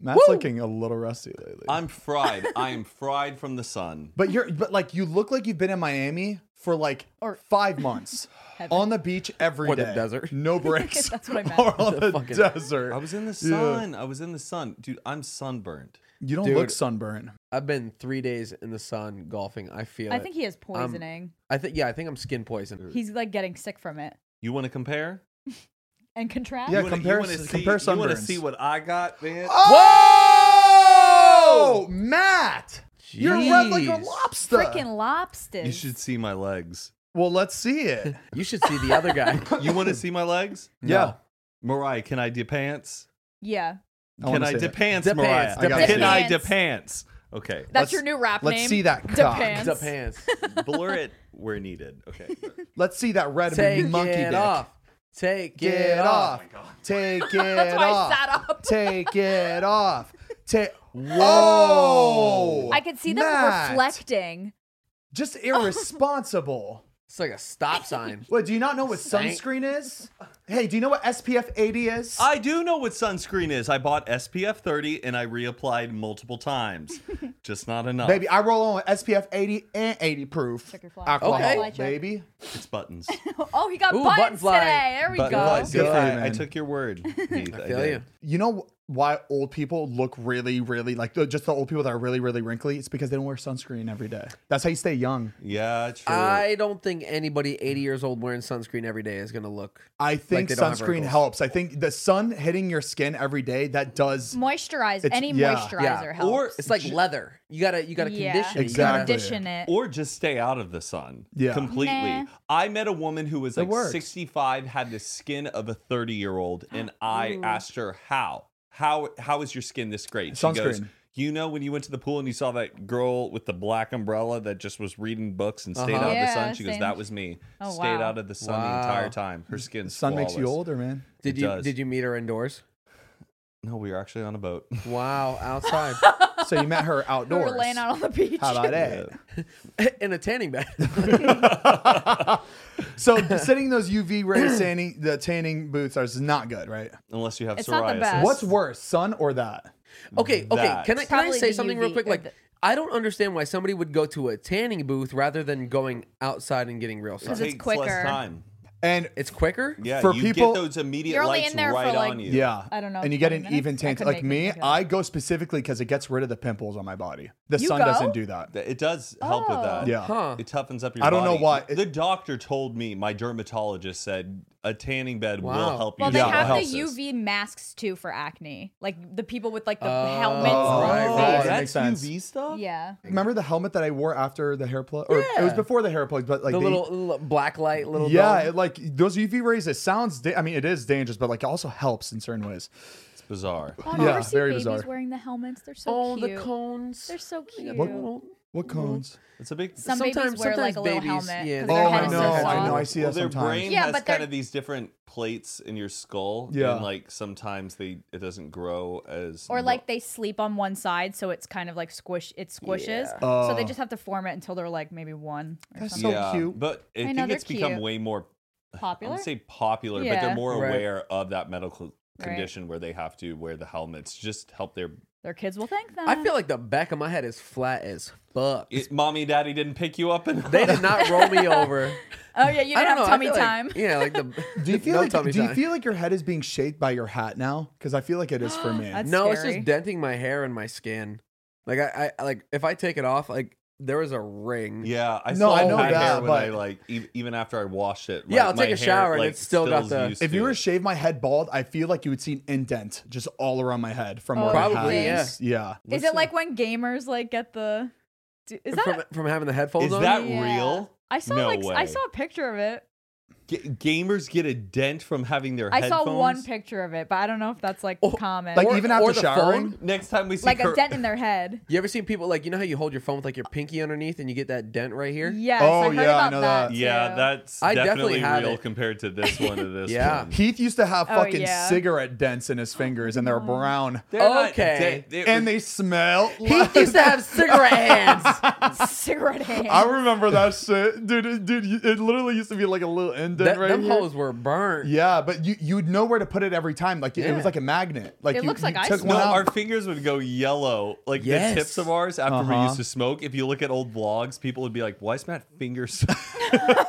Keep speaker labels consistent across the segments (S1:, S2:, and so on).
S1: Matt's looking a little rusty lately.
S2: I'm fried. I am fried from the sun.
S1: but you're but like you look like you've been in Miami for like five months. on the beach every day.
S3: Or the desert.
S1: No breaks.
S4: That's what I meant.
S1: Or on the,
S3: fucking-
S1: desert.
S2: I was in the
S1: Yeah.
S2: sun. I was in the sun. Dude, I'm sunburned.
S1: You don't
S3: Dude.
S1: look sunburned.
S3: I've been three days in the sun golfing. I feel.
S4: I
S3: it.
S4: think he has
S1: Um,
S3: I'm-
S4: poisoning.
S3: I think yeah. I think I'm skin poisoned.
S4: He's like getting sick from it.
S2: You want to compare?
S4: And contrast.
S1: Yeah,
S2: you wanna,
S1: compare
S2: you wanna
S1: s-
S2: see,
S1: compare
S2: You want to
S1: sunburns. Oh!
S2: see what I got, man?
S1: Whoa, Oh, Matt! You're red like a
S3: Jeez.
S1: lobster.
S4: Freaking lobsters.
S2: You should see my legs.
S1: Well, let's see it.
S3: You should see the other guy.
S2: You want to see my legs?
S1: Yeah.
S2: Mariah, can I dip pants?
S4: Yeah.
S1: I
S2: can
S1: wanna
S2: I
S1: see
S2: dip
S1: it.
S2: pants,
S3: Da
S2: Mariah?
S3: pants,
S1: da
S2: can I
S4: pants.
S2: dip pants? Okay.
S1: Let's-
S4: That's your new rap
S1: let's
S4: name.
S1: see that
S4: Da
S1: cock.
S4: Pants.
S3: The pants.
S2: Blur it where needed. Okay.
S1: Let's see that red
S3: Take
S1: monkey
S3: it
S1: dick.
S3: off. Take
S1: Get
S3: it
S1: off.
S3: off.
S1: Take it
S4: why I
S1: off.
S4: sat up.
S1: Take it off. Take.
S3: Oh!
S1: Whoa!
S4: I could see them
S1: Matt,
S4: reflecting.
S1: Just irresponsible.
S3: It's like a stop sign.
S1: Wait, do you not know what
S3: Stank.
S1: sunscreen is? Hey, do you know what SPF 80 is?
S2: I do know what sunscreen is. I bought SPF 30 and I reapplied multiple times. Just not enough.
S1: Baby, I roll on with SPF 80 and 80 proof.
S4: Check your fly.
S1: Alcohol,
S3: Okay.
S4: Fly check.
S1: baby.
S2: It's buttons.
S4: Oh, he got
S3: Ooh,
S4: buttons
S3: button fly.
S4: today. There we
S2: Button
S4: go.
S2: flies. See,
S1: Good for you,
S2: I- I
S1: man.
S2: took your word. Heath.
S3: I feel
S2: did.
S3: you.
S1: You know why old people look really, really like the- just the old people that are really, really wrinkly? It's because they don't wear sunscreen every day. That's how you stay young.
S2: Yeah, true.
S3: I don't think anybody 80 years old wearing sunscreen every day is gonna look.
S1: I think
S3: they don't have
S1: sunscreen
S3: wrinkles.
S1: helps. I think the sun hitting your skin every day that does.
S4: Moisturize.
S1: It's-
S4: Any
S1: yeah,
S4: moisturizer
S3: yeah.
S4: helps.
S2: Or-
S3: It's like leather. You gotta you gotta
S4: Yeah.
S3: condition it. You
S1: Exactly.
S3: gotta-
S4: condition it.
S2: or just stay out of the sun
S1: Yeah.
S2: completely.
S4: Nah.
S2: I met a woman who was
S1: It
S2: like
S1: works.
S2: 65, had the skin of a 30 year old, and I asked her how. How how is your skin this great? She goes,
S1: Sunscreen.
S2: you know when you went to the pool and you saw that girl with the black umbrella that just was reading books and stayed out
S3: Uh-huh.
S2: of the
S4: Yeah,
S2: sun? She goes,
S4: same.
S2: that was me.
S4: Oh,
S2: stayed
S4: wow.
S2: out of the sun the
S3: Wow.
S2: entire time. Her skin's
S1: sun makes you
S2: flawless.
S1: older, man.
S3: Did
S2: It
S3: you
S2: does.
S3: did you meet her indoors?
S2: No, we were actually on a boat.
S3: Wow, outside
S1: So you met her
S4: We
S1: outdoors.
S4: were laying out on the beach.
S1: how about that?
S3: in a tanning bed.
S1: So sitting those UV rays tanning, the tanning boots are not good, right?
S2: Unless you have
S4: It's not the
S2: psoriasis.
S4: best.
S1: What's worse, sun or that?
S3: Okay, okay.
S2: That.
S3: Can I, can I
S4: Probably
S3: say
S4: the
S3: something
S4: UV
S3: real quick?
S4: or
S3: Like,
S4: the-
S3: I don't understand why somebody would go to a tanning booth rather than going outside and getting real sun.
S4: it's
S2: Takes
S4: quicker.
S2: less time.
S1: And
S3: It's quicker.
S2: Yeah,
S1: For
S2: you
S1: people-
S2: get those immediate
S4: You're only
S2: lights
S4: in there for,
S2: right
S4: like,
S2: on you.
S1: yeah,
S4: I don't know,
S1: And you get
S4: 20
S1: an
S4: minutes?
S1: even
S4: I
S1: tan.
S4: couldn't
S1: Like
S4: make it
S1: me,
S4: look at
S1: I go specifically because it gets rid of the pimples on my body. The
S4: You
S1: sun
S4: go?
S1: doesn't do that.
S2: Th- It does help with that.
S1: Yeah.
S3: Huh.
S2: It toughens up your
S1: I don't know
S2: body.
S1: why-
S2: The doctor told me, my dermatologist said, a tanning bed will
S3: Wow.
S2: help you.
S4: Well, they
S1: Yeah,
S2: deal with
S4: have the
S2: psoriasis.
S4: UV masks too for acne. Like the people with like the
S3: Oh,
S4: helmets
S1: Oh,
S4: on
S1: right,
S4: their
S1: right.
S4: face.
S1: That makes
S2: That's
S1: sense.
S2: UV stuff?
S4: Yeah.
S1: Remember the helmet that I wore after the hair plug? Or it was
S3: Yeah.
S1: before the hair plug, but like
S3: The
S1: they-
S3: little, little black light, little
S1: yeah,
S3: dome.
S1: it, like those UV rays. It sounds. Da- I mean, it is dangerous, but like it also helps in certain ways.
S2: It's bizarre.
S4: Oh, I've
S1: Yeah,
S4: never seen
S1: very
S4: babies
S1: bizarre.
S4: wearing the helmets. They're so
S3: oh,
S4: cute.
S3: the cones.
S4: They're so
S2: Oh
S4: cute.
S1: What- What cones?
S2: It's a big.
S4: Some
S3: Sometimes-
S4: babies wear like
S3: sometimes
S4: a little
S3: babies-
S4: helmet.
S3: yeah,
S4: 'cause
S3: they-
S4: their
S1: Oh,
S4: head
S1: I
S4: is so
S1: know, I
S4: soft.
S1: know. I see
S2: well,
S1: that
S2: their
S1: sometimes.
S2: brain
S4: Yeah,
S2: has kind
S4: but they're-
S2: of these different plates in your skull,
S1: Yeah.
S2: and like sometimes they it doesn't grow as
S4: Or like they sleep on one side, so it's kind of like squish. It squishes, so
S3: Oh.
S4: they just have to form it until they're like maybe one or
S1: That's
S4: something.
S1: so cute.
S2: But I,
S4: I know,
S2: think
S4: they're
S2: it's become
S4: cute.
S2: way more I
S4: Popular.
S2: would say popular, but
S4: Yeah.
S2: they're more
S3: Right.
S2: aware of that medical
S4: Right.
S2: condition where they have to wear the helmets just help their.
S4: Their kids will thank them.
S3: I feel like the back of my head is flat as fuck.
S2: It, mommy and daddy didn't pick you up, and
S3: they did not roll me over.
S4: Oh yeah, you didn't
S3: I don't
S4: have
S3: know. I
S4: tummy
S3: feel like-
S4: time.
S3: yeah, like the.
S1: Do you feel
S3: no
S1: like?
S3: tummy
S1: Do you
S3: time.
S1: feel like your head is being shaped by your hat now? Because I feel like it is for me.
S4: That's-
S3: no, it's
S4: scary?
S3: just denting my hair and my skin. Like I, I like if I take it off, like there is a ring.
S2: Yeah, I
S1: No,
S2: saw
S1: I know
S2: my hair
S1: that,
S2: when
S1: but-
S2: I like e- even after I washed it.
S3: Yeah,
S2: like,
S3: I'll
S2: my
S3: take a
S2: hair,
S3: shower and
S2: like,
S3: it's still got the-
S2: used
S1: if
S2: to
S1: you were to
S2: it.
S1: shave my head bald, I feel like you would see an indent just all around my head from where
S3: Probably,
S1: the hat
S3: yeah.
S1: is. Yeah.
S4: Is it like when gamers like get the? do- Is that?
S3: from, from having the headphones
S2: is
S3: on.
S2: that
S4: Yeah.
S2: real?
S4: I saw
S2: No
S4: like s-
S2: way.
S4: I saw a picture of it.
S2: G- gamers get a dent from having their
S4: I
S2: headphones.
S4: saw one picture of it, but I don't know if that's like common.
S1: Like
S4: Or-
S1: even
S3: or
S1: after
S3: the
S1: showering,
S3: phone.
S2: Next time we see
S4: like a
S2: Kurt-
S4: dent in their head.
S3: You ever seen people like you know how you hold your phone with like your pinky underneath and you get that dent right here?
S4: Yes,
S1: Oh,
S4: I heard
S1: yeah, I
S4: about
S1: know
S4: that.
S1: that.
S2: Yeah,
S4: too.
S2: that's
S3: I definitely
S2: definitely,
S3: have
S2: real
S3: it.
S2: compared to this one to this
S3: Yeah.
S2: one.
S1: Heath used to have
S4: Oh,
S1: fucking
S4: yeah. Oh,
S1: cigarette dents in his fingers, and they're brown,
S2: They're not
S3: Okay.
S2: dent- it
S1: and
S2: was-
S1: they smell.
S3: Heath used to have cigarette hands.
S4: cigarette hand.
S1: I remember that shit, dude. It, dude, it literally used to be like a little indent
S3: That,
S1: right
S3: them
S1: here.
S3: holes were burnt.
S1: Yeah, but you you'd know where to put it every time. Like it
S3: Yeah.
S1: was like a magnet. Like
S4: It
S1: you,
S4: looks
S1: you
S4: like ice
S1: took
S4: cream.
S1: one
S2: no,
S1: out.
S2: our fingers would go yellow, like
S3: Yes.
S2: the tips of ours after we
S1: Uh-huh.
S2: used to smoke. If you look at old vlogs, people would be like, "Why is Matt fingers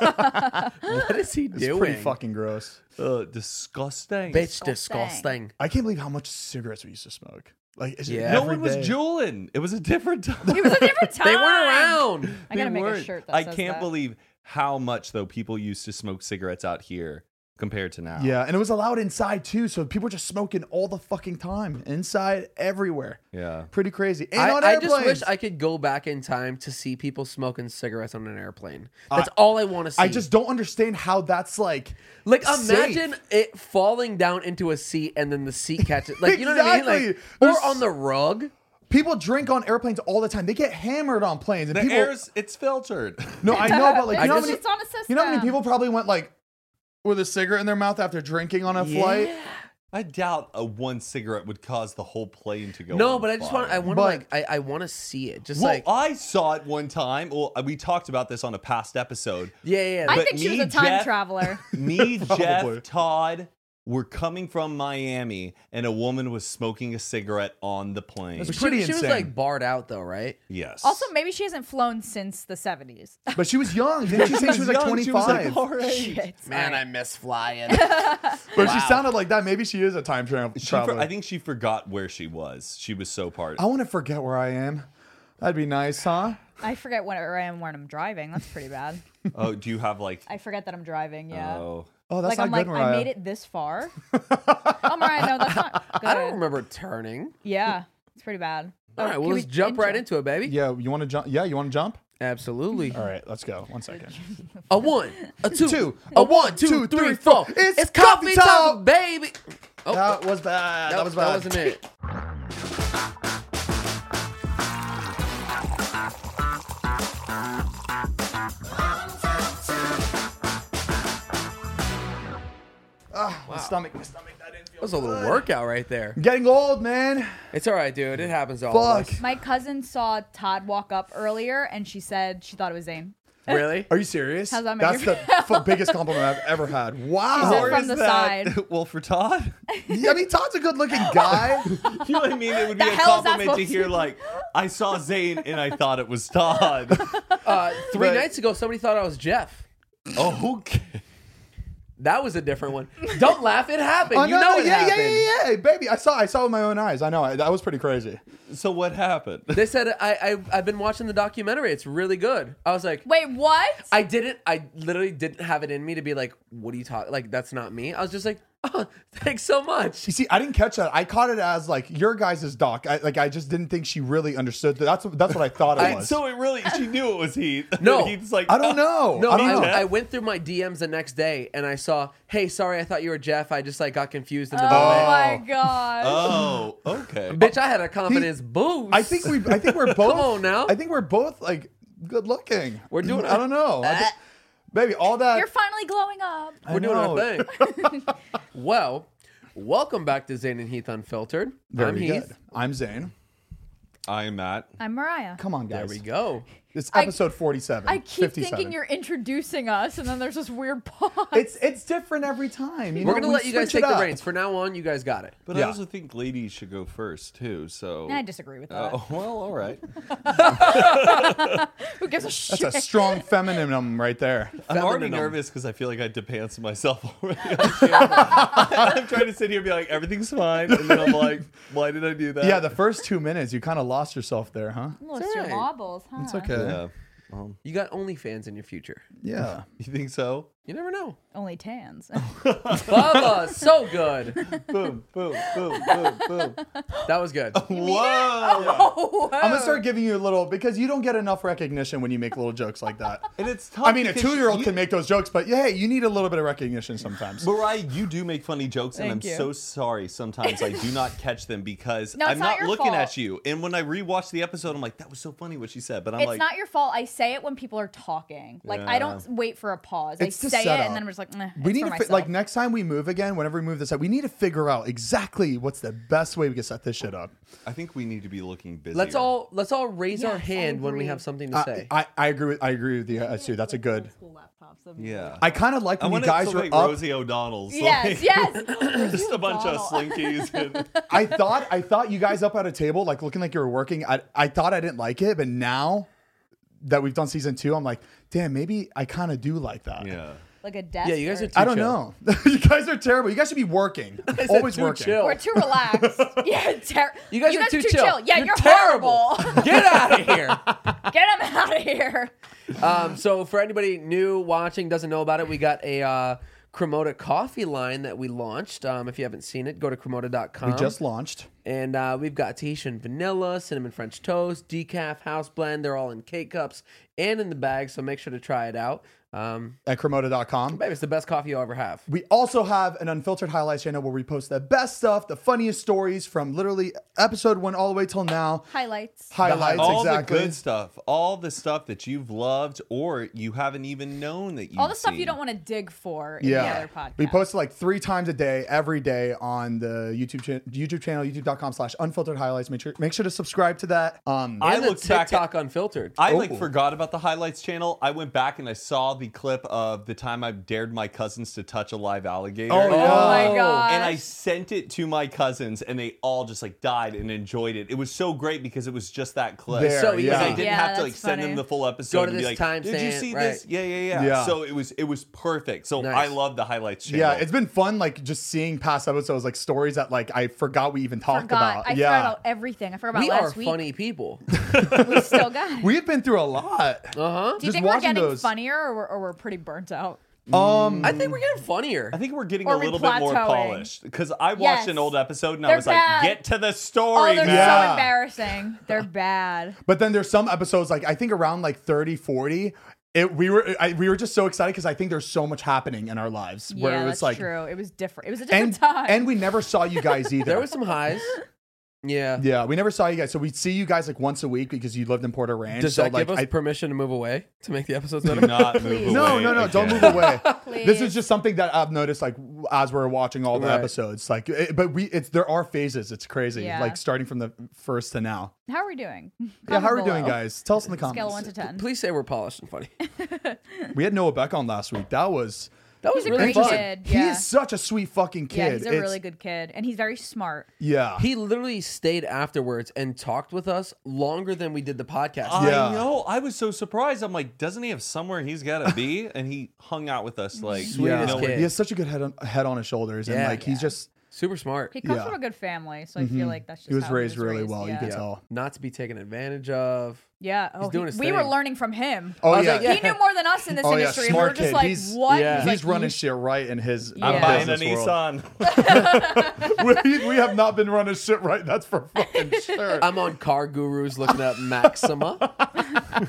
S3: What is he doing?
S1: it's pretty fucking gross.
S2: uh, disgusting?"
S3: bitch
S4: Disgusting.
S3: disgusting.
S1: I can't believe how much cigarettes we used to smoke. Like it's
S3: Yeah.
S2: no
S1: every
S2: one was
S1: day.
S2: juuling. It was a different time.
S4: it was a different time.
S3: They weren't
S4: Ah!
S3: around.
S4: I gotta
S2: They
S4: make a
S2: weren't.
S4: shirt that
S2: I
S4: says
S2: can't
S4: that.
S2: believe how much though people used to smoke cigarettes out here compared to now.
S1: Yeah, and it was allowed inside too, so people were just smoking all the fucking time, inside, everywhere.
S2: Yeah.
S1: Pretty crazy. And on
S3: I, I just
S1: airplanes.
S3: wish I could go back in time to see people smoking cigarettes on an airplane. That's all I want to see.
S1: I just don't understand how that's like,
S3: like
S1: safe.
S3: imagine it falling down into a seat and then the seat catches. Like you know what I mean? Like
S1: Exactly. There's-
S3: or on the rug.
S1: people drink on airplanes all the time. They get hammered on planes, and
S2: The
S1: people.
S2: air's it's filtered.
S1: no, I know, but like, you
S3: I
S1: know, how
S3: just-
S1: many,
S4: It's on a system.
S1: you know how many people probably went like with a cigarette in their mouth after drinking on a flight.
S2: I doubt a one cigarette would cause the whole plane to go.
S3: No,
S2: on
S3: but I just want.
S2: fire.
S3: I want
S1: But-
S3: to like. I, I want to see it. Just
S2: Well,
S3: like.
S2: I saw it one time. Well, we talked about this on a past episode.
S3: yeah, yeah.
S4: I
S3: yeah.
S2: But
S4: think she was
S2: me,
S4: a time
S2: Jeff-
S4: traveler.
S1: Probably.
S2: Me, Jeff, Todd were coming from Miami, and a woman was smoking a cigarette on the plane.
S1: That's
S3: She-
S1: pretty
S3: she, was
S1: insane.
S3: like barred out though, right?
S2: Yes.
S4: also, maybe she hasn't flown since the seventies.
S1: But she was young. Didn't she say she was like
S2: young,
S1: 25?
S2: she was, like, our age.
S4: Shit.
S3: Man, I miss flying.
S1: but she sounded like that. Maybe she is a time tra-
S2: She for-
S1: traveler.
S2: I think she forgot where she was. She was so part.
S1: I want to forget where I am. That'd be nice, huh?
S4: I forget where I am when I'm driving. That's pretty bad.
S2: Oh, do you have like?
S4: I forget that I'm driving. Yeah.
S2: Oh,
S1: Oh, that's
S4: like I'm
S1: not
S4: like
S1: good,
S4: I
S1: Mariah.
S4: made it this far. oh, Mariah, no, that's not. Good.
S3: I don't remember turning.
S4: Yeah, it's pretty bad.
S3: All right, well, let's jump right into it, baby.
S1: Yeah, you want to jump? Yeah, you want to jump?
S3: Absolutely.
S1: All right, let's go. One second.
S3: A one, a two,
S1: Two,
S3: a one, two, three, four.
S1: It's
S3: It's,
S1: coffee
S3: coffee
S1: time.
S3: time, baby. Oh,
S1: That was bad. That, was bad.
S3: That wasn't it.
S1: My stomach, my stomach. That didn't feel
S3: That was a little workout right there.
S1: Getting old, man.
S3: It's all right, dude. It happens to all
S1: Fuck.
S3: of us.
S4: My cousin saw Todd walk up earlier, and she said she thought it was Zane.
S3: Really?
S1: Are you serious?
S4: How's that make
S1: That's
S4: you
S1: the f- biggest compliment I've ever had.
S4: Is it
S1: Wow.
S2: Or
S4: from
S2: is
S4: the
S2: that-
S4: side?
S2: Well, for Todd,
S1: I mean, Todd's a good-looking guy.
S2: you know what I mean. It would be
S4: The
S2: a
S4: hell is that
S2: compliment to
S4: supposed to
S2: hear
S4: be?
S2: like, I saw Zayn and I thought it was Todd.
S3: Uh, three
S1: But-
S3: nights ago, somebody thought I was Jeff.
S2: Oh, okay.
S3: That was a different one. Don't laugh. It happened.
S1: I
S3: you know, it
S1: Oh, yeah, yeah,
S3: happened.
S1: yeah, yeah, baby. I saw, I saw with my own eyes. I know. I, that was pretty crazy.
S2: So what happened?
S3: They said I, I I've been watching the documentary. It's really good. I was like,
S4: Wait, what?
S3: I didn't. I literally didn't have it in me to be like, what are you talking? Like that's not me. I was just like, oh, thanks so much.
S1: You see, I didn't catch that. I caught it as like your guys' doc. I, like I just didn't think she really understood. That. That's that's what I thought it was.
S2: So it really, she knew it was Heath.
S3: No.
S2: Heath's like,
S1: I don't
S2: "Oh,
S1: know.
S3: No,
S1: I don't
S3: I,
S1: know.
S3: I went through my DMs the next day and I saw, hey, sorry, I thought you were Jeff. I just like got confused in the
S4: Oh,
S3: moment.
S4: my gosh.
S2: Oh, okay.
S3: Bitch, I had a confidence boost.
S1: I think we. I think we're both.
S3: on now.
S1: I think we're both like good looking.
S3: We're doing-
S1: I don't know. I think- baby, all that.
S4: You're finally glowing up.
S1: I
S3: we're doing
S1: know.
S3: our thing. well, welcome back to Zane and Heath Unfiltered.
S1: Very
S3: I'm Heath.
S1: good. I'm Zane.
S2: I am Matt.
S4: I'm Mariah.
S1: Come on,
S3: There
S1: guys.
S3: we go.
S1: It's
S4: I-
S1: episode 47.
S4: I keep
S1: 57.
S4: thinking you're introducing us, and then there's this weird pause.
S1: It's it's different every time. you
S3: We're
S1: know,
S3: gonna
S1: we
S3: let you guys
S1: switch
S3: take
S1: it
S3: the
S1: up.
S3: reins. For now on, you guys got it.
S2: But
S1: Yeah.
S2: I also think ladies should go first too. So
S4: I disagree with that.
S2: Oh, well, all right.
S4: Who gives a shit?
S1: That's a strong femininum right there.
S2: I'm already
S3: Feminine.
S2: nervous because I feel like I had to pants myself already. on camera. I'm trying to sit here and be like, everything's fine, and then I'm like, why did I do that?
S1: Yeah, the first two minutes you kind of lost yourself there, huh?
S4: Lost
S3: It's
S4: your
S3: alright.
S4: marbles, huh?
S1: It's okay.
S2: yeah.
S3: You got OnlyFans in your future.
S1: Yeah.
S2: You think so?
S3: You never know.
S4: Only tans.
S3: Bubba, so good.
S2: boom, boom, boom, boom, boom.
S3: That was good.
S2: Whoa!
S4: Oh.
S1: I'm gonna start giving you a little because you don't get enough recognition when you make little jokes like that.
S2: And it's tough.
S1: I mean, a
S2: because
S1: two-year-old
S2: you-
S1: can make those jokes, but yeah, you need a little bit of recognition sometimes.
S2: Mariah, you do make funny jokes, and
S4: Thank
S2: I'm
S4: you.
S2: so sorry. Sometimes I do not catch them because
S4: No, it's
S2: I'm
S4: not
S2: not,
S4: your
S2: looking
S4: fault.
S2: at you. And when I rewatch the episode, I'm like, "That was so funny what she said," but I'm
S4: it's
S2: like,
S4: not your fault. I say it when people are talking. Like I don't wait for a pause.
S1: It's the
S4: I say it
S1: setup.
S4: and then I'm just like, "Meh,
S1: we
S4: it's
S1: need to
S4: for
S1: fi-
S4: myself."
S1: like next time we move again. Whenever we move this up, we need to figure out exactly what's the best way we can set this shit up.
S2: I think we need to be looking busy.
S3: Let's all let's all raise our
S4: Yes, I
S3: hand when we
S4: agree.
S3: have something to
S1: I,
S3: say.
S1: I, I agree with I agree with you guys too. That's a good.
S2: Yeah.
S1: I kind of like
S2: I
S1: when you
S2: want
S1: guys
S2: to
S1: were
S2: like
S1: up.
S2: Rosie O'Donnell's.
S4: yes,
S2: like,
S4: yes.
S2: Just a bunch of slinkies. And,
S1: I thought I thought you guys up at a table, like looking like you were working. I I thought I didn't like it, but now that we've done season two, I'm like, damn, maybe I kind of do like that.
S2: yeah.
S4: like a desk.
S3: yeah, you guys
S4: or-
S3: are. Too
S1: I don't
S3: chill.
S1: know. you guys are terrible. You guys should be working. Always
S3: too
S1: working.
S3: chill.
S4: We're too relaxed. yeah, ter-
S3: You guys, are too, chill.
S4: Yeah, you're,
S3: terrible.
S4: horrible.
S3: Get out of here.
S4: Get him out of here.
S3: Um, so for anybody new watching, doesn't know about it, we got a uh, Cremota coffee line that we launched. Um, if you haven't seen it, go to cremota.com.
S1: We just launched.
S3: and uh, we've got Tahitian vanilla, cinnamon French toast, decaf, house blend. They're all in K cups and in the bag, so make sure to try it out. Um,
S1: at Cremota.com.
S3: babe, it's the best coffee you'll ever have.
S1: We also have an unfiltered highlights channel where we post the best stuff, the funniest stories from literally episode one all the way till now.
S4: Highlights.
S1: Highlights,
S2: all
S1: exactly.
S2: the good stuff, all the stuff that you've loved or you haven't even known that you
S4: All the stuff you don't want to dig for in the
S1: Yeah,
S4: other podcast.
S1: we post like three times a day, every day on the YouTube cha- YouTube channel, youtube.com/slash unfiltered highlights. Make sure make sure to subscribe to that. Um,
S3: I
S2: I
S3: and the
S2: looked back
S3: TikTok unfiltered.
S2: I
S1: Oh.
S2: like forgot about the highlights channel. I went back and I saw the clip of the time I dared my cousins to touch a live alligator.
S1: Oh, yeah.
S4: Oh my gosh.
S2: And I sent it to my cousins, and they all just like died and enjoyed it. It was so great because it was just that clip.
S1: There,
S3: So
S2: because
S3: yeah.
S2: I didn't
S4: Yeah,
S2: have to like
S4: that's
S2: send them
S4: funny.
S2: the full episode.
S3: Go to
S2: and be
S3: this
S2: like,
S3: timestamp,
S2: Did you see this?
S3: right.
S2: Yeah, yeah, yeah,
S1: Yeah.
S2: So it was it was perfect. So
S3: Nice.
S2: I love the highlights channel.
S1: yeah, it's been fun, like just seeing past episodes, like stories that like I forgot we even talked
S4: forgot.
S1: about.
S4: I
S1: yeah,
S4: forgot about everything. I forgot about
S3: we are
S4: last week.
S3: funny people.
S4: We still got it.
S1: we've been through a lot.
S4: Do you
S1: Just
S4: think we're
S1: watching
S4: getting
S1: those.
S4: funnier or we're, or we're pretty burnt out?
S1: um,
S3: I think we're getting funnier.
S2: I think we're getting
S4: Or
S2: a
S4: we
S2: little bit more
S4: plateauing.
S2: polished because I watched
S4: Yes.
S2: an old episode and I
S4: They're
S2: was like,
S4: bad.
S2: "Get to the
S4: Oh,
S2: story,
S4: they're
S2: man."
S1: Yeah.
S4: so embarrassing. They're bad.
S1: But then there's some episodes like I think around like 30, 40, it we were I, we were just so excited because I think there's so much happening in our lives where
S4: yeah,
S1: it was
S4: that's
S1: like
S4: true. It was different. It was a different
S1: and
S4: time.
S1: and we never saw you guys either.
S3: there was some highs. Yeah.
S1: yeah, we never saw you guys. So we'd see you guys like once a week because you lived in Porter Ranch.
S3: Does
S1: so
S3: that
S1: like
S3: give us
S1: I,
S3: permission to move away to make the episodes
S2: Do
S3: better?
S2: not move away.
S1: no, no, no! Don't
S2: again.
S1: move away.
S4: Please.
S1: This is just something that I've noticed, like w- as we're watching all the
S3: Right.
S1: episodes. Like, it, but we, it's there are phases. It's crazy.
S4: Yeah.
S1: Like starting from the first to now.
S4: how are we doing?
S1: yeah, how are we
S4: Comment
S1: doing,
S4: below.
S1: guys? Tell us in the
S4: Scale one
S1: comments.
S4: to ten.
S3: Please say we're polished and funny.
S1: We had Noah Beck on last week. That was
S3: That was
S4: He's a
S3: really
S4: great
S3: fun.
S4: kid.
S1: He
S4: yeah.
S1: is such a sweet fucking kid.
S4: Yeah, he's a
S1: It's-
S4: really good kid, and he's very smart.
S1: Yeah.
S3: He literally stayed afterwards and talked with us longer than we did the podcast.
S1: Yeah.
S2: I know. I was so surprised. I'm like, doesn't he have somewhere he's got to be? And he hung out with us like
S3: Sweetest
S2: no
S3: kid.
S1: He has such a good head on, head on his shoulders, and
S3: Yeah.
S1: like he's just
S3: Super smart.
S4: He comes
S1: Yeah. Mm-hmm.
S4: from a good family, so I feel like that's just
S1: he was
S4: how
S1: raised really well.
S4: Yeah.
S1: You could tell.
S3: Not to be taken advantage of.
S4: Yeah. Oh, he-
S3: doing his
S4: we were
S3: thing.
S4: learning from him.
S1: Oh
S3: was
S1: yeah.
S3: like,
S4: He knew more than us in this
S1: Oh yeah,
S4: industry. and we were
S1: smart
S4: just
S1: kid.
S4: like,
S1: he's
S4: what?
S3: Yeah.
S4: He's
S1: he's
S4: like,
S1: running
S4: you-
S1: shit right in his uh,
S4: I'm Yeah.
S2: buying a
S1: business world.
S2: Nissan.
S1: we, we have not been running shit right. That's for fucking sure.
S3: I'm on car gurus looking up Maxima.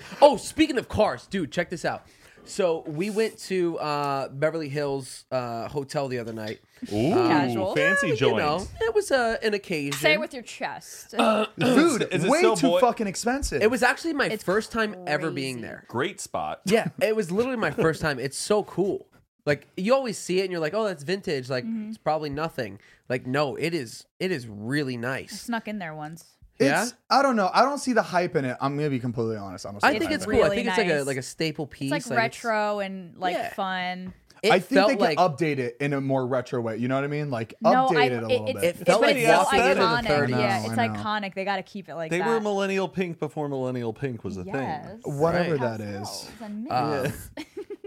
S3: oh, speaking of cars, dude, check this out. So we went to uh, Beverly Hills uh, hotel the other night.
S2: Ooh,
S4: Casual.
S2: fancy
S3: You
S2: joint.
S3: know, it was uh, an occasion.
S4: Say it with your chest.
S1: Food
S2: Is it
S1: way
S2: still
S1: too
S2: boy-
S1: fucking expensive.
S3: it was actually my
S4: It's
S3: first time ever being
S4: crazy.
S3: there.
S2: Great spot.
S3: Yeah, it was literally my first time. It's so cool. Like you always see it and you're like, "Oh, that's vintage." Like
S4: Mm-hmm.
S3: it's probably nothing. Like no, it is. It is really nice.
S4: Snuck in there once.
S1: It's-
S3: yeah?
S1: I don't know. I don't see the hype in it. I'm gonna be completely honest. I don't see
S3: I
S1: the
S3: think
S1: hype
S3: it's
S1: in
S3: cool.
S1: it.
S3: I
S4: really
S3: think it's like a
S4: nice.
S3: like a staple piece.
S4: It's like retro and like
S3: Yeah.
S4: fun.
S3: It
S1: I think
S3: felt
S1: they
S3: like
S1: could update it in a more retro way. You know what I mean? Like
S4: No,
S1: update
S4: I,
S1: it a little
S4: it,
S1: bit.
S3: It felt
S4: but
S3: like
S4: it's so
S3: walking into the
S4: iconic.
S3: 30s.
S4: Yeah,
S1: I
S4: it's
S1: know.
S4: iconic. They got to keep it like
S2: They
S4: that.
S2: were millennial pink before millennial pink was a
S4: yes.
S2: thing.
S1: Whatever
S3: Right.
S1: that is.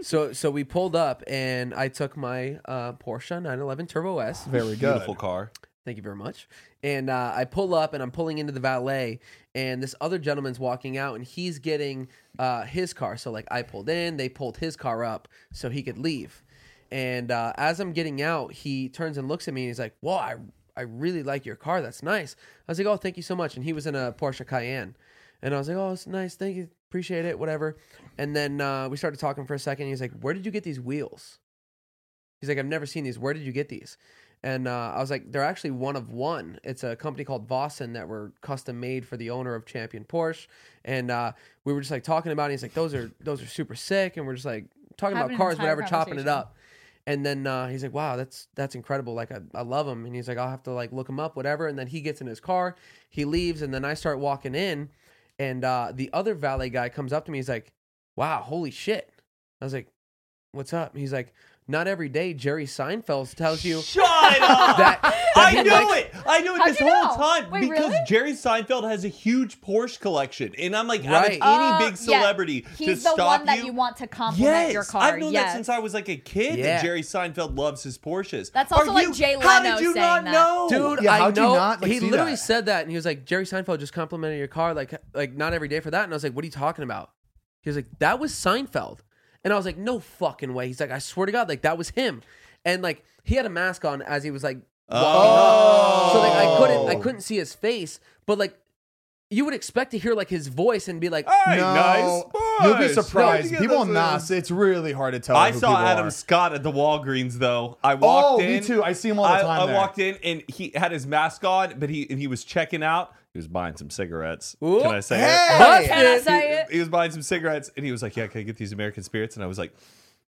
S3: so. So we pulled up and I took my uh, Porsche 911 Turbo S.
S1: Very good.
S2: Beautiful car.
S3: Thank you very much. And uh, I pull up and I'm pulling into the valet, and this other gentleman's walking out and he's getting uh, his car. So, like, I pulled in, they pulled his car up so he could leave. And uh, as I'm getting out, he turns and looks at me and he's like, Whoa, I, I really like your car. That's nice. I was like, Oh, thank you so much. And he was in a Porsche Cayenne. And I was like, Oh, it's nice. Thank you. Appreciate it. Whatever. And then uh, we started talking for a second. He's like, Where did you get these wheels? He's like, I've never seen these. Where did you get these? And uh, I was like, they're actually one of one. It's a company called Vossen that were custom made for the owner of Champion Porsche. And uh, we were just like talking about it. He's like, those are those are super sick. And we're just like talking
S4: Having
S3: about
S4: an
S3: cars,
S4: entire
S3: whatever, chopping it
S4: conversation.
S3: up. And then uh, he's like, wow, that's that's incredible. Like I, I love him. And he's like, I'll have to like look him up, whatever. And then he gets in his car, he leaves, and then I start walking in, and uh, the other valet guy comes up to me. He's like, wow, holy shit. I was like, what's up? He's like, not every day Jerry Seinfeld tells you
S2: Shut up!
S3: that, that
S2: I
S3: he
S2: knew
S3: likes-
S2: it. I knew it
S4: How'd
S2: this
S4: you
S2: whole
S4: know?
S2: time
S4: Wait,
S2: because
S4: really?
S2: Jerry Seinfeld has a huge Porsche collection, and I'm like,
S3: Right.
S2: out of any
S4: Oh,
S2: big
S4: yeah.
S2: celebrity to
S4: He's the
S2: stop
S4: one that
S2: you.
S4: you want to compliment
S2: Yes,
S4: your car.
S2: I've known
S4: yes.
S2: that since I was like a kid.
S3: Yeah.
S2: That Jerry Seinfeld loves his Porsches.
S4: That's
S2: Are
S4: also like
S2: you-
S4: Jay
S2: How
S4: Leno
S2: did you
S4: saying
S2: not
S4: that.
S2: know?
S3: Dude,
S1: Yeah,
S3: I
S1: how'd you
S3: know.
S1: not, like,
S3: he
S1: see
S3: literally
S1: that?
S3: said that, and he was like, "Jerry Seinfeld just complimented your car, like, like not every day for that." And I was like, "What are you talking about?" He was like, "That was Seinfeld," and I was like, "No fucking way." He's like, "I swear to God, like that was him," and like he had a mask on as he was like
S2: Oh.
S3: walking up, so like I couldn't, I
S1: Oh.
S3: couldn't see his face, but like you would expect to hear like his voice and be like,
S1: Ah!
S2: Hey, nice boys.
S1: You'll be
S2: How'd you
S1: surprised.
S2: get
S1: People
S2: those
S1: in
S2: in?
S1: Nas, it's really hard to tell.
S2: I
S1: who
S2: saw
S1: people
S2: Adam
S1: are. Oh,
S2: Scott at the Walgreens though. I walked in.
S1: me too. I see him all the
S2: I-
S1: time
S2: I,
S1: there.
S2: walked in and he had his mask on, but he and he was checking out. He was buying some cigarettes.
S3: Ooh.
S2: Can I say it?
S1: Hey!
S3: "Busted!"
S4: Can I say it?
S2: he was buying some cigarettes and he was like, "Yeah, can I get these American spirits?" And I was like,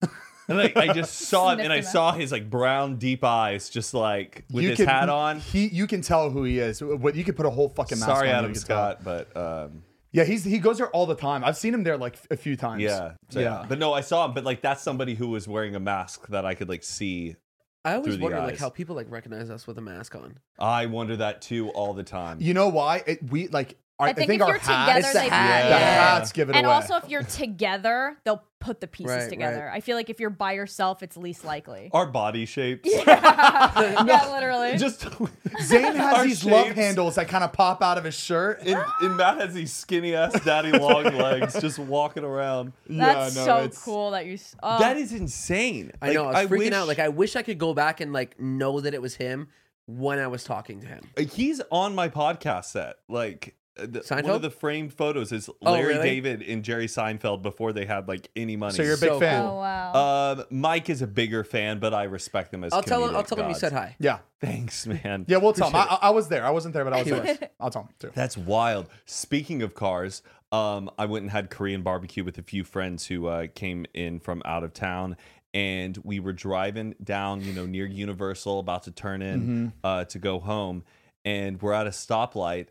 S2: and like I just saw him and
S4: Sniffed
S2: I
S4: him out.
S2: saw his like brown deep eyes, just like with his
S1: can,
S2: hat on.
S1: He, you can tell who he is. What you could put a whole fucking mask
S2: Sorry,
S1: on.
S2: Adam
S1: you could tell.
S2: Scott, but um,
S1: Yeah, he's he goes there all the time. I've seen him there like a few times.
S2: yeah, so, yeah, But no, I saw him. But like that's somebody who was wearing a mask that I could like see.
S3: I always
S2: Through the
S3: wonder like
S2: eyes.
S3: how people like recognize us with a mask on.
S2: I wonder that too all the time.
S1: You know why? It, we like. I,
S4: I think if
S1: our
S4: you're
S1: hats,
S4: together,
S3: It's the
S4: they
S3: hat.
S4: yeah.
S1: The
S2: Yeah.
S1: hats give it
S4: And
S1: away.
S4: also, if you're together, they'll put the pieces
S3: Right,
S4: together. I feel like if you're by yourself, it's least likely.
S2: Our body shapes.
S4: yeah, literally.
S2: Just
S1: Zane has
S2: Our
S1: these love
S2: shapes.
S1: handles that kind of pop out of his shirt.
S2: And, and Matt has these skinny ass daddy long legs just walking around.
S4: That's
S1: Yeah, no,
S4: so
S1: it's-
S4: cool that you. s- Oh,
S2: That is insane.
S3: I know.
S2: Like,
S3: I was freaking
S2: wish-
S3: out. Like, I wish I could go back and like know that it was him when I was talking to him.
S2: he's on my podcast set. Like uh, the- one
S3: Seinfeld?
S2: of the framed photos is
S3: Oh,
S2: Larry
S3: really?
S2: David and Jerry Seinfeld before they had like any money.
S1: So you're a big
S3: So
S1: fan.
S4: oh wow.
S2: um, Mike is a bigger fan, but I respect them as.
S3: I'll tell him.
S2: comedic
S3: I'll tell him you
S2: gods.
S3: said hi.
S1: Yeah,
S2: Thanks, man.
S1: yeah. We'll tell him. I, I- I was there. I wasn't there, but I was
S3: He was.
S1: there. I'll tell him too.
S2: That's wild. Speaking of cars, um, I went and had Korean barbecue with a few friends who uh, came in from out of town, and we were driving down, you know, near Universal, about to turn in
S1: Mm-hmm.
S2: uh, to go home, and we're at a stoplight,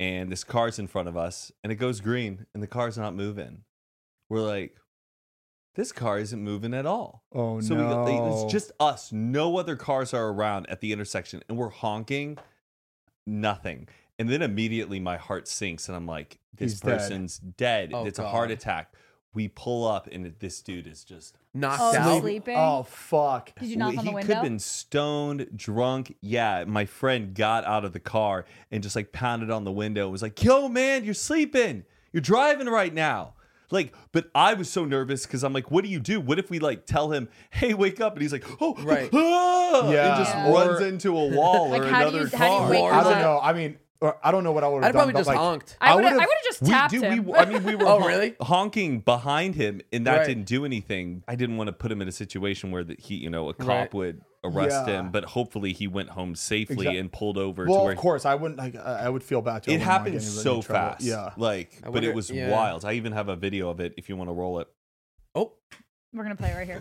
S2: and this car's in front of us, and it goes green, and the car's not moving. We're like, this car isn't moving at all.
S1: Oh
S2: So
S1: no!
S2: we, it's just us. No other cars are around at the intersection, and we're honking. Nothing. And then immediately my heart sinks, and I'm like, "This
S1: He's dead.
S2: person's dead.
S3: Oh,
S2: it's a heart
S3: God.
S2: attack." We pull up, and this dude is just.
S3: Knocked
S4: Oh,
S3: out.
S4: sleep. sleeping?
S1: Oh fuck!
S4: Did you knock
S2: he
S4: on the
S2: could
S4: window?
S2: have been stoned, drunk. Yeah, my friend got out of the car and just like pounded on the window. and Was like, "Yo, man, you're sleeping. You're driving right now." Like, but I was so nervous because I'm like, "What do you do? What if we like tell him, hey, wake up?'" And he's like, "Oh,
S3: Right.
S2: ah,"
S1: Yeah.
S2: and just
S4: Yeah.
S2: runs
S1: Or-
S2: into a wall
S4: Like,
S2: or
S4: how do
S2: another
S4: you-
S2: car.
S4: how do you wake
S1: I
S4: him
S1: don't
S4: up?
S1: know. I mean, or, I don't know what I would
S3: I'd
S1: have done.
S3: probably
S1: but,
S3: just
S1: like,
S3: honked.
S4: I would have. I
S1: would've-
S4: would have just
S2: We,
S4: tapped
S2: dude,
S4: him.
S2: we, I mean, we were
S3: Oh,
S2: hon-
S3: really?
S2: honking behind him, and that
S3: Right.
S2: didn't do anything. I didn't want to put him in a situation where that he, you know, a cop
S3: Right.
S2: would arrest
S1: Yeah.
S2: him. But hopefully, he went home safely
S1: Exact-
S2: and pulled over. to
S1: Well,
S2: where
S1: of course, I wouldn't. Like, I I would feel bad. Too. I
S2: it
S1: wouldn't wanna
S2: happened
S1: get anybody
S2: so
S1: in trouble.
S2: fast.
S1: Yeah.
S2: like,
S3: I
S2: but
S3: wonder-
S2: it was
S3: yeah.
S2: wild. I even have a video of it if you want to roll it.
S3: Oh,
S4: We're gonna play right here.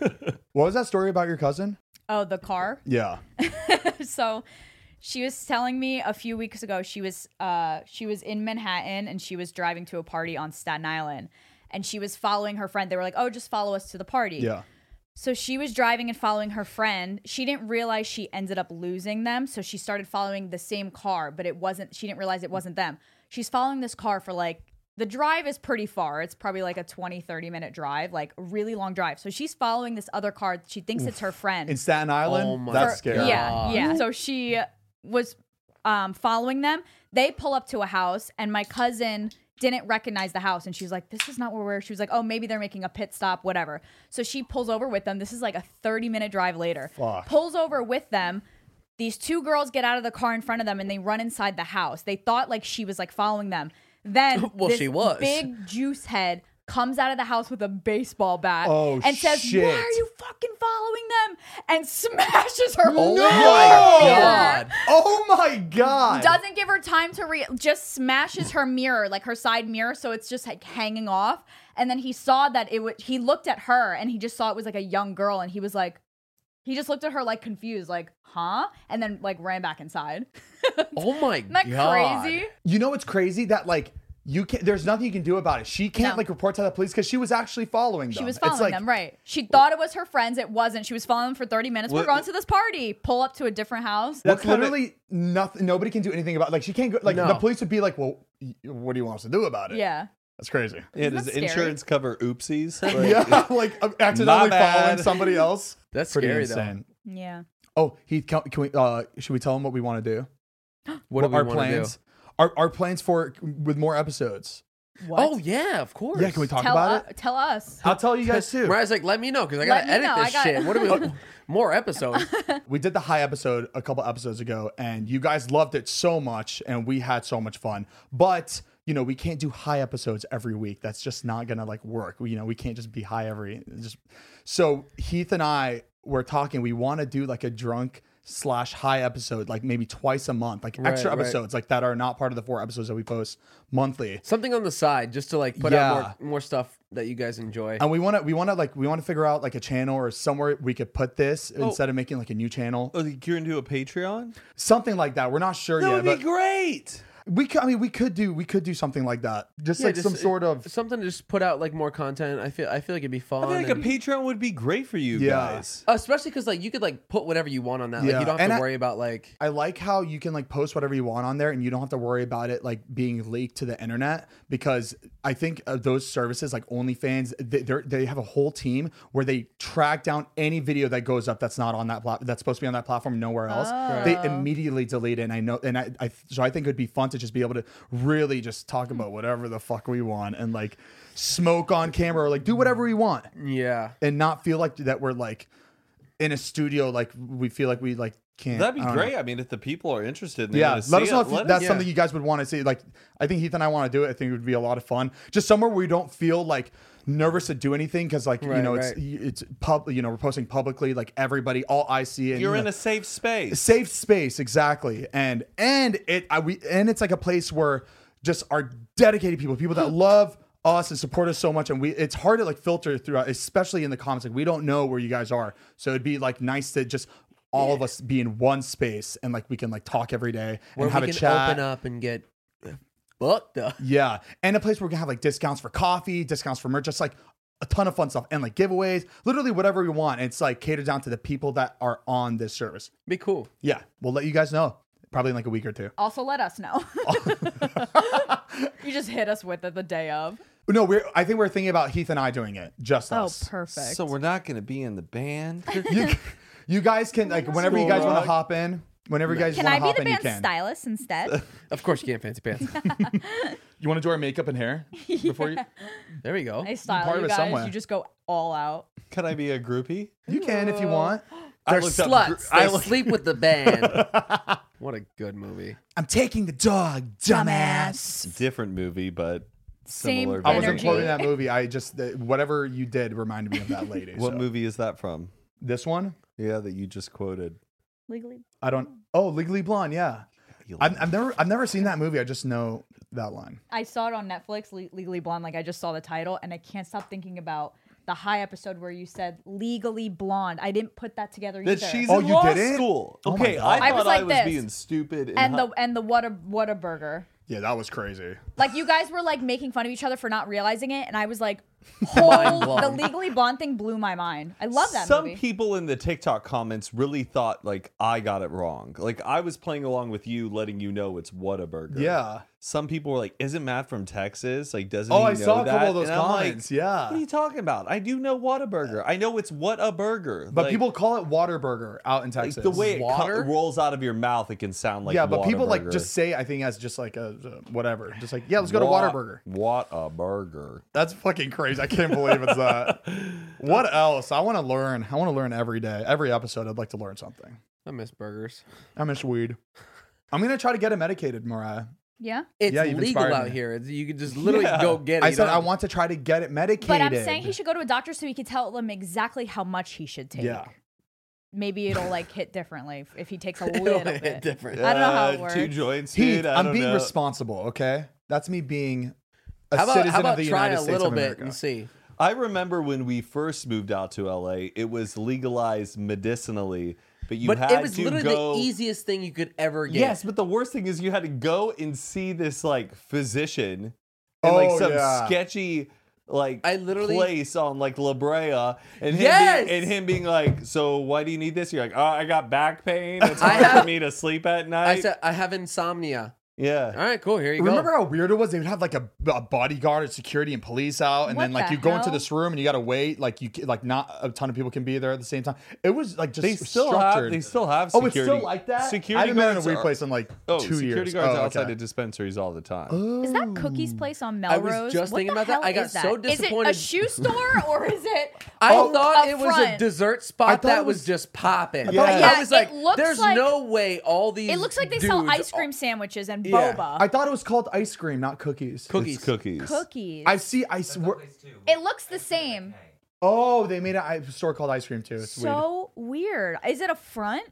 S1: What was that story about your cousin?
S4: Oh, the car.
S1: Yeah.
S4: so she was telling me a few weeks ago she was uh she was in Manhattan and she was driving to a party on Staten Island and she was following her friend. They were like, "Oh, just follow us to the party."
S1: Yeah.
S4: So she was driving and following her friend. She didn't realize she ended up losing them, so she started following the same car, but it wasn't she didn't realize it wasn't them. She's following this car for like the drive is pretty far. It's probably like a 20 30 minute drive, like a really long drive. So she's following this other car. She thinks it's her friend
S1: In Staten Island.
S3: Oh my
S1: That's
S3: God.
S1: scary.
S4: yeah, yeah. So she was um, following them. They pull up to a house, and my cousin didn't recognize the house, and she's like, "This is not where we're." She was like, "Oh, maybe they're making a pit stop, whatever." So she pulls over with them. This is like a thirty-minute drive later.
S1: Fuck.
S4: Pulls over with them. These two girls get out of the car in front of them, and they run inside the house. They thought like she was like following them. Then
S3: Well,
S4: this
S3: she was.
S4: big juice head comes out of the house with a baseball bat
S1: Oh,
S4: and says,
S1: shit.
S4: "Why are you fucking following them?" and smashes her whole
S1: No!
S3: Oh God.
S1: Oh my god.
S4: Doesn't give her time to re just smashes her mirror, like her side mirror, so it's just like hanging off. And then he saw that it was he looked at her and he just saw it was like a young girl and he was like he just looked at her like confused, like, huh? And then like ran back inside.
S3: Oh my
S4: Isn't that
S3: god!
S4: crazy?
S1: you know what's crazy? That like you can't. There's nothing you can do about it. She can't
S4: No.
S1: like report to the police because she was actually following them.
S4: She was
S1: It's
S4: following
S1: like-
S4: them, right? She thought it was her friends. It wasn't. She was following them for 30 minutes. We're
S2: What-
S4: going to this party. Pull up to a different house.
S2: What
S1: That's
S2: kind of-
S1: literally nothing. Nobody can do anything about. Like she can't go. Like
S3: No.
S1: the police would be like, "Well, y- what do you want us to do about it?"
S4: Yeah.
S1: that's crazy.
S2: Yeah,
S4: Isn't
S2: does
S4: that scary?
S2: insurance cover oopsies? Like,
S1: Yeah, like uh, accidentally following
S2: bad.
S1: somebody else.
S3: That's
S1: Pretty
S3: scary
S1: insane.
S4: Yeah.
S1: Oh, Heath, can, can we? Uh, should we tell him what we want to do?
S3: though. What, do we
S1: our
S3: wanna
S1: plans? Our our plans for with more episodes.
S3: Do? Oh yeah, of course.
S1: Yeah, can we talk
S4: Tell,
S1: about
S4: u-
S1: it?
S4: tell us.
S1: I'll tell you guys too.
S3: Mariah's like, let me know because I
S4: Let
S3: gotta
S4: me
S3: edit
S4: know, I
S3: this
S4: got-
S3: shit. What do we? More episodes.
S1: We did the high episode a couple episodes ago, and you guys loved it so much, and we had so much fun. But you know, we can't do high episodes every week. That's just not gonna like work. We, you know, we can't just be high every. Just so Heath and I were talking. We want to do like a drunk slash high episode, like maybe twice a month, like extra
S3: right.
S1: episodes like that are not part of the four episodes that we post monthly.
S3: Something on the side just to like put
S1: Yeah.
S3: out more, more stuff that you guys enjoy.
S1: And we want to, we want to like, we want to figure out like a channel or somewhere we could put this instead of making like a new channel,
S2: Oh, like you're into a Patreon?
S1: something like that. We're not sure
S2: That
S1: yet.
S2: would
S1: but-
S2: be great.
S1: We could, I mean, we could do, we could do something like that. Just
S3: Yeah,
S1: like
S3: just- uh,
S1: some sort of,
S3: something to just put out like more content. I feel I feel like it'd be fun.
S2: I feel like a
S3: and-
S2: Patreon would be great for you
S1: Yeah.
S2: guys.
S3: especially because like you could like put whatever you want on that. Like
S1: Yeah,
S3: you don't have
S1: and
S3: to
S1: I-
S3: worry about like
S1: I like how you can like post whatever you want on there and you don't have to worry about it like being leaked to the internet because I think of those services like OnlyFans, they, they're- they have a whole team where they track down any video that goes up that's not on that platform, that's supposed to be on that platform, nowhere else.
S3: Oh.
S1: They immediately delete it. And I know, and I, I, so I think it'd be fun to just be able to really just talk about whatever the fuck we want and like smoke on camera or like do whatever we want.
S3: yeah.
S1: and not feel like that we're like in a studio like we feel like we like can't
S2: That'd be
S1: I don't
S2: great.
S1: know.
S2: I mean, if the people are interested, and they
S1: yeah
S2: wanna
S1: let
S2: see
S1: us know
S2: it,
S1: if
S2: let
S1: that's
S2: us-
S1: something you guys would want to see like i think heath and i want to do it i think it would be a lot of fun just somewhere where we don't feel like nervous to do anything because like you
S3: Right,
S1: know
S3: right.
S1: it's y- it's pub you know we're posting publicly like everybody all i see and
S2: You're
S1: you
S2: in
S1: know,
S2: a safe space.
S1: safe space exactly and and it I, we and it's like a place where just our dedicated people people that love us and support us so much and we it's hard to like filter throughout especially in the comments like we don't know where you guys are so it'd be like nice to just all of us be in one space and like we can like talk every day
S3: Where
S1: and have
S3: we
S1: a
S3: can
S1: chat
S3: open up and get fucked up.
S1: yeah. And a place where we can have like discounts for coffee, discounts for merch, just like a ton of fun stuff and like giveaways, literally whatever we want. It's like catered down to the people that are on this service.
S3: Be cool.
S1: Yeah. We'll let you guys know probably in like a week or two.
S4: Also, let us know. you just hit us with it the day of.
S1: No, we're. I think we're thinking about Heath and I doing it. Just us.
S4: Oh, perfect.
S2: So we're not going to be in the band.
S1: You, you guys can like whenever you guys want to
S2: Alright.
S1: hop in. Whenever you guys
S4: can
S1: want to
S4: I be
S1: hop
S4: the
S1: in, you
S4: band's
S1: can.
S4: stylist instead?
S3: Of course you can't fancy pants.
S1: You want to do our makeup and hair before you?
S3: there we go.
S4: I style
S1: part of
S4: you
S1: it
S4: guys.
S1: somewhere.
S4: You just go all out.
S2: Can I be a groupie?
S1: You can if you want.
S3: They're
S2: looked
S1: Uh,
S2: up
S3: sluts.
S2: gr-
S3: they
S2: I look-
S3: sleep with the band. what a good movie.
S1: I'm taking the dog, dumbass.
S2: Different movie, but
S4: Same
S2: similar.
S1: I
S2: vibe.
S1: wasn't
S4: Energy.
S1: quoting that movie. I just the, whatever you did reminded me of that lady.
S2: What
S1: so.
S2: movie is that from?
S1: This one?
S2: Yeah, that you just quoted.
S4: Legally.
S1: I don't. Oh, Legally Blonde. Yeah.
S2: You
S1: I've, I've never. I've never seen that movie. I just know that line.
S4: I saw it on Netflix, Le- Legally Blonde. Like I just saw the title, and I can't stop thinking about the high episode where you said Legally Blonde. I didn't put that together
S2: That
S4: either.
S2: she's
S1: Oh,
S2: in
S1: you
S2: law
S1: did it?
S2: school.
S1: Oh my
S2: Okay,
S1: God.
S2: I
S4: I was
S2: thought I
S4: like
S2: was
S4: this.
S2: being stupid. And,
S4: and
S2: hi-
S4: the
S1: Uh-huh.
S4: and the Water Whataburger.
S1: Yeah, that was crazy.
S4: Like you guys were like making fun of each other for not realizing it, and I was like, whole, the
S3: blown.
S4: Legally Blonde thing blew my mind. I love that
S2: Some
S4: movie.
S2: people in the TikTok comments really thought like I got it wrong. Like I was playing along with you, letting you know it's Whataburger.
S1: Yeah.
S2: some people were like, "Isn't Matt from Texas? Like, doesn't
S1: Oh,
S2: he
S1: I
S2: know
S1: saw a couple
S2: that?"
S1: of those
S2: And I'm like,
S1: comments, yeah.
S2: what are you talking about? I do know Whataburger. I know it's what a burger,
S1: But
S2: Like,
S1: people call it Waterburger out in
S2: like,
S1: Texas.
S2: the way it co-
S3: Water?
S2: rolls out of your mouth, it can sound like
S1: yeah, but people like
S2: Whataburger.
S1: just say I think as just like a a whatever, just like yeah, let's go to
S2: Wa-
S1: Waterburger.
S2: What a burger!
S1: That's fucking crazy. I can't believe it's that. What else? I want to learn. I want to learn every day, every episode. I'd like to learn something.
S3: I miss burgers.
S1: I miss weed. I'm gonna try to get it medicated, Mariah.
S4: Yeah.
S3: It's
S1: Yeah, you've
S3: legal
S1: inspired
S3: out
S1: me.
S3: here. It's, you can just literally
S2: Yeah.
S3: go get it.
S1: I
S3: You
S1: said
S3: don't
S1: I
S3: have-
S1: want to try to get it medicated.
S4: But I'm saying he should go to a doctor so he could tell them exactly how much he should take.
S1: Yeah.
S4: Maybe it'll like hit differently if- if he takes a
S3: It'll
S4: little
S3: hit
S4: bit.
S3: different.
S4: I don't know how
S2: Uh,
S4: it works.
S2: Two joints,
S1: Heath,
S2: dude. I
S1: I'm
S2: don't
S1: being
S2: know.
S1: responsible. Okay, that's me being a
S3: How about,
S1: citizen
S3: how about
S1: of the
S3: try
S1: United
S3: a
S1: States
S3: little
S1: of
S3: bit
S1: America.
S3: and see?
S2: I remember when we first moved out to LA, it was legalized medicinally, but you
S3: but
S2: had
S3: it was
S2: to
S3: literally
S2: go.
S3: the easiest thing you could ever get.
S2: Yes, but the worst thing is you had to go and see this like physician in like
S1: Oh,
S2: some
S1: yeah.
S2: sketchy like
S3: I literally-
S2: place on like La Brea, and him
S3: Yes!
S2: being, and him being like, "So why do you need this?" You're like, "Oh, I got back pain. It's
S3: I
S2: hard
S3: have-
S2: for me to sleep at night."
S3: I said I have insomnia.
S2: yeah,
S3: All right, cool. Here you
S1: Remember
S3: go.
S1: how weird it was? They would have like a, a bodyguard and security and police out, and
S4: What
S1: then like
S4: the
S1: you go into
S4: hell?
S1: this room and you got to wait. Like you ca- like not a ton of people can be there at the same time. It was like just
S2: they still
S1: structured.
S2: have they still have
S1: oh,
S2: security.
S1: it's still like that. I
S2: Security
S1: haven't been in a
S2: guards
S1: weird
S2: are-
S1: place in like
S2: Oh,
S1: two
S2: security
S1: years.
S2: guards
S1: Oh, okay.
S2: outside of dispensaries all the time.
S4: Is that Cookie's place on
S3: Mm. I
S4: Melrose?
S3: was just
S4: What
S3: thinking
S4: the
S3: about that.
S4: hell
S3: I got
S4: is
S3: so disappointed.
S4: Is it a shoe store or is it?
S3: I
S4: Oh,
S3: thought
S4: up
S3: it was a
S4: front?
S3: dessert
S1: I
S3: spot
S1: thought it
S3: that
S1: was-
S3: was just popping.
S1: thought-
S4: Yeah,
S3: I was
S4: it
S3: like,
S4: looks
S3: there's
S4: like-
S3: no way all these.
S4: It looks like they sell
S3: dudes
S4: ice cream sandwiches and
S3: oh, Yeah.
S4: boba.
S1: I thought it was called ice cream, not cookies.
S3: cookies.
S2: It's cookies.
S4: Cookies.
S1: I see. I s- we're-
S4: it looks the same.
S1: Oh, they made a i- store called ice cream too. It's weird.
S4: So weird. Is it a front?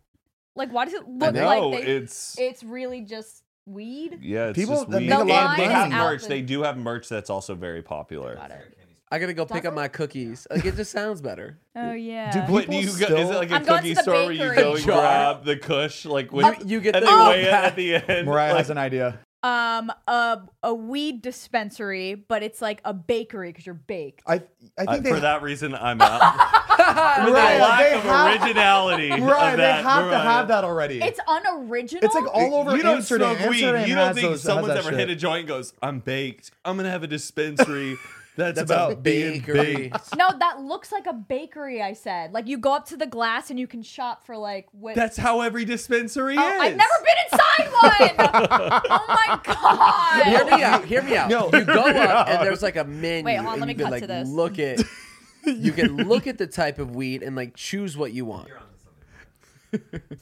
S4: Like, why does it look
S2: no,
S4: like they,
S2: it's
S4: it's really just weed?
S2: yeah, it's
S1: People
S2: just
S1: that
S2: weed.
S1: make a
S2: And
S1: lot of
S2: they
S1: money.
S2: have
S1: Out
S2: merch.
S4: the-
S2: They do have merch that's also very popular.
S4: Got it.
S3: I gotta go pick
S4: Does
S3: up my cookies. Like it just sounds better.
S4: Oh yeah.
S1: Dude,
S2: What do
S1: People
S2: you go, is
S1: still-
S2: it like a
S4: I'm going to
S2: cookie
S4: the
S2: store where you
S4: bakery.
S2: go and
S3: Jar.
S2: grab the kush like when
S3: You- you get
S2: and
S3: the-
S2: they
S3: Oh.
S2: weigh it at the end?
S1: Mariah
S2: like,
S1: has an idea.
S4: um, a a weed dispensary, but it's like a bakery because you're baked.
S1: I I think
S2: I-
S1: they
S2: uh, for that reason, I'm out. for the
S1: Mariah,
S2: lack
S1: they
S2: of
S1: have-
S2: originality,
S1: Mariah,
S2: of
S1: they
S2: that,
S1: have to
S2: Mariah.
S1: have that already.
S4: It's unoriginal.
S1: It's like all over
S2: you don't
S1: Amsterdam.
S2: smoke weed.
S1: Amsterdam
S2: you don't
S1: has
S2: think
S1: those- has
S2: someone's
S1: that
S2: ever
S1: shit.
S2: hit a joint and goes, "I'm baked. I'm gonna have a dispensary that's,
S1: That's a
S2: about being
S3: bakery."
S2: baked."
S4: No, that looks like a bakery. I said, like you go up to the glass and you can shop for like what.
S2: That's how every dispensary
S4: Oh,
S2: is.
S4: I've never been inside one. oh my
S3: Hear
S4: god!
S3: me out. Hear me out.
S2: No.
S3: you go up and there's like a menu.
S4: Wait, hold on,
S3: and
S4: let me
S3: you can,
S4: cut
S3: like,
S4: to this.
S3: Look at. You can look at the type of weed and like choose what you want.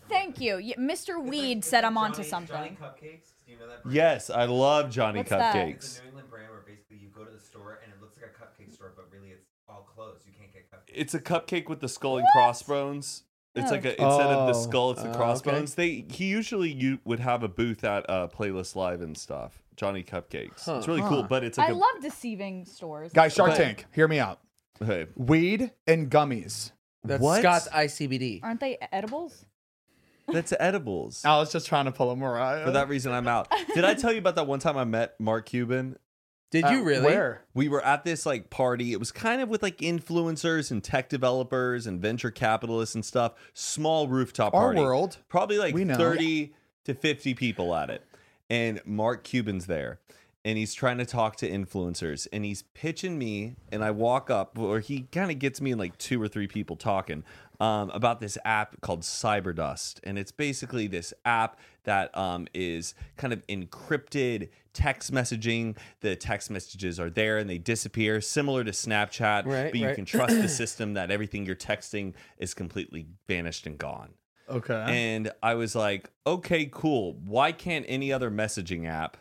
S4: Thank you, Y- Mr. Weed said I'm onto something.
S5: Cupcakes, do you know that brand?
S2: Yes, I love Johnny
S4: What's that?
S5: It's
S2: Cupcakes.
S5: a New England brand where basically you go to the store and it looks like a cupcake store, but really it's all closed. You can't get cupcakes.
S2: It's a cupcake with the skull and crossbones. It's
S4: Oh.
S2: like a, instead of the
S1: Oh.
S2: skull, it's
S3: Oh,
S2: the
S3: okay.
S2: crossbones. They he usually you would have a booth at uh, Playlist Live and stuff. Johnny Cupcakes.
S3: Huh.
S2: It's really cool, but it's like
S4: I
S2: a
S4: love deceiving stores.
S1: Guys, Shark
S2: But-
S1: Tank, hear me out.
S2: hey,
S1: Weed and gummies.
S3: That's
S2: What?
S3: Scott's ICBD.
S4: aren't they edibles?
S2: that's edibles.
S1: I was just trying to pull a Mariah.
S2: For that reason, I'm out. Did I tell you about that one time I met Mark Cuban
S3: Did you really?
S1: Where?
S2: we were at this like party. It was kind of with like influencers and tech developers and venture capitalists and stuff. Small rooftop
S1: Our
S2: party.
S1: world.
S2: Probably like
S1: We know.
S2: 30 to 50 people at it. And Mark Cuban's there and he's trying to talk to influencers and he's pitching me and I walk up or he kind of gets me and like two or three people talking um, about this app called Cyberdust and it's basically this app that um, is kind of encrypted text messaging the text messages are there and they disappear similar to Snapchat
S3: Right,
S2: but you
S3: right.
S2: can trust the system that everything you're texting is completely vanished and gone
S1: Okay.
S2: and I was like, okay, cool. Why can't any other messaging app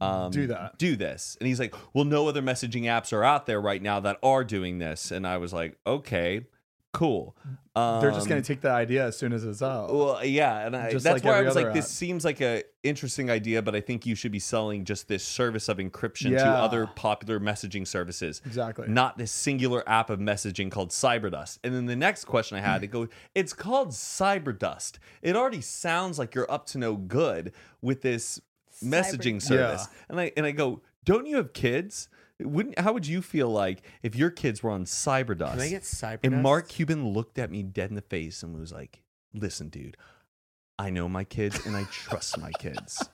S2: um,
S1: Do that.
S2: Do this? And he's like, well, no other messaging apps are out there right now that are doing this. And I was like, okay, cool. Um,
S1: They're just going to take the idea as soon as it's out.
S2: well, uh, yeah, and I,
S1: Just
S2: that's
S1: like
S2: where I
S1: every
S2: was like,
S1: other
S2: this
S1: app.
S2: seems like a interesting idea, but I think you should be selling just this service of encryption to
S1: Yeah.
S2: other popular messaging services,
S1: Exactly.
S2: Not this singular app of messaging called Cyberdust. And then the next question I had, it goes, it's called Cyberdust. It already sounds like you're up to no good with this messaging service, and I and I go, don't you have kids? Wouldn't how would you feel like if your kids were on Cyberdust?
S3: Can I get cyber?
S2: And Mark Cuban looked at me dead in the face and was like, "Listen, dude, I know my kids and I trust my kids.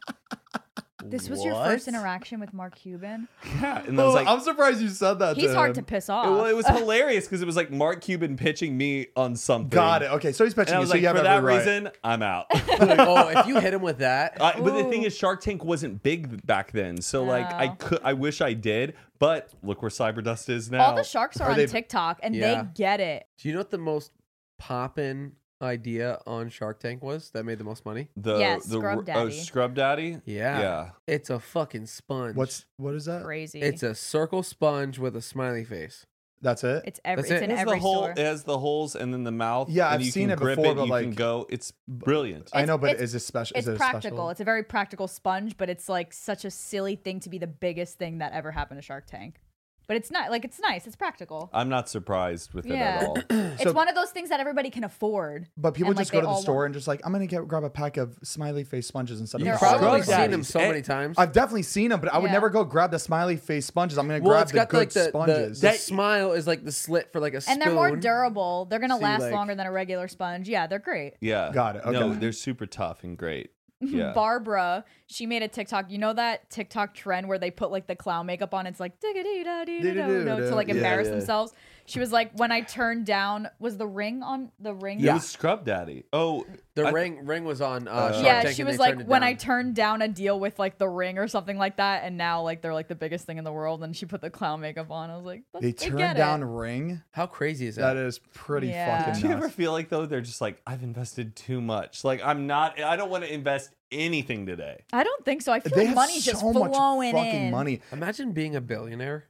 S4: This was your
S2: What?
S4: first interaction with Mark Cuban.
S2: Yeah, and I was like,
S1: Oh, I'm surprised you said that.
S4: He's hard to
S1: him.
S4: piss
S2: It-
S4: off.
S2: Well, it was hilarious because it was like Mark Cuban pitching me on something.
S1: Got it. Okay, so he's
S2: And
S1: pitching
S2: I
S1: you.
S2: was
S1: So
S2: like,
S1: you have
S2: for that
S1: every right.
S2: reason, I'm out.
S3: Like, oh, if you hit him with that,
S2: I, but the thing
S4: Ooh.
S2: is, Shark Tank wasn't big back then, so like I
S4: No.
S2: could, I wish I did, but look where Cyberdust is now.
S4: All the sharks are,
S1: Are
S4: on
S1: they-
S4: TikTok and
S3: Yeah.
S4: they get it.
S3: do you know what the most poppin' idea on Shark Tank was that made the most money?
S2: the,
S4: Yes,
S2: the
S4: Scrub
S2: r- Oh,
S4: Daddy.
S2: Scrub Daddy.
S3: Yeah.
S2: yeah.
S3: It's a fucking sponge.
S1: What's what is that?
S4: Crazy.
S3: It's a circle sponge with a smiley face.
S1: That's it.
S4: It's every.
S3: That's
S4: It's
S3: it.
S4: in
S2: It has
S4: every
S2: the hole.
S4: store.
S2: It has the holes and then the mouth.
S1: Yeah,
S2: and
S1: I've
S2: you
S1: seen
S2: can
S1: it
S2: grip
S1: before,
S2: It,
S1: but,
S2: you can
S1: like-
S2: go. It's brilliant.
S1: I
S4: It's-
S1: know, but
S4: it's-
S1: is it special?
S4: It's
S1: is it
S4: practical.
S1: Special?
S4: It's a very practical sponge, but it's like such a silly thing to be the biggest thing that ever happened to Shark Tank. But it's not like it's nice. It's practical.
S2: I'm not surprised with it
S4: Yeah.
S2: at all.
S1: So-
S4: it's one of those things that everybody can afford.
S1: But people
S4: and, like,
S1: just
S4: they
S1: go to the
S4: all
S1: store
S4: want-
S1: and just like, I'm gonna get grab a pack of smiley face sponges instead
S3: You've
S1: of
S4: They're
S1: the
S4: all
S3: probably
S4: over the
S3: seen
S4: place.
S3: him so many times.
S1: I've definitely seen them, but I would
S4: Yeah.
S1: never go grab the smiley face sponges. I'm gonna
S3: well,
S1: grab
S3: it's
S1: the
S3: got
S1: good
S3: like the, the,
S1: sponges.
S3: the smile is like the slit for like a spoon.
S4: And they're more durable. They're gonna
S3: See,
S4: last
S3: like-
S4: longer than a regular sponge. Yeah, they're great.
S2: Yeah,
S1: Got it,
S2: No,
S1: okay.
S2: they're super tough and great. Yeah.
S4: Barbara, she made a TikTok. You know that TikTok trend where they put like the clown makeup on? It's like diggity da dee da
S1: Dee-da-doo-da.
S4: to like
S1: Yeah,
S4: embarrass
S2: yeah.
S4: themselves. She was like, when I turned down, was the ring on the ring?
S2: It was Scrub Daddy. Oh,
S3: The
S2: I-
S3: ring ring was on. Uh, Shark
S4: Yeah,
S3: Tank
S4: she
S3: and
S4: was
S3: they
S4: like,
S3: turned it
S4: when
S3: down.
S4: I turned down a deal with like the ring or something like that, and now like they're like the biggest thing in the world, and she put the clown makeup on. I was like,
S1: they
S4: get
S1: turned
S4: it.
S1: down ring.
S3: How crazy is that?
S1: That is pretty
S4: Yeah.
S1: fucking
S2: Do you
S1: nuts.
S2: ever feel like though they're just like I've invested too much? Like I'm not. I don't want to invest anything today.
S4: I don't think so. I feel
S1: They
S4: like
S1: have
S4: money's just
S1: so much
S4: flowing
S1: fucking
S4: in.
S1: money.
S3: Imagine being a billionaire,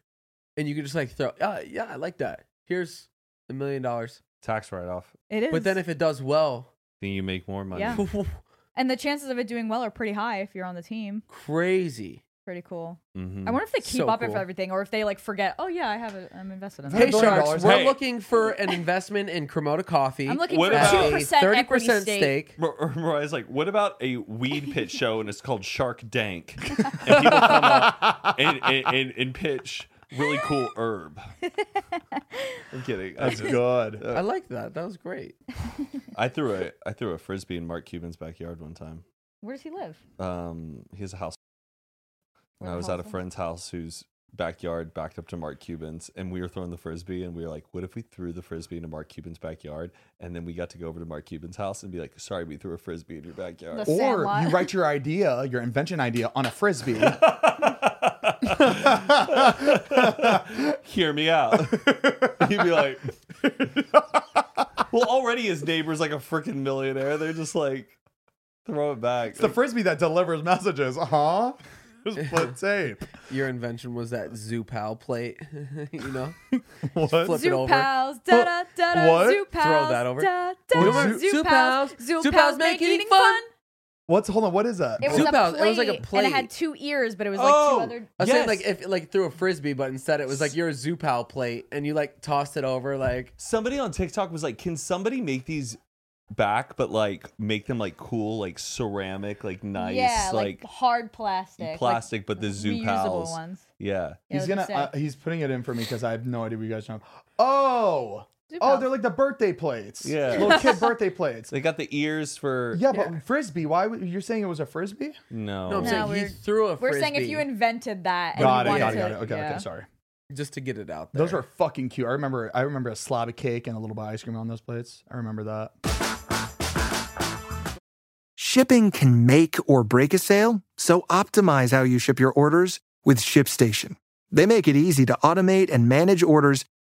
S3: and you could just like throw. Uh, yeah, I like that. Here's a million dollars.
S2: Tax write off.
S4: It is.
S3: But then if it does well,
S2: Then you make more money.
S4: Yeah. and the chances of it doing well are pretty high if you're on the team.
S3: crazy.
S4: Pretty cool.
S2: Mhm.
S4: I wonder if they keep
S3: Mm. So
S4: up
S3: cool.
S4: with everything or if they like forget, oh yeah, I have a, I'm invested in
S1: Hey,
S3: Hey
S4: that.
S1: billion
S3: sharks,
S1: dollars.
S3: we're
S2: Hey.
S3: looking for an investment in Cremota Coffee.
S4: I'm looking
S2: What
S4: for
S3: at
S2: about-
S4: a
S3: a
S4: 2% equity
S3: 30%
S4: stake.
S3: stake.
S2: Mar- Mariah's like, what about a weed pit show and it's called Shark Dank? And people come up and, and, and, and pitch really cool herb. I'm kidding. Uh, I,
S1: That's
S2: just-
S1: good.
S3: I like that. That was great.
S2: I threw a I threw a frisbee in Mark Cuban's backyard one time.
S4: Where does he live?
S2: Um, he has a house, and
S4: Where
S2: I
S4: the
S2: was at
S4: hell's
S2: a
S4: that?
S2: friend's house whose backyard backed up to Mark Cuban's, and we were throwing the frisbee, and we were like, what if we threw the frisbee into Mark Cuban's backyard, and then we got to go over to Mark Cuban's house and be like, sorry, we threw a frisbee in your backyard.
S4: The
S1: Or
S4: Sandlot.
S1: you write your idea, your invention idea, on a frisbee.
S2: hear me out. He'd be like, well, already his neighbor's like a freaking millionaire. They're just like, throw it back.
S1: it's the frisbee that delivers messages. Uh huh. Just put tape.
S3: Your invention was that Zupal plate, you know?
S1: What?
S3: flip it
S4: Zoo
S3: over.
S4: pals, da da da
S1: What?
S4: da. Zoo
S3: Throw
S4: pals,
S3: that over.
S4: Da,
S1: What
S4: da,
S1: is it?
S4: zoo,
S3: Zoo
S4: pals,
S3: pals.
S4: zoo
S3: Zoo
S4: pals make eating fun.
S1: What's hold on? What is that?
S4: It was,
S3: Zoo
S4: a
S3: pals,
S4: plate,
S3: it was like a
S4: and it had
S3: plate.
S4: two ears, but it was like
S2: Oh!
S4: two other.
S3: I was
S2: Yes.
S3: saying like if like through a frisbee, but instead it was like your Zupal plate, and you like tossed it over like
S2: somebody on TikTok was like, can somebody make these back, but like make them like cool, like ceramic, like nice,
S4: yeah,
S2: like,
S4: hard plastic, like
S2: plastic, but the zoo
S4: reusable
S2: pals.
S4: ones.
S2: Yeah.
S4: Yeah,
S1: he's
S4: it
S1: gonna.
S4: was
S1: Uh,
S4: sick.
S1: he's putting it in for me because I have no idea what you guys know. Oh,
S4: Zoo
S1: oh,
S4: pals.
S1: they're like the birthday plates.
S2: Yeah.
S1: little kid birthday plates.
S2: They got the ears for
S1: Yeah, but frisbee. Why would- you're saying it was a frisbee?
S2: no.
S3: no,
S4: Oh.
S3: I'm
S4: No,
S3: saying he
S4: we're-
S3: threw a frisbee.
S4: We're saying if you invented that, and
S1: Got
S4: you
S1: it. Got it.
S4: wanted
S1: Got it.
S4: to-
S1: Okay.
S4: yeah.
S1: Okay. Sorry.
S3: just to get it out. There.
S1: Those were fucking cute. I remember. I remember a slab of cake and a little bit of ice cream on those plates. I remember that.
S6: Shipping can make or break a sale, so optimize how you ship your orders with ShipStation. They make it easy to automate and manage orders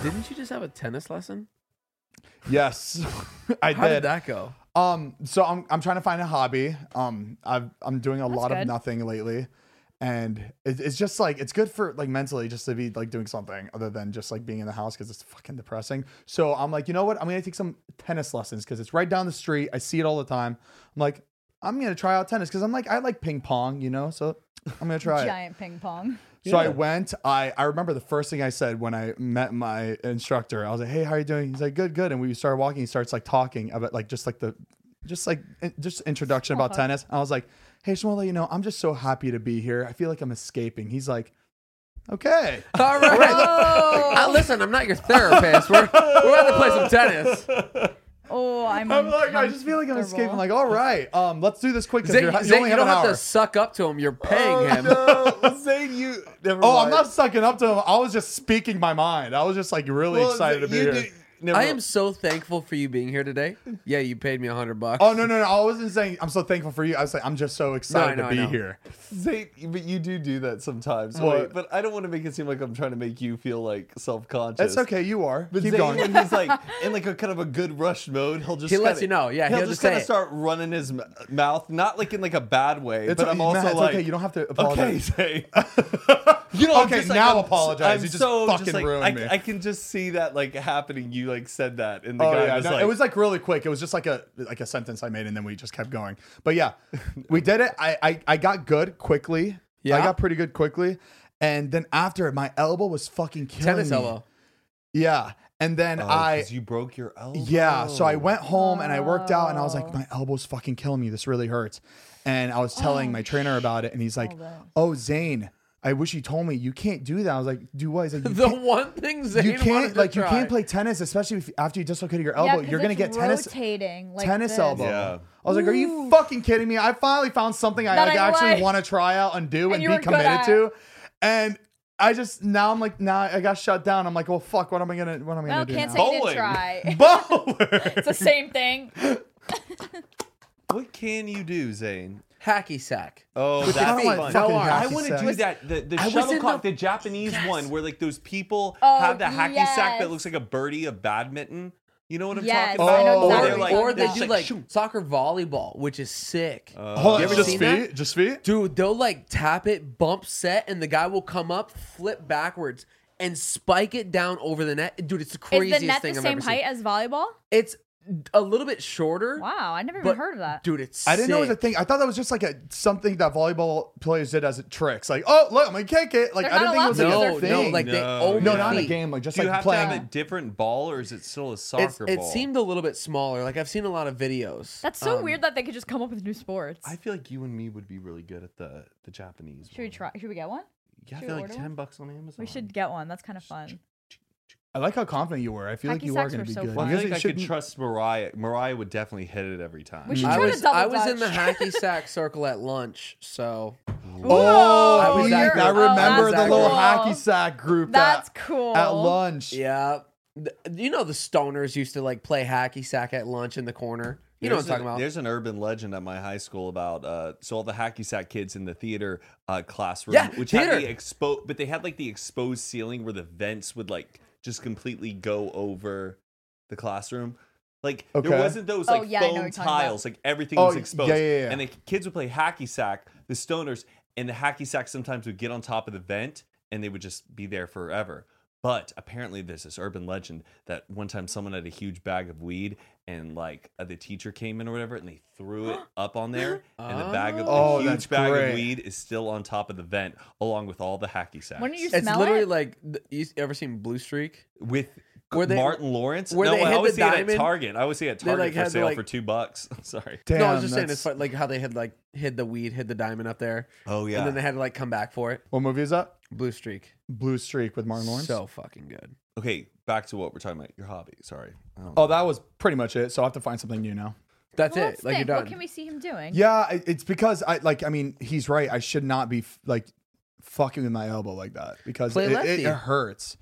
S3: Didn't you just have a tennis lesson?
S1: Yes, I
S3: How did that go?
S1: Um, so I'm I'm trying to find a hobby. Um, I've I'm doing a lot
S4: good.
S1: of nothing lately, and it, it's just like it's good for like mentally just to be like doing something other than just like being in the house because it's fucking depressing. So I'm like, you know what? I'm gonna take some tennis lessons because it's right down the street. I see it all the time. I'm like, I'm gonna try out tennis because I'm like I like ping pong, you know. So I'm gonna try. it.
S4: Giant ping pong.
S1: So I went. I I remember the first thing I said when I met my instructor. I was like, "Hey, how are you doing?" He's like, "Good, good." And we started walking. He starts like talking about like just like the, just like in- just introduction about tennis. I was like, "Hey, just want to let you know, I'm just so happy to be here. I feel like I'm escaping." He's like, "Okay."
S3: All right. Uh, listen, I'm not your therapist. We're, we're about to play some tennis.
S4: Oh, I'm.
S1: I'm like, I just feel like I'm escaping.
S4: uncomfortable.
S1: Like, all right, um, let's do this quick because
S3: Zane,
S1: you
S3: Zane,
S1: only
S3: you
S1: have
S3: don't
S1: an
S3: have
S1: hour.
S3: to suck up to him. You're paying him.
S2: Zane, you. Never
S1: Oh, I'm not sucking up to him. I was just speaking my mind. I was just like really excited to be here.
S3: I am so thankful for you being here today. Yeah, you paid me a hundred bucks.
S1: Oh no no no! I wasn't saying I'm so thankful for you. I was saying I'm just so excited
S3: no, I
S1: to be
S3: know.
S1: here.
S2: Zane, but you do do that sometimes.
S1: What?
S2: Wait, but I don't want to make it seem like I'm trying to make you feel like self-conscious.
S1: It's okay. You are.
S2: But
S1: Keep
S2: Zane,
S1: going.
S2: when he's like in like a kind of a good rush mode, he'll just
S3: He lets
S2: kinda-
S3: you know. Yeah,
S2: he'll,
S3: he'll
S2: just
S3: just say
S2: kind of
S3: it.
S2: start running his m- mouth, not like in like a bad way.
S1: It's
S2: but
S1: o-
S2: I'm
S1: Matt,
S2: also
S1: it's
S2: like,
S1: okay, you don't have to apologize.
S2: Okay, Zane. you know, I'm
S1: Okay,
S2: just, like,
S1: now
S2: I'm-
S1: apologize.
S2: I'm
S1: You just
S2: so
S1: fucking
S2: like,
S1: ruined
S2: I,
S1: me.
S2: I can just see that like happening. You like said that, and the
S1: Oh
S2: guy
S1: yeah,
S2: was
S1: no,
S2: like,
S1: it was like really quick. It was just like a like a sentence I made, and then we just kept going. But yeah, we did it. I I, I got good quickly.
S3: Yeah?
S1: I got pretty good quickly, and then after it, my elbow was fucking killing
S3: tennis
S1: me.
S3: elbow.
S1: Yeah, and then
S2: oh,
S1: I
S2: 'cause you broke your elbow.
S1: Yeah. So I went home and I worked out and I was like, my elbow's fucking killing me. This really hurts. And I was
S2: Oh,
S1: telling my trainer about it and he's like, oh, Zane, I wish you told me you can't do that. I was like, do what? He's like, you
S3: The
S1: can't,
S3: one thing Zane
S1: you
S3: wanted
S1: can't
S3: to
S1: like you
S3: try.
S1: can't play tennis, especially if, after you dislocated your
S4: Yeah,
S1: elbow.
S4: 'cause
S1: You're gonna
S4: it's
S1: get tennis
S4: rotating like
S1: tennis
S4: this.
S1: elbow.
S2: Yeah.
S1: I was like, are you fucking kidding me? I finally found something I
S4: That
S1: like,
S4: I
S1: actually
S4: like.
S1: want to try out and do
S4: And
S1: and,
S4: you were
S1: be
S4: good
S1: committed
S4: at.
S1: to. And I just now I'm like now I got shut down. I'm like, well, fuck. What am I gonna? What am I gonna
S4: Well,
S1: do?
S4: can't
S1: now?
S4: say you
S2: Bowling.
S4: didn't try.
S2: Bowler.
S4: it's the same thing.
S2: what can you do, Zane?
S3: Hacky sack.
S2: Oh,
S1: With the
S2: that's
S1: feet.
S2: fun.
S3: No
S2: No, I
S1: arms.
S2: want
S1: hacky
S2: to do that. The, the
S3: was in
S2: shuttlecock,
S3: the-
S2: the, Japanese one, where like those people
S4: Oh,
S2: have the hacky sack that
S4: yes.
S2: looks like a birdie of badminton. You know what I'm
S4: Yes,
S2: talking about?
S1: I know exactly
S2: Where Oh, they're,
S3: or
S4: what
S2: like,
S4: you're
S3: or they
S4: talking
S3: do
S2: just,
S4: about.
S3: like
S2: shoot. Uh.
S3: soccer volleyball, which is sick.
S1: Hold on,
S3: You ever
S1: just
S3: seen
S1: feet,
S3: that?
S1: just feet.
S3: Dude, they'll like tap it, bump set, and the guy will come up, flip backwards, and spike it down over the net. Dude, it's the craziest
S4: Is the net
S3: thing
S4: the
S3: I've
S4: same
S3: ever seen.
S4: height as volleyball?
S3: It's a little bit shorter.
S4: Wow, I never even
S3: but-
S4: heard of that.
S3: Dude, it's
S1: I didn't know it was a
S3: sick.
S1: thing. I thought that was just like a something that volleyball players did as a tricks. Like, oh look, I'm gonna kick it. Like
S4: They're
S1: I didn't
S4: not
S1: think it was like
S4: allowed to
S3: No,
S1: a
S4: do
S3: no,
S1: thing.
S3: like they
S2: No,
S3: own
S1: no,
S3: the
S1: not in a
S3: feet.
S1: game. Like just
S2: Do you
S1: like
S2: have
S1: playing.
S2: to have a different ball, or is it still a
S3: It's,
S2: soccer
S3: it
S2: ball?
S3: seemed a little bit smaller. Like I've seen a lot of videos. Um,
S4: That's
S1: um,
S4: so weird that they could just come up with new sports.
S2: I feel like you and me would be really good at the the Japanese.
S4: should we
S2: one.
S4: try? Should we get one?
S2: Yeah,
S4: should we
S2: they're like
S4: order
S2: ten
S4: one?
S2: bucks on Amazon.
S4: We should get one. That's kind of fun.
S1: I like how confident you were. I feel like
S4: Hacky
S1: you are
S4: sacks
S1: gonna
S4: were
S1: be
S4: so
S1: good.
S2: Well, I
S1: You guys
S2: think I
S1: should-
S2: could trust Mariah. Mariah would definitely hit it every time.
S4: We should
S3: I
S4: try
S3: was
S4: to double
S3: I was in the
S4: dutch.
S3: hacky sack circle at lunch, so
S1: Oh,
S3: I was
S1: yeah,
S3: that
S1: I
S3: group. Oh,
S1: remember the
S3: that's
S1: little
S3: cool.
S1: hacky sack group.
S4: That's
S1: at,
S4: cool.
S1: At lunch.
S3: yeah. Th- You know the stoners used to like play hacky sack at lunch in the corner. You know what
S2: There's
S3: I'm talking
S2: a-
S3: about.
S2: There's an urban legend at my high school about uh, so all the hacky sack kids in the theater uh, classroom,
S3: Yeah,
S2: which
S3: theater.
S2: had the exposed, but they had like the exposed ceiling where the vents would like just completely go over the classroom. Like
S1: Okay.
S2: there wasn't those
S4: Oh,
S2: like
S4: yeah, I know what
S2: foam
S4: you're talking about.
S2: tiles, like everything
S1: Oh,
S2: was
S1: yeah,
S2: exposed,
S1: yeah, yeah.
S2: and the kids would play hacky sack, the stoners, and the hacky sack sometimes would get on top of the vent and they would just be there forever. But apparently, there's this urban legend that one time someone had a huge bag of weed and like uh, the teacher came in or whatever and they threw it up on there and the bag of the
S1: Oh, that's
S2: huge bag
S1: great.
S2: of weed is still on top of the vent along with all the hacky sacks.
S4: When are you
S3: It's
S4: smell
S3: literally
S4: it?
S3: like th- you s- ever seen Blue Streak?
S2: with
S3: Were they-
S2: Martin Lawrence?
S3: were
S2: no,
S3: they
S2: I
S3: hit
S2: always
S3: the
S2: see it at
S3: diamond?
S2: Target. I always see it at
S3: They,
S2: Target
S3: like, had
S2: for
S3: the,
S2: sale
S3: like-
S2: for two bucks. I'm sorry.
S1: Damn,
S3: no, I was just saying it's
S1: that's-
S3: fu- like how they had like hid the weed, hid the diamond up there.
S2: Oh, yeah.
S3: and then they had to like come back for it.
S1: What movie is that?
S3: Blue Streak,
S1: Blue Streak with Martin Lawrence.
S3: so fucking good.
S2: Okay, back to what we're talking about. Your hobby. Sorry. I don't know.
S1: Oh, that was pretty much it. So I have to find something new now.
S3: That's
S4: Well,
S3: it.
S4: let's
S3: Like
S4: think.
S3: you're done.
S4: What can we see him doing?
S1: Yeah, I- it's because I like. I mean, he's right. I should not be f- like fucking with my elbow like that because
S3: Play
S1: it, it,
S3: lefty.
S1: it hurts.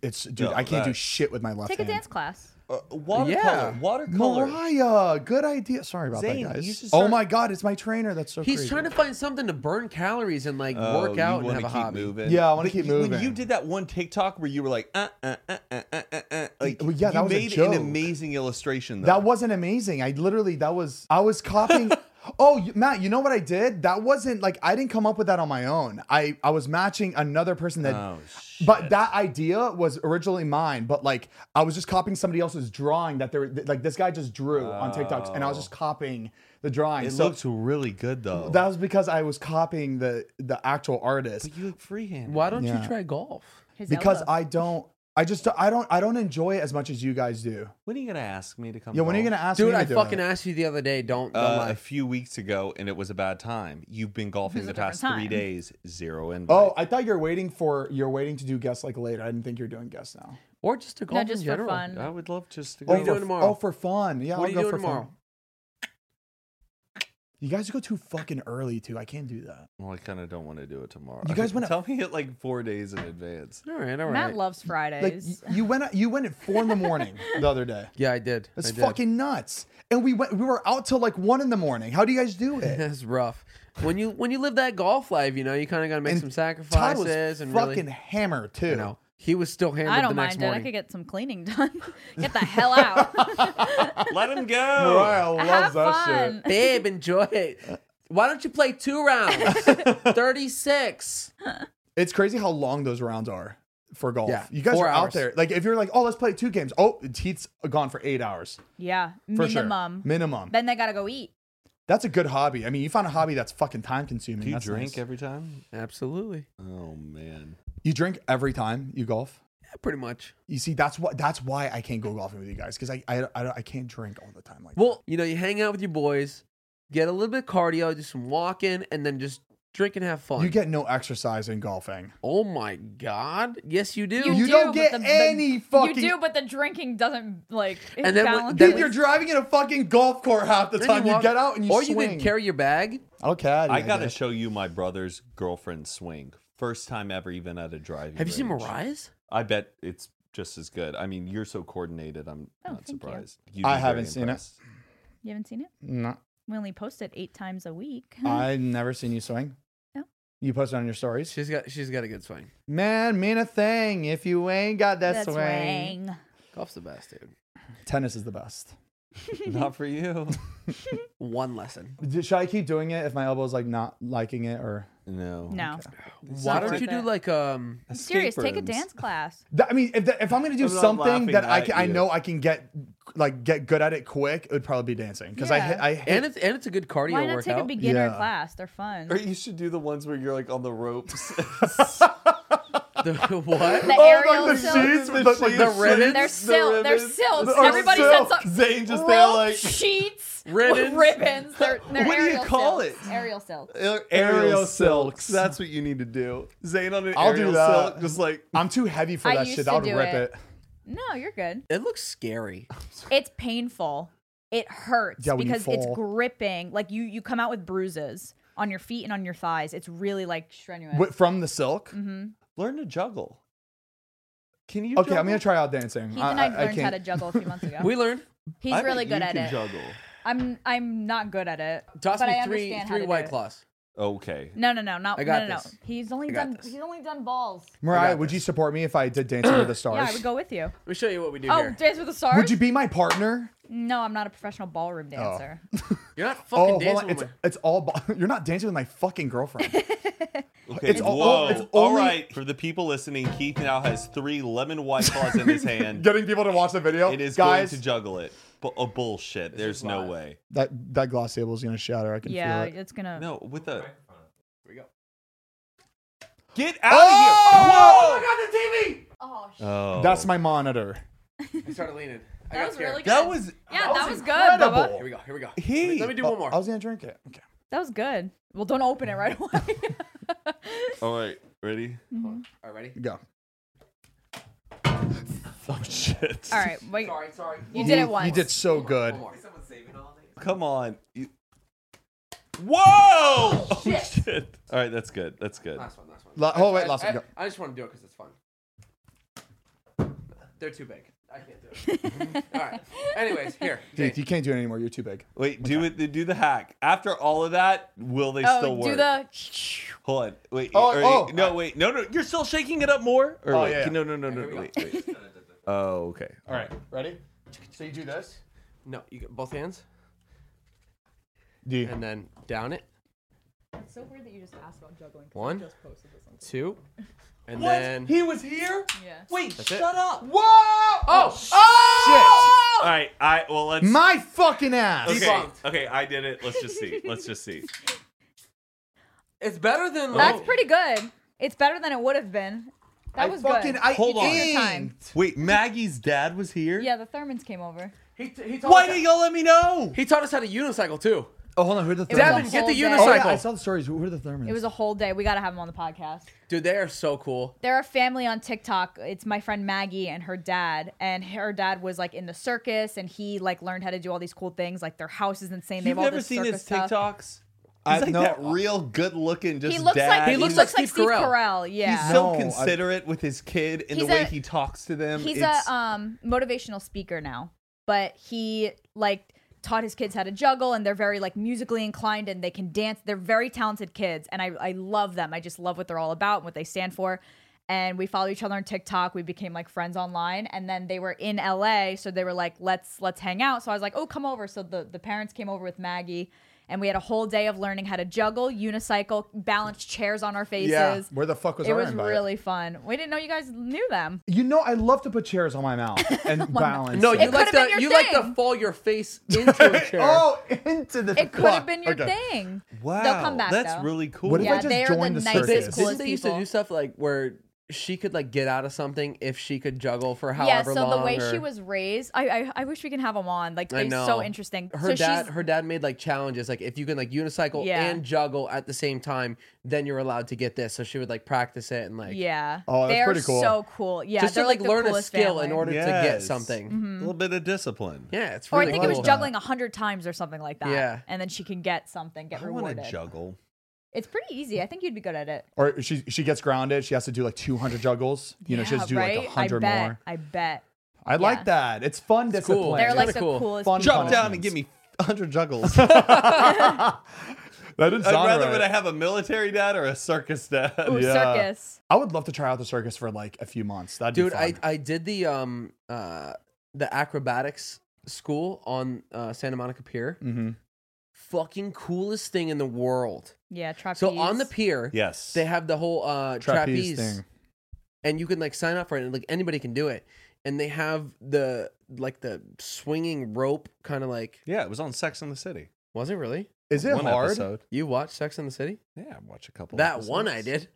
S1: It's dude.
S2: No,
S1: I can't do
S2: that-
S1: shit with my left.
S4: Take a
S1: hand.
S4: dance class.
S2: Uh, watercolor.
S3: Yeah.
S2: Watercolor.
S1: Mariah, good idea. Sorry about
S2: Zane,
S1: that,
S2: you
S1: guys.
S2: should
S1: Oh
S2: start-
S1: my God, it's my trainer. That's so.
S3: He's
S1: crazy.
S3: trying to find something to burn calories and like
S2: Oh,
S3: work
S2: you
S3: out and
S2: wanna
S3: have a
S2: keep
S3: hobby.
S2: Moving.
S1: Yeah, I wanna
S2: But
S1: keep
S2: you- When
S1: moving.
S2: you did that one TikTok where you were like, uh, uh, uh, uh, uh, uh, uh, like
S1: Well, yeah, that
S2: you
S1: was a
S2: made
S1: joke.
S2: an amazing illustration. Though.
S1: That wasn't amazing. I literally that was I was copying. oh, you- Matt, you know what I did? That wasn't like I didn't come up with that on my own. I I was matching another person that.
S2: Oh,
S1: But that idea was originally mine. But like I was just copying somebody else's drawing that they were like this guy just drew on TikToks, and I was just copying the drawing.
S2: Oh. It
S1: so
S2: looks really good though.
S1: that was because I was copying the the actual artist.
S2: you look freehand.
S3: Why don't
S1: Yeah.
S3: you try golf?
S4: His
S1: Because
S4: elbow.
S1: I don't. I just I don't I don't enjoy it as much as you guys do.
S2: When are you gonna ask me to come?
S1: Yeah, when are you
S2: golf?
S1: gonna ask me
S3: Dude,
S1: to
S3: I
S1: do
S3: fucking
S1: it?
S3: asked you the other day. Don't, don't
S2: Uh,
S3: lie.
S2: a few weeks ago, and it was a bad time. You've been golfing
S4: It was
S2: the
S4: a
S2: past
S4: different
S2: three
S4: time.
S2: days, zero invite.
S1: Oh, I thought you're waiting for you're waiting to do guests like later. I didn't think you're doing guests now.
S3: or just to golf
S4: no, just
S3: in
S4: for
S3: general.
S4: fun.
S2: I would love just to go.
S3: What are you doing
S1: for,
S3: tomorrow?
S1: Oh, for fun. Yeah,
S3: What
S1: I'll
S3: are you
S1: go
S3: doing
S1: for
S3: tomorrow?
S1: fun. You guys go too fucking early too. I can't do that.
S2: Well, I kind of don't want to do it tomorrow.
S1: You guys wanna-
S2: tell me it like four days in advance.
S3: All right, all right.
S4: Matt loves
S1: Like y-
S4: Fridays.
S1: you went at, you went at four in the morning the other day.
S3: yeah, I did.
S1: That's
S3: I did.
S1: fucking nuts. And we went we were out till like one in the morning. How do you guys do it?
S3: That's rough. When you when you live that golf life, you know you kind of got to make
S1: And
S3: some
S1: Todd
S3: sacrifices
S1: was
S3: and really.
S1: fucking hammer too.
S3: you know, he was still hammered
S4: I don't
S3: the next
S4: mind it. I
S3: morning.
S4: could get some cleaning done. get the hell out.
S2: Let him go.
S1: Mariah loves
S4: Have
S1: that
S4: fun.
S3: Babe, enjoy
S1: Uh.
S3: it. Why don't you play two rounds? Thirty six.
S1: shit. It's crazy how long those rounds are for golf.
S3: Yeah,
S1: you guys
S3: four
S1: are
S3: hours.
S1: out there. Like if you're like, oh, let's play two games. Oh, Heat's gone for eight hours.
S4: Yeah,
S1: For
S4: minimum.
S1: Sure. Minimum.
S4: Then they gotta go eat.
S1: That's a good hobby. I mean, you found a hobby that's fucking time consuming.
S2: Do you
S1: That's
S2: drink
S1: nice.
S2: every time?
S3: Absolutely.
S2: Oh man.
S1: You drink every time you golf.
S3: Yeah, pretty much.
S1: You see, that's what that's why I can't go golfing with you guys because I I, I don't- I can't drink all the time like
S3: Well, you know, you hang out with your boys, get a little bit of cardio, do some walking, and then just drink and have
S1: that.
S3: fun.
S1: You get no exercise in golfing.
S3: Oh my God! Yes, you do.
S1: You don't get any fucking-
S4: You do, but the drinking doesn't like. It
S3: And then when-
S4: balances.
S3: then
S1: Dude, you're driving in a fucking golf cart half the
S3: Then
S1: time. You,
S3: walk-
S1: get out and you
S3: or you
S1: swing.
S3: can carry your bag.
S1: I'll caddy,
S2: I gotta
S1: guess.
S2: show you my brother's girlfriend swing. First time ever, even at a driving.
S3: Have you seen
S2: range.
S3: Mariah's?
S2: I bet it's just as good. I mean, you're so coordinated. I'm
S4: Oh,
S2: not
S4: thank you.
S2: surprised.
S1: I haven't seen it.
S4: You haven't seen it.
S1: No,
S4: We only post it eight times a week.
S1: I've never seen you swing.
S4: No.
S1: You posted on your stories.
S3: She's got she's got a good swing.
S1: Man, mean a thing. If you ain't got that
S4: That's
S1: swing,
S4: wang.
S3: Golf's the best, dude.
S1: tennis is the best.
S2: it. Not for you.
S3: One lesson.
S1: D- Should I keep doing it if my elbow's like not liking it or?
S2: No.
S4: No,
S3: Why
S4: not
S3: don't
S4: worth
S3: you do
S4: it.
S3: like um?
S4: I'm serious.
S2: Escape
S4: Take a
S2: rooms.
S4: dance class.
S1: That- I mean, if, that, if I'm gonna do
S2: I'm not
S1: something
S2: laughing
S1: that I
S2: at
S1: can, I
S2: you.
S1: know I can get like get good at it quick, it would probably be dancing because I
S4: Yeah.
S1: hit, I hit,
S3: And it's and it's a good cardio
S4: Why not
S3: workout.
S4: take a beginner
S1: Yeah.
S4: class? They're fun.
S2: Or you should do the ones where you're like on the ropes.
S3: The- what?
S4: The
S1: Oh,
S4: aerial
S1: like the
S4: silk.
S1: sheets with like,
S3: The
S1: the
S3: ribbons?
S4: They're silk. They're
S2: ribbons.
S4: silks.
S2: Or
S4: Everybody
S2: silk.
S4: sets up
S2: Zane just there
S4: rope
S2: like-
S4: sheets, ribbons.
S3: Ribbons.
S4: ribbons. They're, they're
S2: What do you
S4: aerial
S2: call
S4: silks.
S2: it?
S4: Aerial silk.
S2: aerial,
S1: Aerial
S2: silks.
S1: silks.
S2: That's what you need to do. Zane on an
S1: I'll do
S2: aerial
S1: that.
S2: silk, just like
S1: I'm too heavy for
S4: I
S1: that
S4: used
S1: shit.
S4: to
S1: I would
S4: do
S1: rip
S4: it.
S1: it.
S4: No, you're good.
S3: It looks scary.
S4: It's painful. It hurts
S1: Yeah, when you
S4: because it's
S1: fall.
S4: gripping. Like you, you come out with bruises on your feet and on your thighs. It's really like strenuous.
S1: Wi- from the silk.
S4: Mm-hmm.
S2: learn to juggle. Can you?
S1: Okay,
S2: juggle?
S1: I'm gonna try out dancing.
S4: Heath and I, learned how to juggle a few months ago.
S3: We learned.
S4: He's
S2: I
S4: really
S2: bet
S4: good
S2: you
S4: at
S2: can
S4: it.
S2: Juggle.
S4: I'm I'm not good at it.
S3: Toss
S4: but
S3: me
S4: I
S3: three
S4: understand how
S3: three
S4: to do
S3: white
S4: it.
S3: claws.
S2: Okay.
S4: No, no, no, not
S3: I got
S4: no, no, no.
S3: this.
S4: He's only
S3: I got
S4: done.
S3: this.
S4: He's only done balls.
S1: Mariah, would you support me if I did Dancing with the Stars?
S4: Yeah, I would go with you.
S3: Let me show you what we do
S4: Oh,
S3: here.
S4: Dance with the Stars.
S1: Would you be my partner?
S4: No, I'm not a professional ballroom dancer.
S3: You're not
S1: Oh,
S3: fucking
S1: hold
S3: dancing
S1: on. It's,
S3: with me.
S1: it's all. bo- You're not dancing with my fucking girlfriend.
S2: Okay.
S1: It's
S2: Whoa.
S1: all- it's
S2: all
S1: only-
S2: right. For the people listening, Keith now has three lemon white claws in his hand.
S1: Getting people to watch the video.
S2: It is
S1: guys.
S2: going to juggle it. Bu- oh, bullshit. There's no
S3: live.
S2: way.
S1: that that glass table is gonna shatter. I can
S4: yeah,
S1: feel it.
S4: it's gonna.
S2: No, with a.
S3: we go.
S2: Get out of here!
S4: Oh, sh-
S2: Whoa! Oh,
S1: That's my monitor.
S3: I started leaning.
S4: that
S3: I got
S4: was
S3: scared.
S4: really good.
S2: That was.
S4: yeah, that was, good, Bubba.
S3: Here we go. Here we go.
S2: He-
S3: Let me- Let me do
S1: Oh,
S3: one more.
S1: I was gonna drink it. Okay.
S4: That was good. Well, don't open it right away.
S2: All right. Ready?
S3: All right, ready?
S1: Go.
S2: Oh, shit.
S4: All right, wait.
S3: Sorry, sorry.
S4: You did it
S1: You-
S4: once.
S1: You did so good.
S3: One more.
S2: Come on. You- Whoa! Oh, shit. All right. That's good. That's good.
S3: Last one. Last one.
S1: La- oh, wait,
S3: I-
S1: last
S3: I,
S1: one, go.
S3: I just want to do it because it's fun. They're too big. I can't do it. all right. Anyways, here.
S1: Dude,
S3: Jane.
S1: you can't do it anymore. You're too big.
S2: Wait, do it. Do the hack. After all of that, will they
S4: Oh,
S2: still work?
S4: do the.
S2: Hold on. Wait.
S1: Oh,
S2: are you-
S1: oh.
S2: no, wait. No, no. You're still shaking it up more. Or
S1: Oh,
S2: wait,
S1: yeah, yeah.
S2: No, no, no, no.
S3: we go.
S2: Wait, wait. oh, okay.
S1: All right, ready? So you do this.
S3: No, you got both hands
S1: Do you,
S3: and then down it.
S4: It's so weird that you just asked about juggling.
S3: 'cause I One. just Two. And
S1: what?
S3: then
S1: he was here.
S4: Yeah.
S1: Wait.
S3: it.
S1: Shut up. Whoa! Oh,
S2: All right. I well. Let's.
S1: shit! My fucking ass.
S2: Oh, okay.
S3: Debunked.
S2: Okay. I did it. Let's just see. Let's just see.
S3: it's better than
S4: That's pretty good. It's better than it would have been. That was
S1: fucking.
S4: good.
S1: I
S2: Hold on.
S1: inked.
S4: Time.
S2: Wait. Maggie's dad was here.
S4: yeah, the Thurmans came over.
S3: He, t- he taught
S2: Why
S3: us
S2: didn't y'all let me know?
S3: He taught us how to unicycle too.
S1: Oh, hold on. Who are the
S4: was a
S3: Devin,
S1: Thurmans?
S3: get the
S4: whole day.
S3: unicycle.
S1: Oh, yeah, I saw the stories. Who are the Thurmans?
S4: It was a whole day. We got to have them on the podcast.
S3: Dude, they are so cool.
S4: They're a family on TikTok. It's my friend Maggie and her dad. And her dad was like in the circus and he like learned how to do all these cool things. Like their house is insane. they
S2: You've
S4: have all
S2: never
S4: this
S2: seen
S4: circus
S2: his
S4: stuff.
S2: TikToks.
S1: I-
S2: He's like
S1: no,
S2: that
S1: I-
S2: real good looking, just
S4: He looks
S2: dad.
S4: like
S3: He
S4: he
S3: looks
S4: looks
S3: like
S4: like Steve
S3: Steve Carell.
S4: Carell. Yeah.
S2: He's so
S1: No, I-
S2: considerate with his kid and the
S4: He's
S2: way
S4: a-
S2: he talks to them.
S4: he's
S2: It's-
S4: a um motivational speaker now but he like taught his kids how to juggle and they're very like musically inclined and they can dance they're very talented kids and i i love them i just love what they're all about and what they stand for and we follow each other on TikTok. We became like friends online, and then they were in LA, so they were like, "Let's let's hang out." So I was like, "Oh, come over." So the the parents came over with Maggie, and we had a whole day of learning how to juggle, unicycle, balance chairs on our faces.
S1: Yeah. Where the fuck was
S4: it
S1: our
S4: was
S1: invite?
S4: really fun. We didn't know you guys knew them.
S1: You know, I love to put chairs on my mouth and balance.
S3: No,
S1: it.
S3: you
S4: could've
S3: like
S4: been
S3: to
S4: your
S3: you like to
S4: thing.
S3: fall your face into a chair.
S1: Oh, into the.
S4: It could have
S1: fuck.
S4: been your
S1: Okay.
S4: thing.
S2: wow.
S4: They'll come back.
S2: That's
S4: though.
S2: really cool.
S1: What if
S4: Yeah,
S1: I just
S4: they are
S1: joined
S4: the
S1: the
S3: But
S4: nicest,
S3: they,
S1: circus?
S4: coolest
S3: didn't they used to
S4: people.
S3: do stuff like where she could like get out of something if she could juggle for
S4: yeah,
S3: however
S4: so
S3: long?
S4: the way
S3: or-
S4: she was raised, I, I I wish we can have them on. Like
S3: I
S4: they're
S3: know.
S4: so interesting.
S3: Her
S4: so
S3: dad,
S4: she's,
S3: her dad made like challenges, like if you can like unicycle
S4: Yeah.
S3: and juggle at the same time, then you're allowed to get this. So she would like practice it and like
S4: yeah.
S1: Oh, that's
S4: they're
S1: pretty cool.
S4: so cool. Yeah,
S3: just
S4: they're
S3: to like,
S4: the
S3: learn a
S4: coolest
S3: skill in
S4: family.
S3: order to get
S2: Yes.
S3: something.
S4: Mm-hmm.
S2: A little bit of discipline.
S3: Yeah, it's
S4: Or
S3: really
S4: I think
S3: cool.
S4: it was juggling a hundred times or something like that.
S3: Yeah.
S4: and then she can get something, get
S2: I want
S4: rewarded.
S2: to juggle.
S4: It's pretty easy. I think you'd be good at it.
S1: Or she she gets grounded. She has to do like 200 juggles. You know, she
S4: Yeah,
S1: has to do
S4: right?
S1: like 100
S4: I bet,
S1: more.
S4: I bet.
S1: I like that. It's fun
S3: It's
S1: discipline.
S3: cool.
S4: They're
S3: It's
S4: like
S3: kinda
S4: the
S3: cool.
S4: coolest.
S1: Fun
S4: people.
S2: Drop down and
S1: punishments.
S2: give me 100 juggles.
S1: That is
S2: I'd rather would I have a military dad or a circus dad?
S4: Ooh,
S1: Yeah.
S4: circus.
S1: I would love to try out the circus for like a few months. That'd
S3: Dude,
S1: be
S3: I,
S1: fun.
S3: I did the um uh the acrobatics school on uh, Santa Monica Pier.
S1: Mhm.
S3: Fucking coolest thing in the world.
S4: Yeah, trapeze.
S3: So on the pier,
S2: Yes.
S3: they have the whole uh,
S1: trapeze,
S3: trapeze,
S1: thing.
S3: and you can like sign up for it, and like anybody can do it. And they have the like the swinging rope, kind of like
S2: yeah, it was on Sex and the City.
S3: was it really?
S1: Is it
S2: one
S1: hard?
S2: episode.
S3: You watch Sex in the City?
S2: Yeah, I watched a couple.
S3: that
S2: episodes.
S3: one I did.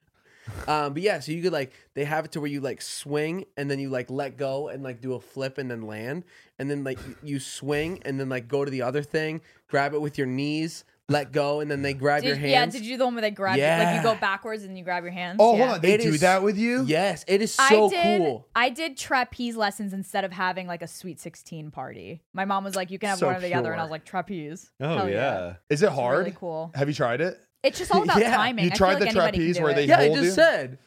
S3: Um, but yeah, so you could like they have it to where you like swing and then you like let go and like do a flip and then land and then like y- you swing and then like go to the other thing, grab it with your knees, let go and then they grab
S4: Did-
S3: your
S4: Yeah,
S3: hands.
S4: did you do the one where they grab? you- Like
S3: Yeah.
S4: you go backwards and you grab your hands.
S1: Oh,
S4: Yeah.
S1: hold on. They
S3: It
S1: do
S3: is-
S1: that with you?
S3: Yes, it is so
S4: I did,
S3: cool.
S4: I did trapeze lessons instead of having like a sweet 16 party. My mom was like, you can have
S1: So
S4: one or the other. And
S1: pure.
S4: I was like, trapeze.
S2: Oh
S4: Hell
S2: yeah.
S1: Is it
S4: It's
S1: hard?
S4: really cool.
S1: Have you tried it?
S4: It's just all about
S3: Yeah.
S4: timing.
S1: You
S4: I feel
S1: tried
S4: like
S1: the
S4: anybody can
S1: trapeze
S4: do
S1: where
S4: it.
S1: they-
S3: Yeah, I
S1: hold
S3: just
S1: you?
S3: said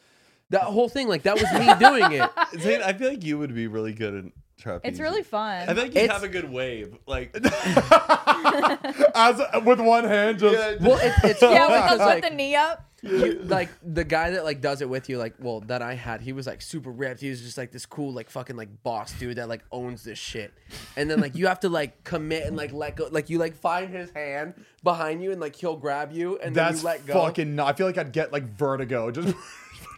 S3: that whole thing like that was me doing it.
S2: Zane, I feel like you would be really good at trapeze.
S4: It's really
S2: I
S4: fun.
S2: think you
S3: It's-
S2: have a good wave. Like
S1: As with one hand, just
S3: Well, it, it's cool
S4: Yeah, with
S3: because,
S4: the,
S3: like,
S4: with the knee up.
S3: you, like the guy that like does it with you, like well that I had, he was like super ripped. He was just like this cool like fucking like boss dude that like owns this shit. And then like you have to like commit and like let go. Like you like find his hand behind you and like he'll grab you and
S1: that's
S3: then you let go.
S1: fucking. No, I feel like I'd get like vertigo just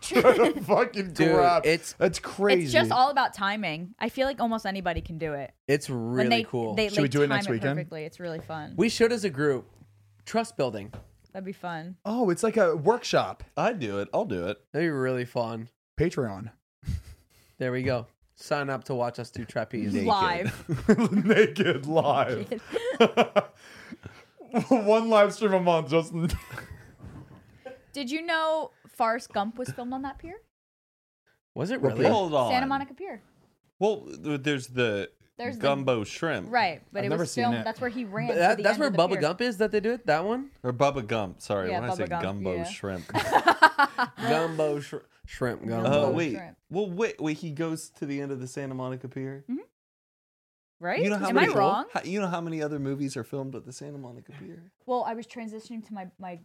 S1: trying to fucking
S3: Dude,
S1: grab.
S3: it's-
S1: that's crazy.
S4: It's just all about timing. I feel like almost anybody can do it.
S3: it's
S4: When
S3: really
S4: they,
S3: cool.
S4: They,
S1: Should
S4: they
S1: we do it
S4: time
S1: next weekend?
S4: Perfectly. It's really fun.
S3: we should as a group trust building.
S4: That'd be fun.
S1: Oh, it's like a workshop.
S2: I'd do it. I'll do it.
S3: That'd be really fun.
S1: Patreon.
S3: There we go. Sign up to watch us do trapeze.
S2: Naked.
S4: Live.
S1: Naked live. One live stream a month, just
S4: Did you know Forrest Gump was filmed on that pier?
S3: Was it really?
S2: Hold on.
S4: Santa Monica Pier.
S2: Well, th- there's the
S4: There's the-
S2: gumbo shrimp.
S4: Right, but
S1: I've
S4: it
S1: never
S4: was
S1: seen
S4: filmed.
S1: it.
S4: That's where he ran. to
S3: That-
S4: the
S3: that's
S4: end
S3: where
S4: of the
S3: Bubba
S4: pier.
S3: Gump is that they do it? That one?
S2: Or Bubba Gump. Sorry,
S4: Yeah,
S2: when I say Uh,
S4: Bubba Gump,
S2: gumbo
S4: yeah.
S2: shrimp.
S3: Gumbo shrimp. shrimp
S4: Oh,
S2: Oh
S3: gumbo.
S4: Uh,
S2: wait.
S4: shrimp.
S2: Well, wait, wait. He goes to the end of the Santa Monica Pier.
S4: right?
S2: You know how
S4: Am I
S2: many,
S4: wrong?
S2: how- you know how many other movies are filmed at the Santa Monica Pier?
S4: Well, I was transitioning to my my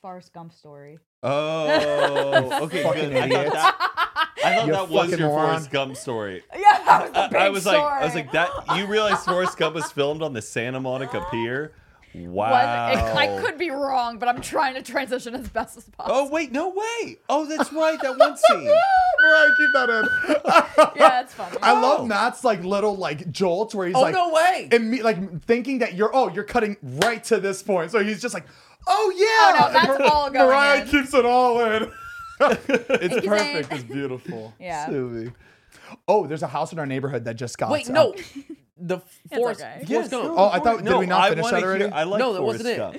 S4: Forrest Gump story.
S2: Oh, okay.
S1: Fucking
S2: good. I thought
S1: idiots.
S2: that, I thought
S1: You
S2: that was
S1: fucking
S2: your
S1: moron.
S2: Forrest Gump story.
S4: Yeah, that was the
S2: I,
S4: big
S2: I was like, I was
S4: story.
S2: like that. You realize Forrest Gump was filmed on the Santa Monica Pier? Wow.
S4: Was- I could be wrong, but I'm trying to transition as best as
S2: Oh
S4: possible.
S2: wait, no way. Oh, that's right. That one scene.
S1: Right, keep that in.
S2: Oh,
S4: yeah, Oh. it's funny.
S1: I love Matt's like little like jolts where he's
S3: Oh,
S1: like,
S3: no way.
S1: and me like thinking that you're oh you're cutting right to this point, so he's just like, oh yeah,
S4: Oh, no, that's
S1: And
S4: all going
S1: Mariah
S4: in.
S1: keeps it all in.
S2: It's
S4: perfect.
S2: perfect. It's beautiful.
S4: Yeah.
S1: Oh, there's a house in our neighborhood that just got.
S3: Wait,
S1: up.
S3: no. The Forrest,
S4: okay.
S3: Forrest Gump.
S1: Oh, I thought- did we not
S2: I
S1: finish
S2: wanna
S1: that already?
S2: hear- I like
S3: No, that
S2: Forrest
S3: wasn't it.
S2: Gump.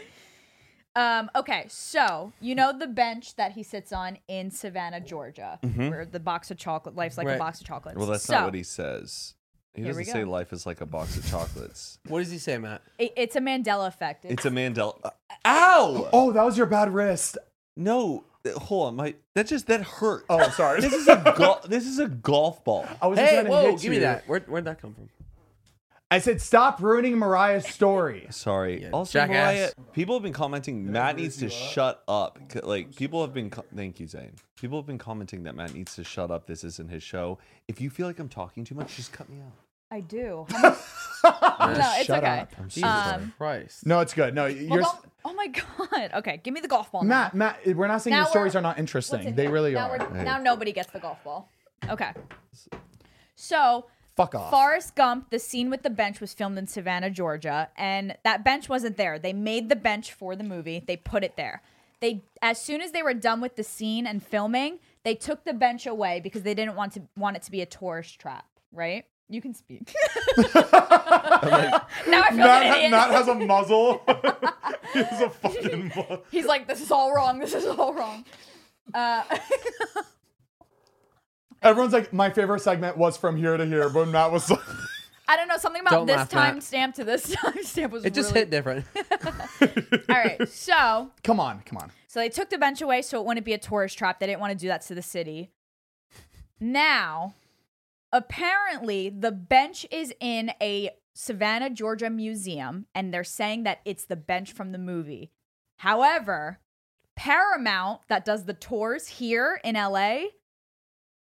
S4: Um, okay, so you know the bench that he sits on in Savannah, Georgia, where the box of chocolate, life's like
S3: Right.
S4: a box of chocolates.
S2: Mm-hmm. Well, that's
S4: so,
S2: not what he says. He
S4: Here we
S2: doesn't say
S4: go.
S2: life is like a box of chocolates.
S3: What does he say, Matt?
S4: it- it's a Mandela effect.
S2: It's a Mandela. uh,
S3: Ow!
S1: Oh, that was your bad wrist.
S2: no, uh, hold on. My that just that hurt.
S1: Oh, sorry.
S2: This is a gol this is a golf ball.
S1: I was
S3: hey,
S1: trying to
S3: whoa,
S1: hit
S3: give me
S1: you.
S3: that. Where, where'd that come from?
S1: I said, stop ruining Mariah's story.
S2: Sorry.
S3: Yeah,
S2: also,
S3: jackass.
S2: Mariah, people have been commenting Matt needs to shut up. C- Like people have been. Co- Thank you, Zane. People have been commenting that Matt needs to shut up. This isn't his show. If you feel like I'm talking too much, just cut me out.
S4: I do. How many- no, it's
S1: Shut
S4: okay.
S1: up.
S2: I'm so
S3: Jesus
S4: Um,
S2: sorry.
S3: Christ.
S1: No, it's good. No, you're
S4: Well, don't- oh my god. Okay, give me the golf ball. now.
S1: Matt. Matt, we're not saying
S4: Now
S1: your stories
S4: we're-
S1: are not
S4: What's in
S1: interesting. They
S4: here?
S1: really
S4: now
S1: are.
S4: we're- Now nobody gets the golf ball. Okay. So
S1: Fuck off.
S4: Forrest Gump, the scene with the bench was filmed in Savannah, Georgia, and that bench wasn't there. They made the bench for the movie. They put it there. They as soon as they were done with the scene and filming, they took the bench away because they didn't want to want it to be a tourist trap, right? You can speak. now I feel like an
S1: Matt,
S4: idiot.
S1: Matt has a muzzle. he has a fucking muzzle.
S4: He's like, this is all wrong. This is all wrong.
S1: Everyone's like, my favorite segment was from here to here, but Matt was like,
S4: I don't know something about
S3: Don't
S4: this
S3: laugh, Matt.
S4: time stamp to this time stamp was
S3: It just
S4: really-
S3: hit different.
S4: All right, so
S1: come on, come on.
S4: so they took the bench away so it wouldn't be a tourist trap. They didn't want to do that to the city. Now, apparently, the bench is in a Savannah, Georgia museum, and they're saying that it's the bench from the movie. However, Paramount, that does the tours here in LA,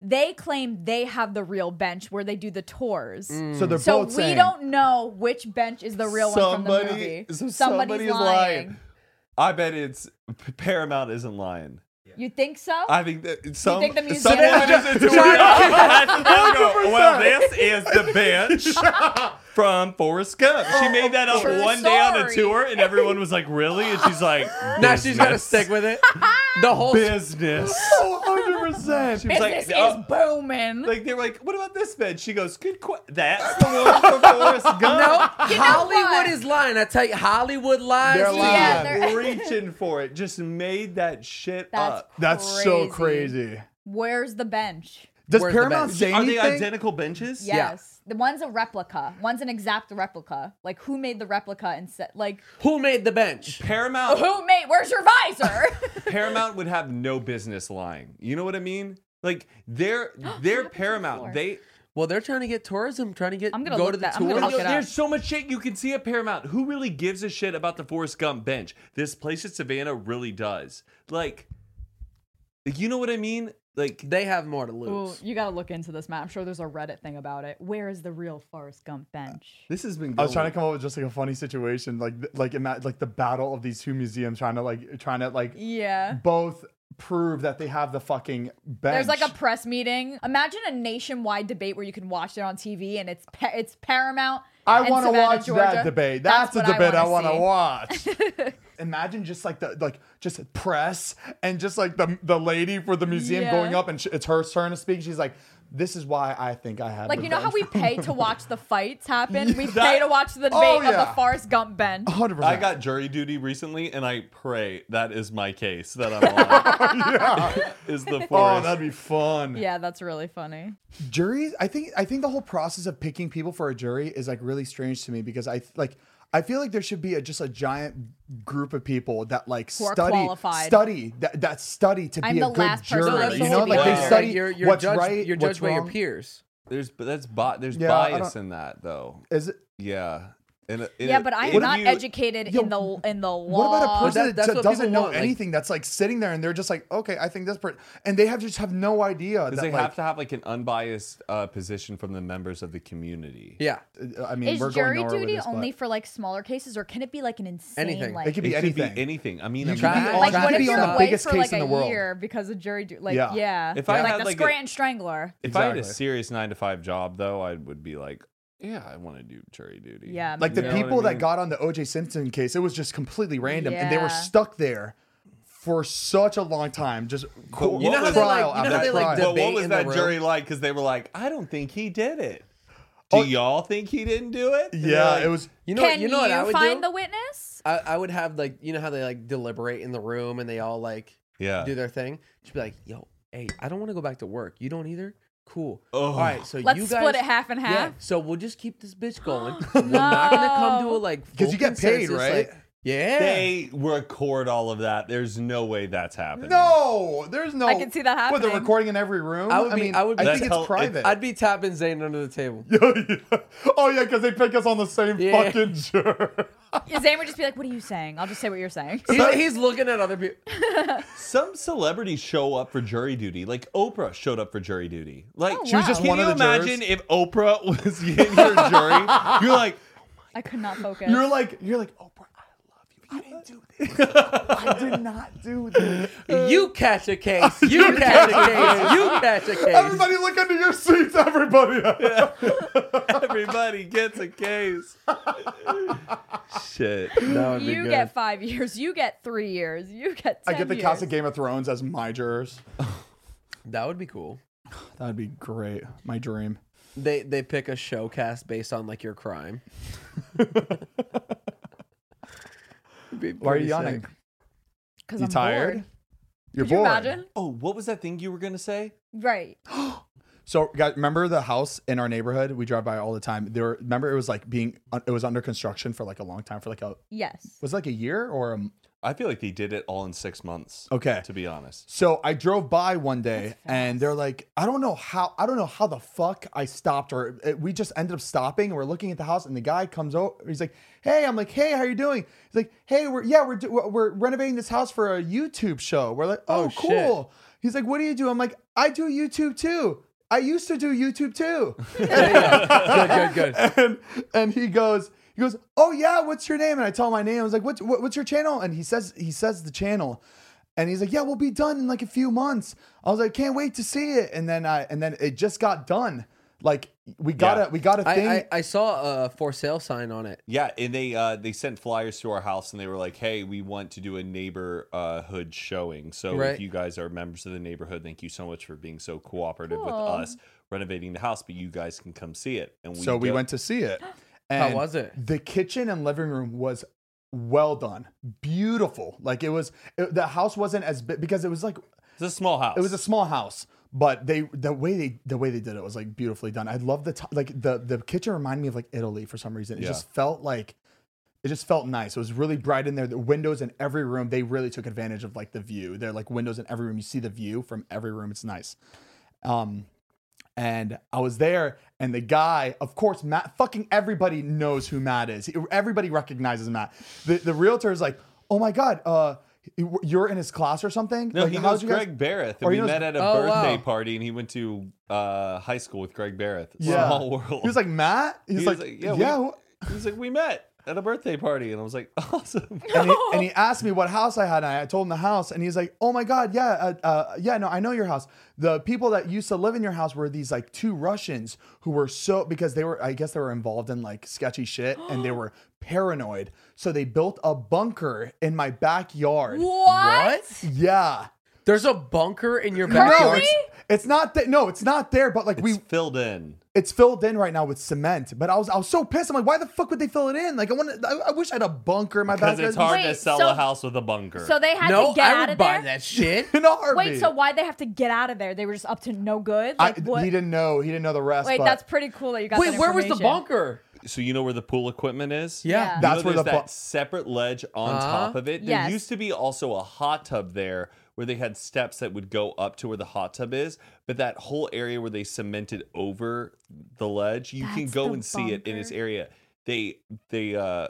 S4: they claim they have the real bench where they do the tours.
S3: Mm.
S1: So they're
S4: So
S1: both
S4: we
S1: saying,
S4: don't know which bench is the real one from the movie.
S2: so
S4: Somebody's
S2: somebody's lying. I bet it's P- Paramount isn't lying.
S4: You think so?
S2: I think that some
S4: think the museum-
S2: someone
S4: Yeah.
S2: is into it. Well, this is the bench from Forrest Gump. She made that up
S4: Oh, True
S2: one day on a
S4: story.
S2: tour, and everyone was like, "Really?" And she's like,
S3: now she's got to
S2: "Business.
S3: stick with it. The whole.
S2: business."
S1: oh, 100%. She was
S2: It's
S1: like,
S4: Business
S2: uh,
S4: is booming.
S2: Like they're like, "What about this bed?" She goes, "Good, qu- that's the one for Forrest Gump."
S3: No,
S4: know what?
S3: Hollywood is lying. I tell you, Hollywood lies.
S1: They're lying. Yeah,
S4: they're-
S2: reaching for it. Just made that shit
S4: That's
S2: up.
S1: That's so crazy.
S4: Where's the bench?
S1: Does
S3: Where's the
S1: Paramount
S3: bench?
S1: say
S2: Are
S1: anything?
S2: they identical benches?
S3: Yeah.
S4: Yes. The one's a replica. One's an exact replica. Like who made the replica and said like
S3: Who made the bench?
S2: Paramount
S4: who made where's your visor?
S2: Paramount would have no business lying. You know what I mean? Like they're they're Paramount. They
S3: Well, they're trying to get tourism, trying to get
S4: I'm gonna
S3: go
S4: look
S3: to the
S4: that- I'm
S3: tour.
S4: gonna look
S2: Yo,
S4: it up.
S2: there's so much shit you can see at Paramount. Who really gives a shit about the Forrest Gump bench? This place at Savannah really does. Like, you know what I mean? Like,
S3: They have more to lose.
S4: you gotta look into this, Matt. I'm sure there's a Reddit thing about it. Where is the real Forrest Gump bench?
S2: this has been.
S1: I was trying to come up with just like a funny situation, like th- like ima- like the battle of these two museums, trying to like trying to like
S4: Yeah.
S1: both prove that they have the fucking bench.
S4: There's like a press meeting. Imagine a nationwide debate where you can watch it on TV and it's pa- it's Paramount.
S1: I
S4: and
S1: want to
S4: Savannah,
S1: watch
S4: Georgia.
S1: that debate. That's,
S4: what
S1: the debate I want
S4: wanna
S1: to
S4: see.
S1: watch. Imagine just like the like just press and just like the the lady for the museum
S4: Yeah.
S1: going up and sh- it's her turn to speak. She's like, "This is why I think I have."
S4: Like
S1: the
S4: you know how
S1: bench."
S4: we pay to watch the fights happen? We
S2: That-
S4: pay to watch the debate
S1: Oh,
S4: of
S1: yeah.
S4: the Forrest Gump bench.
S1: 100%.
S2: I got jury duty recently, and I pray that is my case that I'm on. is the Forrest?
S1: Oh, that'd be fun.
S4: Yeah, that's really funny.
S1: juries i think i think the whole process of picking people for a jury is like really strange to me because i th- like I feel like there should be a, just a giant group of people that like
S4: Who are
S1: study
S4: qualified.
S1: study that, that study to
S4: I'm
S1: be a
S4: the
S1: good
S4: last person
S1: juror.
S4: No, that's
S1: you
S4: the
S1: know,
S4: whole
S1: like
S4: point.
S1: they
S4: Yeah.
S1: study
S3: you're, you're
S1: what's
S3: judged,
S1: right,
S3: You're
S1: what's
S3: judged by your
S1: wrong.
S3: peers.
S2: There's but that's bi- there's
S1: Yeah, I
S2: bias
S1: don't-
S2: in that though.
S1: Is it?
S2: yeah. And,
S4: yeah, but I am
S2: if
S4: not
S2: you-
S4: educated
S1: Yeah,
S4: in the in the law.
S1: What about a person
S3: that-
S1: that,
S3: that's what
S1: doesn't
S3: people
S1: know
S3: want, like-
S1: anything? that's like sitting there and they're just like, okay, I think this person, and they have just have no idea. That,
S2: Because they
S1: like,
S2: have to have like an unbiased uh, position from the members of the community.
S3: Yeah.
S1: I mean,
S4: Is
S1: we're going
S4: jury
S1: nowhere with
S4: duty
S1: this,
S4: only
S1: but
S4: for like smaller cases, or can it be like an insane
S3: Anything.
S4: like?
S1: it could
S2: It
S1: be
S2: could
S1: anything.
S2: be anything. I mean,
S1: You
S2: I'm
S1: could be
S2: trying-
S3: all
S4: like
S3: traffic
S4: what if you're
S3: stops.
S4: away
S1: Biggest
S4: for
S1: case
S4: like
S1: in
S4: a
S1: the world.
S4: year because of jury duty? Like
S1: Yeah.
S4: yeah,
S2: If I
S4: like
S2: had,
S4: the
S2: like, a-
S4: Scranton Strangler.
S2: If I had a
S1: Exactly.
S2: serious nine to five job though, I would be like, yeah, I want to do jury duty.
S4: Yeah,
S1: Like the
S2: You know what I
S1: people that
S2: mean?
S1: got on the OJ Simpson case, it was just completely random, and they
S4: Yeah.
S1: were stuck there for such a long time, just court-
S2: what You know how they,
S1: trial
S3: like- you know how
S1: after
S3: they, like,
S1: trial.
S2: But what
S3: debate
S2: was
S3: in the
S2: that
S3: room.
S2: jury like? Because they were like, I don't think he did it. Do y'all think he didn't do it? And they're
S1: yeah,
S2: like,
S1: it was.
S3: You know,
S4: can
S3: you know what I would
S4: find
S3: do?
S4: the witness?
S3: I, I would have like you know how they like deliberate in the room and they all like
S2: Yeah.
S3: do their thing. Just be like, yo, hey, I don't want to go back to work. You don't either. Cool.
S2: Oh.
S3: All right, so
S4: Let's
S3: you guys
S4: split it half and half.
S3: Yeah, so we'll just keep this bitch going. We're not gonna come to a like
S1: Because
S3: full
S1: you get paid,
S3: consensus,
S1: right?
S3: like- yeah.
S2: They record all of that. There's no way that's happening.
S1: No, there's no.
S4: I can see that
S1: What, they're
S4: happening.
S1: recording in every room.
S3: I would be-
S1: mean,
S3: I would be-
S1: think
S2: That's
S1: it's
S2: how-
S1: private.
S3: I'd be tapping Zayn under the table.
S1: oh yeah, because they pick us on the same
S3: Yeah.
S1: fucking juror.
S4: Zane would just be like, "What are you saying?" I'll just say what you're saying.
S3: He's, he's looking at other people.
S2: Some celebrities show up for jury duty. Like Oprah showed up for jury duty. Like
S4: Oh, She was wow. just
S2: can
S1: one
S2: you
S1: of the jurors.
S2: imagine if Oprah was in your jury? You're like,
S4: I could not focus.
S1: You're like, you're like, Oprah, I love you. I didn't do this. I did not do this.
S3: You catch a case. You catch a case. You catch a case.
S1: Everybody, look under your seats. Everybody.
S2: everybody gets a case. Shit.
S3: That would be
S4: you
S3: good.
S4: get five years. You get three years. You get.
S1: I
S4: 10
S1: get the
S4: years.
S1: cast of Game of Thrones as my jurors.
S3: that would be cool.
S1: That'd be great. My dream.
S3: They they pick a show cast based on like your crime. It'd be
S1: Why are
S3: pretty
S1: you yawning?
S3: sick.
S4: Because
S1: You
S4: I'm
S1: tired?
S4: bored.
S1: You're
S4: Could you
S1: bored.
S4: imagine?
S2: Oh, what was that thing you were gonna say?
S4: Right.
S1: So, guys, remember the house in our neighborhood? We drive by all the time. There, were- remember it was like being it was under construction for like a long time for like a
S4: Yes.
S1: was it like a year or a
S2: I feel like they did it all in six months.
S1: Okay.
S2: To be honest.
S1: So I drove by one day and they're like, I don't know how, I don't know how the fuck I stopped or uh, we just ended up stopping and we're looking at the house and the guy comes over. He's like, Hey, I'm like, Hey, how you doing? He's like, Hey, we're, yeah, we're, do- we're- we're renovating this house for a YouTube show. We're like, Oh,
S3: Oh, shit.
S1: cool. He's like, What do you do? I'm like, I do YouTube too. I used to do YouTube too.
S3: Good, good, good.
S1: and and he goes he goes oh yeah what's your name and i tell him my name i was like what's what, what's your channel and he says he says the channel and he's like yeah we'll be done in like a few months i was like can't wait to see it and then i and then it just got done like we got
S2: Yeah.
S1: a we got a thing
S3: I, I I saw a for sale sign on it.
S2: Yeah, and they uh, they sent flyers to our house, and they were like, "Hey, we want to do a neighborhood showing. So
S3: Right.
S2: if you guys are members of the neighborhood, thank you so much for being so cooperative with
S4: Cool.
S2: us renovating the house. But you guys can come see it." And
S1: so we
S2: go-
S1: went to see it and
S3: was it?
S1: the kitchen and living room was well done beautiful like it was it, the house wasn't as big because it was like
S2: It's a small house.
S1: It was a small house, but they the way they the way they did it was like beautifully done. I love the t- like the the kitchen reminded me of like Italy for some reason. It
S2: Yeah.
S1: just felt like it just felt nice. It was really bright in there. The windows in every room, they really took advantage of like the view. They're like windows in every room. You see the view from every room. It's nice. Um and I was there, and the guy, of course, Matt, fucking everybody knows who Matt is. He- Everybody recognizes Matt. The, the realtor is like, oh my God, uh, you're in his class or something?
S2: no,
S1: like,
S2: he
S1: how'd
S2: knows
S1: you guys-
S2: Greg Barrett, and
S1: Or he
S2: we
S1: knows-
S2: met at a
S3: Oh,
S2: birthday
S3: wow.
S2: party, and he went to uh, high school with Greg Barrett.
S1: Yeah.
S2: Small world.
S1: He was like, Matt? He's
S2: He was
S1: like,
S2: like,
S1: yeah.
S2: yeah, we-
S1: wh-"
S2: he was like, we met at a birthday party, and I was like, awesome.
S1: and, he, and he asked me what house I had. And I told him the house. And he's like, oh my God, yeah, uh, uh, yeah, no, I know your house. The people that used to live in your house were these like two Russians who were so, because they were, I guess they were involved in like sketchy shit and they were paranoid. So they built a bunker in my backyard.
S4: What?
S1: Yeah.
S3: There's a bunker in your
S1: No,
S3: backyard.
S1: it's, it's not that. No, it's not there. But like we,
S2: It's filled in.
S1: it's filled in right now with cement. But I was, I was so pissed. I'm like, why the fuck would they fill it in? Like I want, I, I wish I had a bunker in my
S2: Because
S1: backyard.
S2: it's hard to
S4: Wait,
S2: sell
S4: so-
S2: a house with a bunker.
S4: So they had
S3: No,
S4: to get
S3: I
S4: out
S3: would
S4: of
S3: buy
S4: there.
S3: that shit.
S1: in a heartbeat.
S4: Wait, so why they have to get out of there? They were just up to no good.
S1: I,
S4: Like what?
S1: he didn't know. He didn't know the rest.
S4: Wait,
S1: but Oh,
S4: that's pretty cool that you got.
S3: Wait,
S4: that
S3: where was the
S4: information.
S3: bunker?
S2: so you know where the pool equipment is?
S3: Yeah.
S2: You
S4: Yeah.
S2: know
S1: That's where
S2: there's
S1: the
S2: that
S1: fu-
S2: separate ledge on
S3: Uh-huh.
S2: top of it. There
S4: Yes.
S2: used to be also a hot tub there where they had steps that would go up to where the hot tub is, but that whole area where they cemented over the ledge, you can
S4: That's
S2: go
S4: the
S2: and see it in this
S4: bunker.
S2: area. They they uh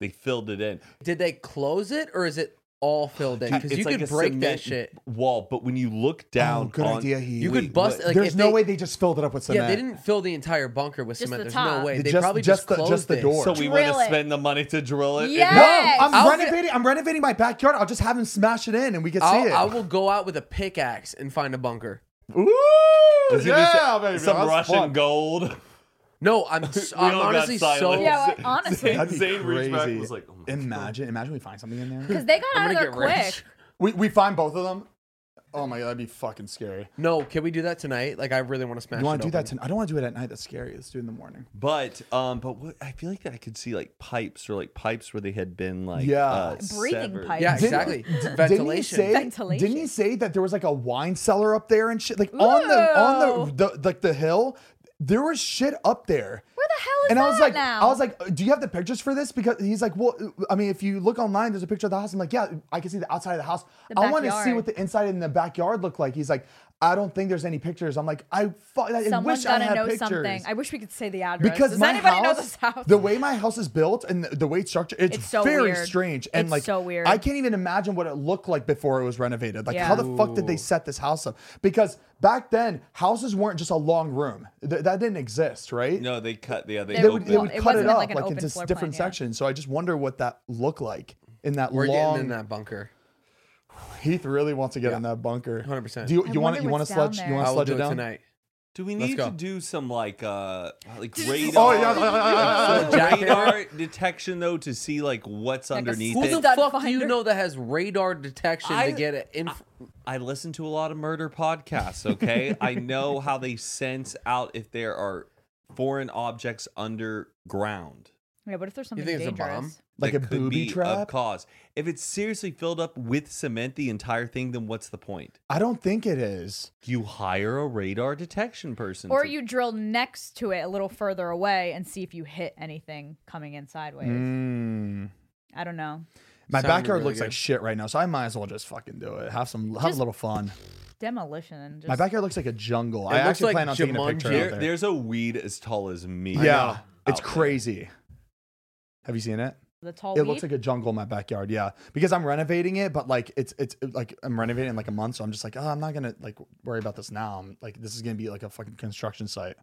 S2: they filled it in.
S3: Did they close it or is it all filled in? Because
S2: It's
S3: you
S2: like a
S3: could break
S2: cement
S3: that shit.
S2: wall, but when you look down,
S1: Oh, good
S2: on-
S1: idea. He.
S3: You could bust. Like,
S1: There's
S3: if
S1: no
S3: they,
S1: way they just filled it up with cement.
S3: Yeah, they didn't fill the entire bunker with
S4: Just
S3: cement.
S4: the
S3: There's
S4: top.
S3: no way.
S1: They
S3: They
S1: just-
S3: probably
S1: just
S3: just,
S1: the-
S3: closed
S1: just the
S3: it.
S1: door.
S2: So we want
S4: Drill
S2: to
S4: it.
S2: spend the money to drill it. It-
S4: Yeah.
S1: No, I'm
S3: I'll fi-
S1: renovating. I'm renovating my backyard. I'll just have him smash it in, and we can see
S3: I'll,
S1: it.
S3: I will go out with a pickaxe and find a bunker.
S1: Ooh,
S2: There's gonna be
S1: yeah,
S2: some,
S1: baby.
S2: some
S1: that's
S2: Russian
S1: fun.
S2: gold.
S3: No, I'm, s-
S2: We
S3: I'm
S2: all got
S3: honestly so.
S2: silent.
S4: Yeah, well, honestly.
S2: Zane-
S1: That'd be
S2: Zane reached back
S1: crazy.
S2: and was like, oh my
S1: imagine, imagine we find something in there.
S4: Because they got
S3: I'm
S4: out of
S3: gonna
S4: there
S3: get rich.
S4: quick.
S1: we we find both of them. Oh my god, that'd be fucking scary.
S3: No, can we do that tonight? Like, I really want to smash.
S1: You want
S3: it
S1: to do that?
S3: open.
S1: Tonight? I don't want to do it at night. That's scary. Let's do it in the morning.
S2: But um, but what I feel like I could see like pipes or like pipes where they had been like
S1: Yeah.
S2: uh,
S4: Breathing
S2: severed.
S4: pipes.
S3: Yeah,
S4: Didn't-
S3: exactly.
S1: Didn't he
S3: Ventilation.
S1: say?
S4: Ventilation.
S1: Didn't he say that there was like a wine cellar up there and shit? Like on the on the, the like the hill, there was shit up there.
S4: Where the hell is
S1: and I was
S4: that
S1: like,
S4: now?
S1: I was like, uh, do you have the pictures for this? Because he's like, well, uh, I mean, if you look online, there's a picture of the house. I'm like, yeah, I can see the outside of the house.
S4: The
S1: I want to see
S4: backyard.
S1: what the inside and the backyard look like. He's like, I don't think there's any pictures. I'm like, I, fu- I
S4: Someone's
S1: wish I
S4: gotta
S1: had
S4: know
S1: pictures.
S4: something. I wish we could say the address.
S1: because
S4: Does
S1: my
S4: anybody
S1: house,
S4: know this house?
S1: the way my house is built and the, the way it's structured, it's,
S4: It's so
S1: very
S4: weird.
S1: strange and
S4: It's
S1: like
S4: so weird.
S1: I can't even imagine what it looked like before it was renovated. Like,
S4: Yeah.
S1: how the fuck did they set this house up? Because back then, houses weren't just a long room. Th- that didn't exist, right?
S2: No, they cut. Yeah, they,
S1: they would,
S2: opened
S1: they
S4: Well,
S1: would
S4: it
S1: cut it
S4: wasn't
S1: up
S4: like
S1: like,
S4: an open
S1: into
S4: floor
S1: s- different
S4: plan, yeah.
S1: sections. So I just wonder what that looked like in that
S3: We're
S1: long.
S3: getting in that bunker.
S1: Heath really wants to get in that bunker.
S3: 100%.
S1: Do you,
S4: I
S1: you want to
S4: wonder
S1: you want to
S4: what's down
S1: sledge
S4: there.
S1: you want
S3: I
S1: to
S3: will
S1: sledge
S3: do
S1: it
S3: it
S1: down?
S3: tonight.
S2: Do we
S3: Let's
S2: need
S3: go.
S2: to do some like uh like
S1: Oh
S2: radar?
S1: yeah,
S2: some
S3: yeah, yeah.
S2: radar detection though to see like what's
S4: Like a
S2: underneath
S3: Who
S2: it.
S3: the
S4: Stud
S3: fuck do you
S4: finder.
S3: know that has radar detection
S2: I-
S3: to get it? Inf-
S2: I listen to a lot of murder podcasts, okay? I know how they sense out if there are foreign objects underground.
S4: yeah, what if there's something
S3: think it's a
S4: dangerous?
S3: bomb?
S1: Like
S2: that
S1: a
S2: could
S1: booby
S2: be
S1: trap?
S2: of cause. If it's seriously filled up with cement the entire thing, then what's the point?
S1: I don't think it is.
S2: You hire a radar detection person.
S4: Or
S2: to-
S4: you drill next to it a little further away and see if you hit anything coming in sideways.
S1: Mm.
S4: I don't know.
S1: My
S3: Sounded
S1: backyard
S3: really
S1: looks like
S3: good.
S1: shit right now, so I might as well just fucking do it. Have some, have a
S4: Just-
S1: little fun.
S4: Demolition. and Just,
S1: My backyard looks like a jungle.
S3: It
S1: I
S3: looks
S1: actually
S3: like
S1: plan on taking a
S3: Jumanji.
S1: picture
S2: There-
S1: out there.
S2: there's a weed as tall as me.
S1: Yeah, it's
S2: out there.
S1: crazy. Have you seen it?
S4: the tall
S1: It
S4: weed.
S1: looks like a jungle in my backyard. Yeah, because I'm renovating it, but like it's it's like I'm renovating in like a month, so I'm just like, oh, I'm not gonna like worry about this now. I'm like, this is gonna be like a fucking construction site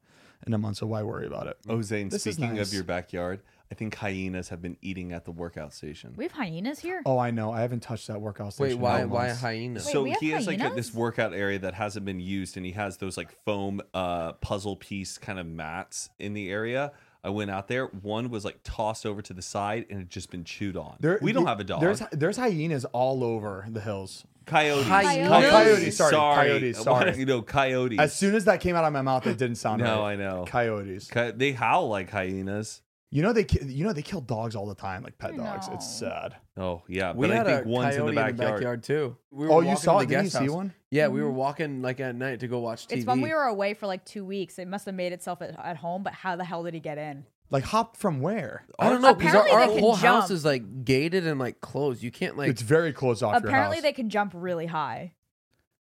S1: in a month, so why worry about it?
S2: Oh, Zane,
S1: This is
S2: speaking
S1: nice.
S2: of your backyard, I think hyenas have been eating at the workout station.
S4: we have hyenas here.
S1: Oh, I know. I haven't touched that workout
S3: Wait,
S1: station.
S3: why
S1: in
S3: why a
S1: months.
S3: hyena?
S4: Wait,
S2: so
S4: we have
S2: he has like a, this
S4: hyenas?
S2: workout area that hasn't been used and he has those like foam uh puzzle piece kind of mats in the area i went out there one was like tossed over to the side and had just been chewed on
S1: There-
S2: we don't
S1: the-
S2: have a dog
S1: There's there's hyenas all over the hills.
S2: coyotes
S3: Coyotes.
S1: Coyotes, sorry,
S2: sorry
S1: coyotes,
S2: Why
S1: sorry.
S2: don't you know coyotes
S1: As soon as that came out of my mouth, it didn't sound
S2: no
S1: right.
S2: i know
S1: Coyotes.
S2: Co- they howl like hyenas
S1: You know they ki- you know they kill dogs all the time, like pet dogs. It's
S4: No.
S1: sad.
S2: oh yeah
S3: We
S2: but i
S3: had
S2: think
S3: a
S2: one's in
S3: coyote
S2: the backyard,
S3: too. We
S1: Oh,
S3: were
S1: you
S3: walking
S1: saw
S3: to
S1: it?
S3: the
S1: Didn't you
S3: guest
S1: see
S3: house.
S1: one?
S3: Yeah, we were walking like at night to go watch TV.
S4: Mm-hmm. It's when we were away for like two weeks. It must have made itself at, at home, but how the hell did he get in?
S1: Like hop from where?
S3: I don't know because our,
S4: Apparently
S3: our
S4: they can
S3: whole house
S4: jump.
S3: is like gated and like closed. You can't like.
S1: it's very close off.
S4: Apparently,
S1: your
S4: they
S1: house.
S4: can jump really high.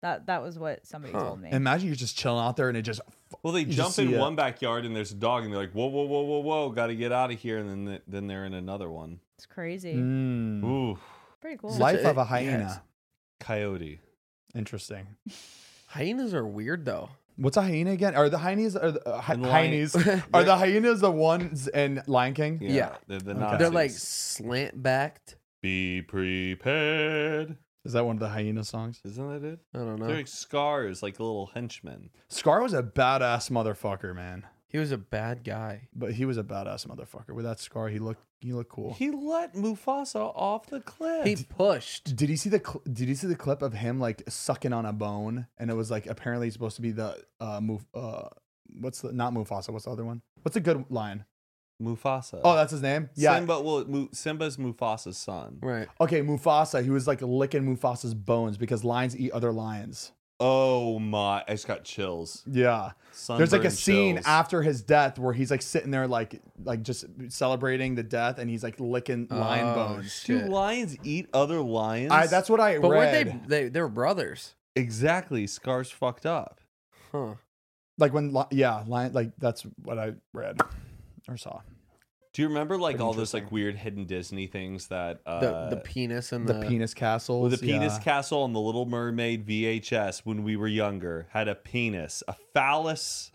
S4: That that was what somebody
S3: Huh.
S4: told me.
S1: Imagine you're just chilling out there and it just.
S2: well they
S1: You just
S2: jump in
S1: see it.
S2: one backyard and there's a dog and they're like whoa whoa whoa whoa whoa gotta get out of here and then th- then they're in another one
S4: it's crazy.
S1: Mm.
S2: ooh
S4: Pretty cool.
S3: Such
S1: Life
S3: a-
S1: of a
S3: yeah,
S1: hyena.
S3: it's-
S2: coyote
S1: Interesting.
S3: hyenas are weird though.
S1: What's a hyena again? Are the hyenas are the uh, hy-
S2: And lion-
S1: hyenas are the hyenas the ones in Lion King?
S3: Yeah.
S2: they're, the
S1: Okay.
S3: They're like
S2: Nazis.
S3: slant backed.
S2: Be prepared.
S1: Is that one of the hyena songs?
S2: Isn't that it?
S3: I don't
S2: They're
S3: know.
S2: like scars, like little henchmen.
S1: Scar was a badass motherfucker, man.
S3: He was a bad guy.
S1: But he was a badass motherfucker. With that scar, he looked he looked cool.
S2: He let Mufasa off the cliff.
S3: He pushed.
S1: Did you see the cl- Did you see the clip of him like sucking on a bone? And it was like apparently supposed to be the uh move. Uh, what's the not Mufasa? What's the other one? What's a good lion?
S2: Mufasa.
S1: Oh, that's his name. Yeah.
S2: Simba. Well, Mu- Simba's Mufasa's son.
S3: Right.
S1: Okay, Mufasa. He was like licking Mufasa's bones because lions eat other lions.
S2: Oh my! I just got chills.
S1: Yeah. There's like a
S2: Sunburn
S1: scene
S2: chills.
S1: after his death where he's like sitting there like like just celebrating the death and he's like licking lion
S3: Oh,
S1: bones.
S2: Do
S3: shit.
S2: lions eat other lions?
S1: I, that's what I
S3: But
S1: read.
S3: weren't they, they? They were brothers.
S2: exactly. Scar's fucked up.
S3: Huh.
S1: like when li- yeah, lion like that's what I read or saw.
S2: Do you remember like
S1: Pretty
S2: all those like
S1: interesting.
S2: weird hidden Disney things that uh,
S3: The, the penis and
S1: The
S3: the,
S1: penis castle.
S2: Well, the penis
S1: yeah.
S2: castle and the Little Mermaid VHS when we were younger had a penis, a phallus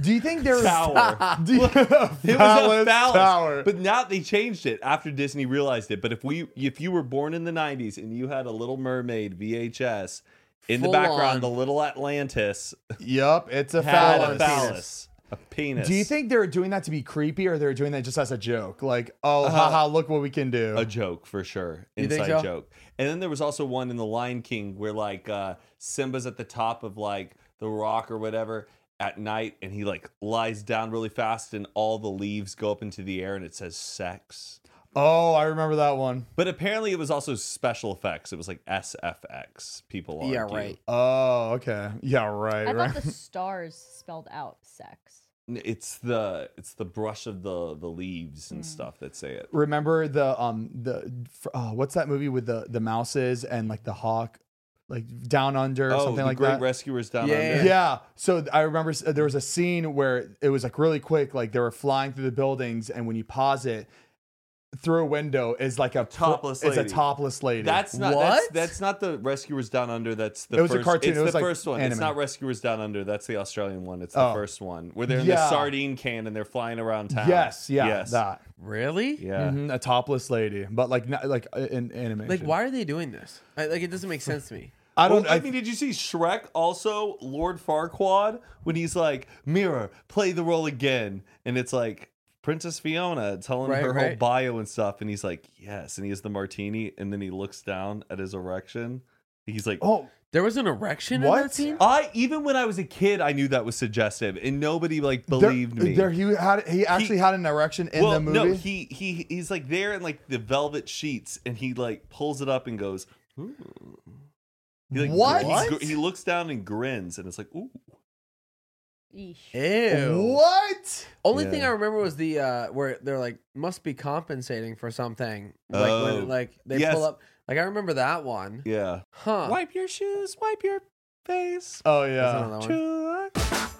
S1: Do you think there's
S2: tower.
S1: Do you-
S2: It was a
S1: Phallus
S2: phallus,
S1: tower.
S2: but now they changed it after Disney realized it. But if we, if you were born in the '90s and you had a Little Mermaid VHS in
S3: Full
S2: the background,
S3: on.
S2: the Little Atlantis
S1: Yep, it's a
S2: had
S1: phallus.
S2: a phallus, a penis.
S1: Do you think they're doing that to be creepy or they're doing that just as a joke? Like, oh, haha, look what we can do.
S2: Uh-huh. a joke for sure
S3: You
S2: inside
S3: think so?
S2: joke and then there was also one in the lion king where like uh simba's at the top of like the rock or whatever at night and he like lies down really fast and all the leaves go up into the air and it says sex
S1: oh, I remember that one.
S2: but apparently it was also special effects it was like sfx people
S3: yeah,
S2: argue.
S3: right.
S1: Oh, okay. Yeah, right,
S4: I
S1: right.
S4: thought the stars spelled out sex.
S2: N- it's the it's the brush of the the leaves and stuff that say it
S1: remember the um the fr- oh, what's that movie with the the mouses and like the hawk like down under or
S2: oh
S1: something
S2: the
S1: like
S2: great
S1: that
S2: rescuers down
S3: Yeah.
S2: under
S1: yeah. so th- i remember s- there was a scene where it was like really quick like they were flying through the buildings and when you pause it through a window is like a pl-
S2: Topless
S1: is a
S2: lady.
S1: topless lady
S2: That's not that's,
S3: What?
S2: that's not the Rescuers Down Under. That's the
S1: It was a
S2: first,
S1: cartoon,
S2: It's
S1: it was
S2: the
S1: like
S2: first one.
S1: anime.
S2: It's not Rescuers Down Under. That's the Australian one. It's the
S1: Oh.
S2: first one where they're in
S1: Yeah.
S2: the sardine can and they're flying around town.
S1: yes yeah
S2: yes,
S1: that
S3: Really?
S2: yeah.
S1: Mhm, a topless lady but like not, like uh, in animation
S3: Like, why are they doing this? I, like, it doesn't make sense to me.
S1: i
S2: Well,
S1: don't
S2: I, mean, did you see Shrek also Lord Farquaad when he's like, "Mirror, play the role again," and it's like Princess Fiona telling
S3: Right,
S2: her whole
S3: right.
S2: bio and stuff, and he's like, "Yes," and he has the martini, and then he looks down at his erection. He's like,
S1: oh
S3: There was an erection in
S1: What?
S3: that scene.
S2: I even when I was a kid, I knew that was suggestive, and nobody like believed
S1: there,
S2: me.
S1: there he had he actually had an erection in
S2: well,
S1: the movie
S2: no, he he he's like there in like the velvet sheets, and he like pulls it up and goes, "Ooh." He, like,
S1: What?
S2: gr- he
S1: What?
S2: gr- He, looks down and grins, and it's like, "Ooh,
S4: Eesh.
S3: Ew.
S1: Oh, what
S3: Only
S2: Yeah.
S3: thing I remember was the uh where they're like must be compensating for something. Like
S2: Oh.
S3: when like they
S2: Yes.
S3: pull up. Like I remember that one.
S2: yeah."
S3: Huh.
S2: Wipe your shoes, wipe your face.
S1: oh
S3: That's
S1: yeah
S3: another one.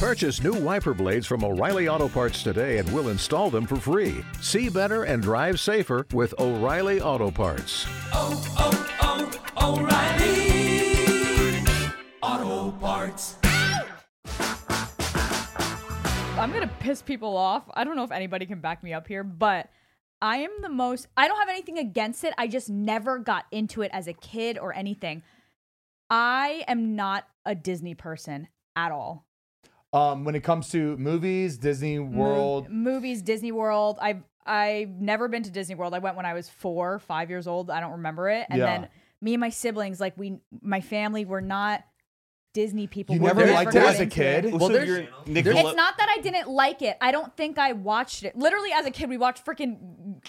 S7: Purchase new wiper blades from O'Reilly Auto Parts today and we'll install them for free. See better and drive safer with O'Reilly Auto Parts.
S8: Oh, oh, O'Reilly Auto Parts.
S4: I'm gonna piss people off. I don't know if anybody can back me up here, but I am the most. I don't have anything against it. I just never got into it as a kid or anything. I am not a Disney person at all.
S1: um when it comes to movies disney
S2: Mm-hmm.
S4: Mo-
S1: world
S4: movies, Disney World. I've I've never been to Disney World. I went when I was four, five years old. I don't remember it. And
S1: Yeah.
S4: then me and my siblings, like we, my family, were not Disney people.
S1: you
S4: We
S1: never
S3: there's-
S1: liked it
S4: got
S1: as a
S4: into it.
S1: kid
S3: Well, there's-
S2: Nickel-
S4: It's not that I didn't like it. I don't think I watched it. Literally, as a kid, we watched freaking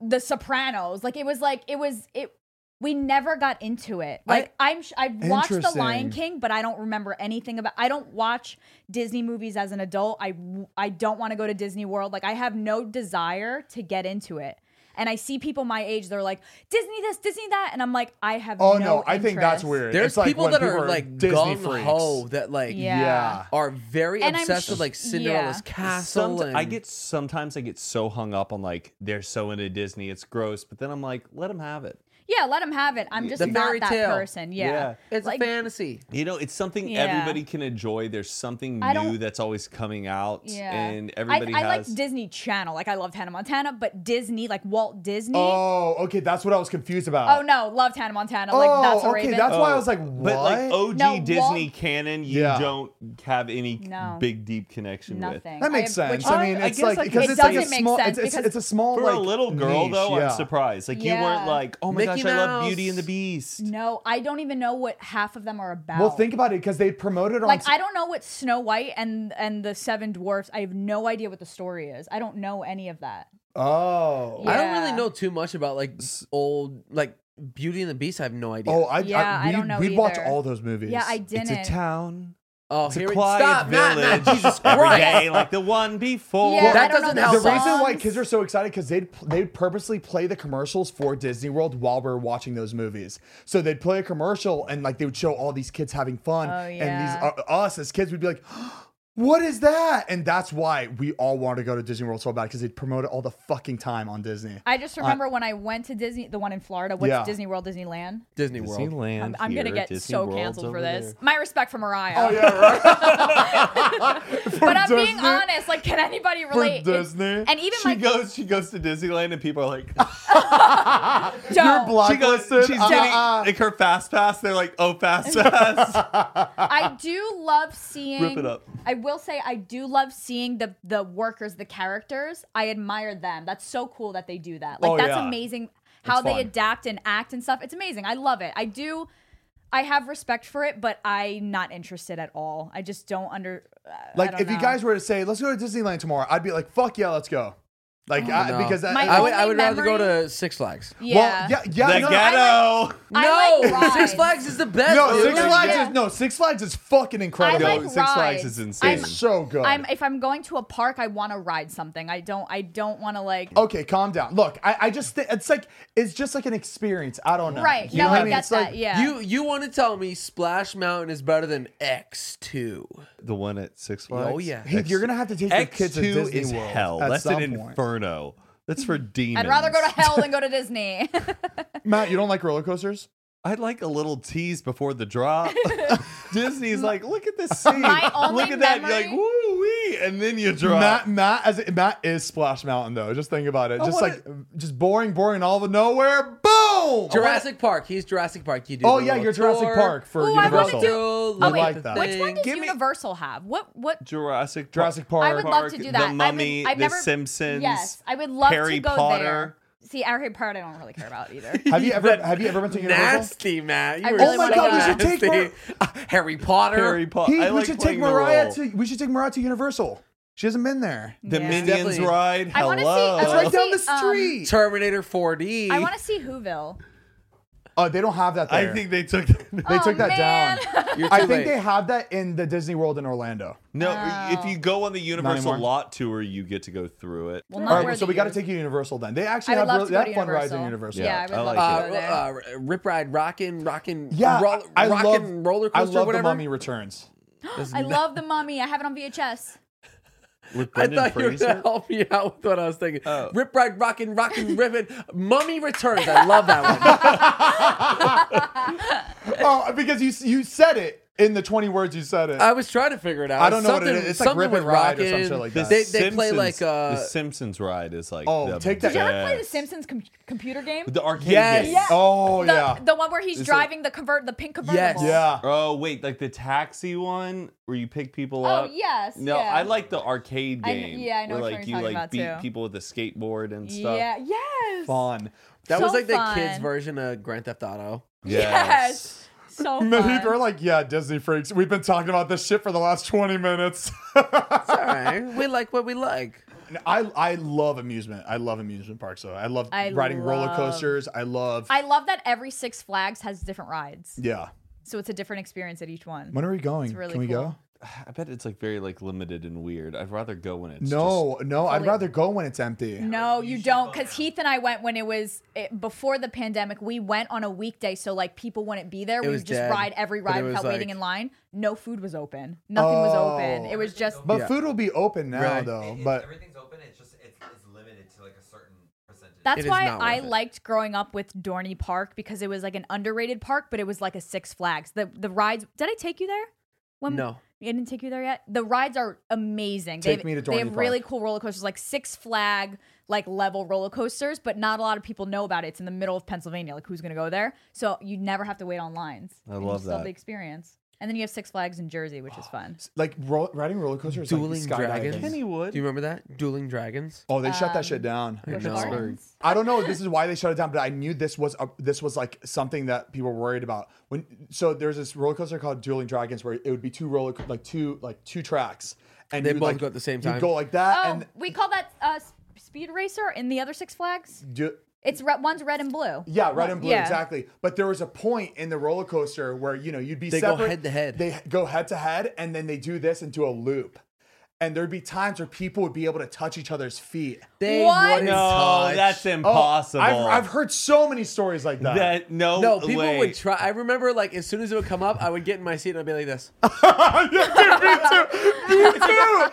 S4: The Sopranos. Like it was like it was it. We never got into it. Like I, am I watched The Lion
S1: Interesting.
S4: King, but I don't remember anything about. I don't watch Disney movies as an adult. I w- I don't want to go to Disney World. Like I have no desire to get into it. and I see people my age, they're like Disney this, Disney that, and I'm like, I have.
S1: Oh,
S4: no,
S1: no, I think that's
S4: interest.
S1: weird.
S3: There's
S1: It's like
S3: people
S1: when
S3: that
S1: people
S3: are,
S1: are
S3: like
S1: Disney
S3: gung ho
S1: freaks.
S3: that like
S4: Yeah.
S1: Yeah.
S3: are very
S4: And I'm
S3: obsessed with
S4: sh-
S3: like Cinderella's
S4: yeah.
S3: castle.
S2: Somet-
S3: and
S2: I get sometimes I get so hung up on like they're so into Disney, it's gross. But then I'm like, let them have it.
S4: Yeah, let them have it. I'm just
S3: The fairy
S4: not that
S3: tale.
S4: person. Yeah,
S2: Yeah.
S3: it's
S4: like-
S3: a fantasy.
S2: You know, it's something
S4: Yeah.
S2: everybody can enjoy. There's something
S4: I
S2: new
S4: don't-
S2: that's always coming out,
S4: Yeah.
S2: and everybody
S4: I, I
S2: has.
S4: like Disney Channel. Like I loved Hannah Montana, but Disney, like Walt Disney. Oh,
S1: Oh, okay, that's what I was confused about.
S4: no, loved Hannah Montana. like that's a
S1: okay,
S4: Raven.
S1: that's why I was like,
S2: Oh, But like
S1: what?
S2: OG
S4: No, Walt-
S2: Disney canon, you
S1: Yeah.
S2: don't have any
S4: No.
S2: big deep connection
S4: Nothing.
S2: with.
S1: that makes
S4: I have-
S1: sense.
S4: which-
S1: I mean,
S2: I- I
S1: it's
S2: guess,
S1: like
S2: like,
S1: because
S4: it
S1: it's like a
S4: doesn't make
S1: small. It's,
S4: sense
S1: it's,
S4: because
S1: it's a small
S2: For
S1: like
S2: a little girl
S1: niche,
S2: though,
S1: yeah.
S2: I'm surprised. Like you
S4: Yeah.
S2: weren't like, oh my
S3: Mickey
S2: gosh, I love
S3: Mouse.
S2: Beauty and the Beast.
S4: No, I don't even know what half of them are about.
S1: Well, think about it because they promoted on.
S4: like I don't know what Snow White and and the Seven Dwarfs. I have no idea what the story is. I don't know any of that.
S1: oh,
S3: I don't really
S4: Yeah.
S3: know too much about like old like Beauty and the Beast. I have no idea.
S1: oh,
S3: Oh,
S1: I,
S4: Yeah,
S1: I,
S4: I
S1: we,
S4: don't know
S1: We'd watch
S4: either.
S1: all those movies.
S4: Yeah, I didn't.
S2: It's a town. It's a
S3: Oh, here we
S2: quiet
S3: stop, Matt,
S2: village.
S3: Matt, Jesus
S2: every
S3: Christ.
S2: day, like the one before.
S4: Yeah,
S3: That
S4: I don't
S3: doesn't
S4: know
S3: help.
S1: The
S4: The
S1: reason why
S4: songs.
S1: kids are so excited because they'd they'd purposely play the commercials for Disney World while we are watching those movies. So they'd play a commercial and like they would show all these kids having fun,
S4: Oh,
S1: and
S4: yeah.
S1: these uh, us as kids would be like. What is that? And that's why we all wanted to go to Disney World so bad because they promote it all the fucking time on Disney.
S4: I just remember when I went to Disney, the one in Florida. What's
S1: Yeah.
S4: Disney World, Disneyland?
S3: Disney World.
S2: Disneyland.
S4: I'm, I'm gonna
S2: here,
S4: get
S2: Disney
S4: so
S2: World's
S4: canceled for
S2: over
S4: this.
S2: there.
S4: My respect for Mariah.
S1: For
S4: but I'm being
S1: Disney?
S4: honest. Like, can anybody
S1: For
S4: relate? It's-
S1: Disney,
S4: And even
S2: she
S4: my
S2: goes, she goes to Disneyland, and people are like,
S4: don't.
S2: she goes,
S1: Blacklisted?
S2: she's
S1: Uh,
S2: getting
S1: uh,
S2: like her fast pass. They're like, oh, fast pass.
S4: I do love seeing.
S2: Rip it up.
S4: I will say I do love seeing the the workers, the characters. I admire them. That's so cool that they do that. Like
S1: Oh,
S4: that's
S1: yeah.
S4: amazing how
S1: It's
S4: they
S1: fun.
S4: adapt and act and stuff. It's amazing. I love it. I do. I have respect for it, but I'm not interested at all. I just don't under. uh, I
S1: like
S4: don't
S1: if you
S4: know.
S1: guys were to say, "Let's go to Disneyland tomorrow," I'd be like, "Fuck yeah, let's go!" Like I,
S3: No.
S1: because
S4: My
S3: I would, I
S4: only
S3: would rather go
S4: memory-
S3: to Six Flags.
S4: yeah,
S1: well, yeah, yeah,
S2: the
S1: no, no,
S2: ghetto.
S4: I like rides.
S3: Six Flags is the best.
S1: No,
S3: dude.
S1: Six Flags
S4: Yeah.
S1: is no Six Flags is fucking
S4: I
S1: incredible.
S4: like
S2: Six
S4: rides.
S2: Flags is insane.
S4: I'm-
S1: it's so good.
S4: I'm, if I'm going to a park, I want to ride something. I don't. I don't want to like.
S1: okay, calm down. Look, I, I just think it's like it's just like an experience. I don't know.
S4: right.
S1: You
S4: no,
S1: know what
S4: I,
S1: mean?
S4: get
S1: It's
S4: that.
S1: like-
S4: yeah.
S3: You you want to tell me Splash Mountain is better than X two?
S1: Oh,
S2: The one at Six Flags.
S3: Oh, yeah.
S1: Hey, you're gonna have to take your kids to
S2: X2
S1: Disney
S2: is
S1: World
S2: hell.
S1: at
S2: That's
S1: some
S2: an
S1: point.
S2: inferno. That's for demons.
S4: I'd rather go to hell than go to Disney.
S1: Matt, you don't like roller coasters?
S2: I'd like a little tease before the drop. Disney's like, look at this scene.
S4: My only
S2: look at that. You're like,
S4: memory-
S2: woo wee. And then you drop.
S1: Matt, Matt, as Matt is Splash Mountain though. Just think about it. just
S2: wanna-
S1: like just boring, boring, all of nowhere. Boom.
S3: Jurassic Park. He's Jurassic Park. You do.
S1: Oh
S3: the
S1: yeah,
S3: little
S1: you're Jurassic
S3: tour.
S1: Park for
S4: Ooh, Oh, I wanna
S1: Universal.
S4: do-
S3: Still
S1: I
S3: look
S1: like
S3: at
S1: that.
S3: the
S4: Which one
S3: thing.
S4: does Universal have? What what?
S2: Jurassic
S1: Jurassic
S2: Par-
S1: Park.
S4: I would love to do that.
S2: The
S4: I
S2: Mummy,
S4: would, I've
S2: The
S4: never,
S2: Simpsons,
S4: Yes, I would love
S2: Harry
S4: to go
S2: Potter.
S4: there. See, Harry Potter, I don't really care about either.
S1: Have you ever have you ever been to Universal? Oh
S3: Nasty, Matt. You
S4: I
S3: were
S4: really
S3: so
S4: wanna go.
S3: nasty.
S1: We should take
S3: Harry Potter.
S2: Harry Potter.
S1: He-
S2: Oh, I
S1: we
S2: like
S1: should take
S2: playing the
S1: Mariah
S2: role.
S1: to we should take Mariah to Universal. She hasn't been there.
S2: the
S4: Yeah.
S2: Minions
S3: Definitely.
S2: ride.
S4: I
S2: Hello.
S4: wanna see- I
S1: It's
S4: wanna
S1: right down the
S4: see, um,
S1: street.
S3: Terminator 4D.
S4: I want to see Whoville.
S1: Oh, they don't have that
S2: I
S1: there.
S2: think they took.
S1: they took that
S4: Oh, man.
S1: down.
S3: You're too
S1: I think
S3: late.
S1: they have that in the Disney World in Orlando.
S2: no, if you go on the Universal
S1: anymore.
S2: lot tour, you get to go through it.
S4: Well,
S1: All
S4: not
S1: right,
S4: where
S1: so
S4: the
S1: we got to
S4: youth-
S1: take you to Universal then. They
S4: I
S1: actually
S4: would
S1: have,
S4: love
S1: real-
S4: to
S1: they
S4: go
S1: have
S4: to
S1: fun rides in Universal.
S4: Universal. Yeah, I would
S2: I
S4: love
S2: like
S4: to
S3: uh,
S4: go there.
S3: uh, Rip Ride Rockin', Rockin',
S1: Yeah,
S3: roll,
S1: I
S3: Rockin'
S1: love
S3: Roller
S1: I
S3: Coaster,
S1: love
S3: whatever.
S1: the Mummy Returns.
S4: I love the Mummy. I have it on VHS.
S2: With
S3: I
S2: Brendan
S3: thought you were going to
S2: Fraser.
S3: help me out with what I was thinking.
S1: Oh.
S3: Rip Ride Rockin', Rockin', Ribbon, Mummy Returns. I love that one.
S1: oh, because you you said it in the twenty words you said
S4: Uh,
S1: it.
S3: I was trying to figure it out.
S1: I don't know what it
S3: Something-
S1: is. It's like
S3: something
S1: Rip
S3: with
S1: and Ride or
S3: Rockin'.
S1: some shit like
S2: The
S1: that.
S3: They, they play
S2: Simpsons-
S3: like uh,
S2: the Simpsons ride is like.
S1: Oh,
S2: the
S1: take that-
S4: Did you ever play the
S2: best.
S4: Simpsons com- computer game?
S2: The arcade
S3: Yes.
S2: game.
S3: Yeah.
S1: oh
S4: The,
S1: yeah,
S4: the one where he's
S2: It's
S4: driving the convert the pink convertible.
S1: yeah.
S2: Oh wait, like the taxi one where you pick people
S4: Oh,
S2: up.
S4: yes,
S2: No,
S4: yeah.
S2: I like the arcade
S4: I kn-
S2: game.
S4: yeah, I know
S2: where
S4: which
S2: like
S4: one
S2: you
S4: you're talking
S2: like
S4: about,
S2: beat
S4: too.
S2: people with a skateboard and stuff.
S4: Yeah. Yes.
S1: fun.
S3: that
S4: So
S3: was like the kids
S4: fun.
S3: version of Grand Theft Auto.
S4: Yes. So
S1: Many
S4: fun.
S1: people are like, yeah, Disney freaks. We've been talking about this shit for the last 20 minutes.
S3: It's all right. we like what we like.
S1: I, I love amusement. I love amusement parks. though. I love
S4: I
S1: riding roller
S4: love-
S1: coasters. I love.
S4: I love that every Six Flags has different rides,
S1: yeah.
S4: so it's a different experience at each one.
S1: When are we going?
S4: really
S1: Can we
S4: cool.
S1: go?
S2: I bet it's like very like limited and weird. I'd rather go when it's
S1: no, no, I'd
S4: Fully-
S1: rather go when it's empty.
S3: Oh,
S4: No, you don't, because Heath and I went when it was it, before the pandemic. We went on a weekday, so like people wouldn't be there. we
S3: It was
S4: would just
S3: dead,
S4: ride every
S3: but it
S4: ride
S3: was
S4: without waiting
S3: like-
S4: in line. No food was open. Nothing was open.
S1: Oh.
S4: It was just
S1: But
S3: Yeah.
S1: food will be open now
S3: Right.
S1: though.
S5: It- it-
S1: Oh, but
S5: everything's open. It's just it's, it's limited to like a certain percentage.
S4: That's
S3: It is
S4: why
S3: not worth
S4: I
S3: it.
S4: liked growing up with Dorney Park because it was like an underrated park, but it was like a Six Flags. The the rides. Did I take you there? When
S3: No.
S4: I didn't take you there yet. The rides are amazing.
S1: Take
S4: They've-
S1: me to
S4: They have
S1: Dorney
S4: really
S1: Park.
S4: cool roller coasters, like Six Flag like level roller coasters, but not a lot of people know about it. It's in the middle of Pennsylvania. Like who's gonna go there? So you never have to wait on lines.
S2: I
S4: And you
S2: love
S4: still have
S2: that.
S4: the experience. And then you have Six Flags in Jersey, which is
S1: Oh,
S4: fun.
S1: like ro- riding roller coasters,
S3: Dueling
S1: like skydiving.
S3: Dragons.
S2: Kennywood.
S3: Do you remember that? Dueling Dragons.
S1: Oh, they shut that shit down.
S4: Busch
S3: know.
S4: Gardens.
S1: I don't know. if This is why they shut it down, but I knew this was a, this was like something that people were worried about. When so there's this roller coaster called Dueling Dragons where it would be two roller co- like two like two tracks, and
S3: They
S1: you'd,
S3: both
S1: like,
S3: go at the same
S1: you'd
S3: time.
S1: go like that,
S4: Oh,
S1: and
S4: we call that uh, s- Speed Racer in the other Six Flags.
S1: do,
S4: It's re- one's red and blue.
S1: yeah, red and blue
S4: Yeah.
S1: exactly. But there was a point in the roller coaster where you know you'd be
S3: They go
S1: separate.
S3: head to head.
S1: They h- go head to head, and then they do this and do a loop. And there'd be times where people would be able to touch each other's feet.
S3: They
S4: What?
S3: wouldn't
S2: No,
S3: touch.
S2: that's
S1: Oh,
S2: impossible.
S1: I've, I've heard so many stories like that.
S2: that. No,
S3: No, people
S2: way.
S3: would try. I remember, like, as soon as it would come up, I would get in my seat and I'd be like this.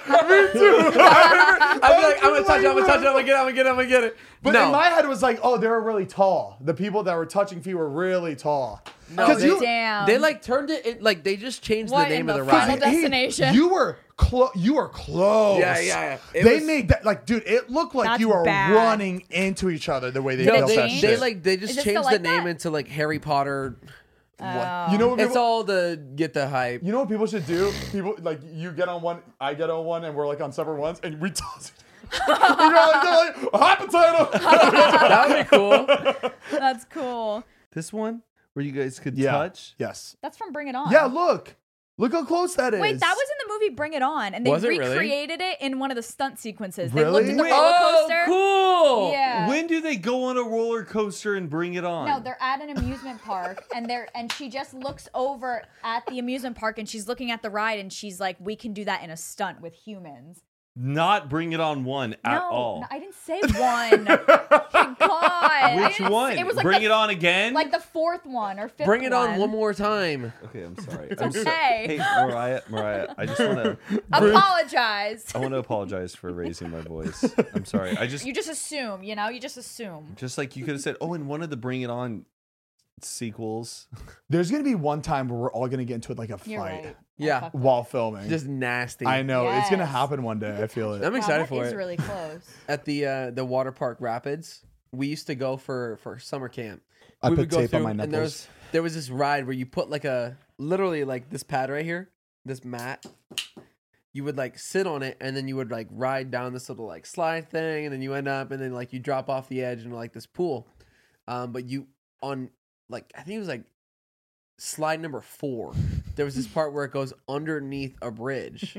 S3: I'd be like, I'm gonna touch it, I'm gonna touch it, I'm gonna get it, I'm gonna get it, I'm gonna get it.
S1: But
S3: no,
S1: in my head, it was like, oh, they were really tall. The people that were touching feet were really tall. Because
S3: they-
S1: you,
S4: Oh, Damn.
S3: they like turned it. it like they just changed
S4: What
S3: the
S4: in
S3: name of the
S4: the fuck?
S3: ride.
S4: Well, destination.
S1: you were close. You were close.
S3: Yeah, yeah, yeah. It
S1: They
S3: was-
S1: made that like, dude. It looked like
S4: That's
S1: you were
S4: bad.
S1: running into each other the way they
S3: No,
S1: built that
S3: they,
S4: change?
S3: they
S1: shit.
S3: like they
S4: Is
S3: just
S4: it still
S3: changed
S4: like
S3: the name
S4: that?
S3: into like Harry Potter.
S4: Oh.
S3: What?
S1: you know what
S3: It's
S1: people,
S3: all the get the hype.
S1: you know what people should do. People like you get on one, I get on one, and we're like on separate ones, and we toss. We're like, they're like, hot potato.
S3: That would be cool.
S4: That's cool.
S2: this one where you guys could
S1: Yeah.
S2: touch.
S1: yes.
S4: That's from Bring It On.
S1: Yeah. Look. Look how close that is.
S4: Wait, that was in the movie Bring It On, and they
S3: Was it really?
S4: recreated it in one of the stunt sequences. They
S1: Really?
S4: looked at the
S1: Wait,
S4: roller coaster.
S3: Oh, cool.
S4: Yeah.
S2: When do they go on a roller coaster and bring it on?
S4: no, they're at an amusement park, and they're and she just looks over at the amusement park, and she's looking at the ride, and she's like, "We can do that in a stunt with humans."
S2: not bring it on one at
S4: no,
S2: all.
S4: no, I didn't say one. Thank God. I
S2: Which
S4: didn't-
S2: one?
S4: It was like
S2: bring
S4: the,
S2: it on again.
S4: like the fourth one or fifth.
S3: Bring it on one
S4: one
S3: more time.
S4: Oh,
S2: okay, I'm sorry. I'm so-
S4: okay.
S2: hey, Mariah, Mariah, I just wanna,
S4: Apologize.
S2: I want to apologize for raising my voice. I'm sorry. I just,
S4: You just assume, you know. You just assume.
S2: just like you could have said, oh, in one of the Bring It On sequels,
S1: There's gonna be one time where we're all gonna get into like a fight
S4: You're right.
S3: Yeah.
S4: Fuck
S1: while filming.
S3: Just nasty.
S1: I know it's gonna
S4: Yes.
S1: happen one day. I feel it.
S3: I'm
S4: Wow,
S3: excited
S4: that
S3: for
S4: is
S3: it.
S4: really close.
S3: At the uh, the water park rapids, we used to go for for summer camp.
S1: I
S3: we
S1: put
S3: would go
S1: tape on
S3: through,
S1: my
S3: and there
S1: nipples.
S3: was there was this ride where you put like a literally like this pad right here, this mat. You would like sit on it, and then you would like ride down this little like slide thing, and then you end up, and then like you drop off the edge into like this pool. Um, but you on like I think it was like slide number four. There was this part where it goes underneath a bridge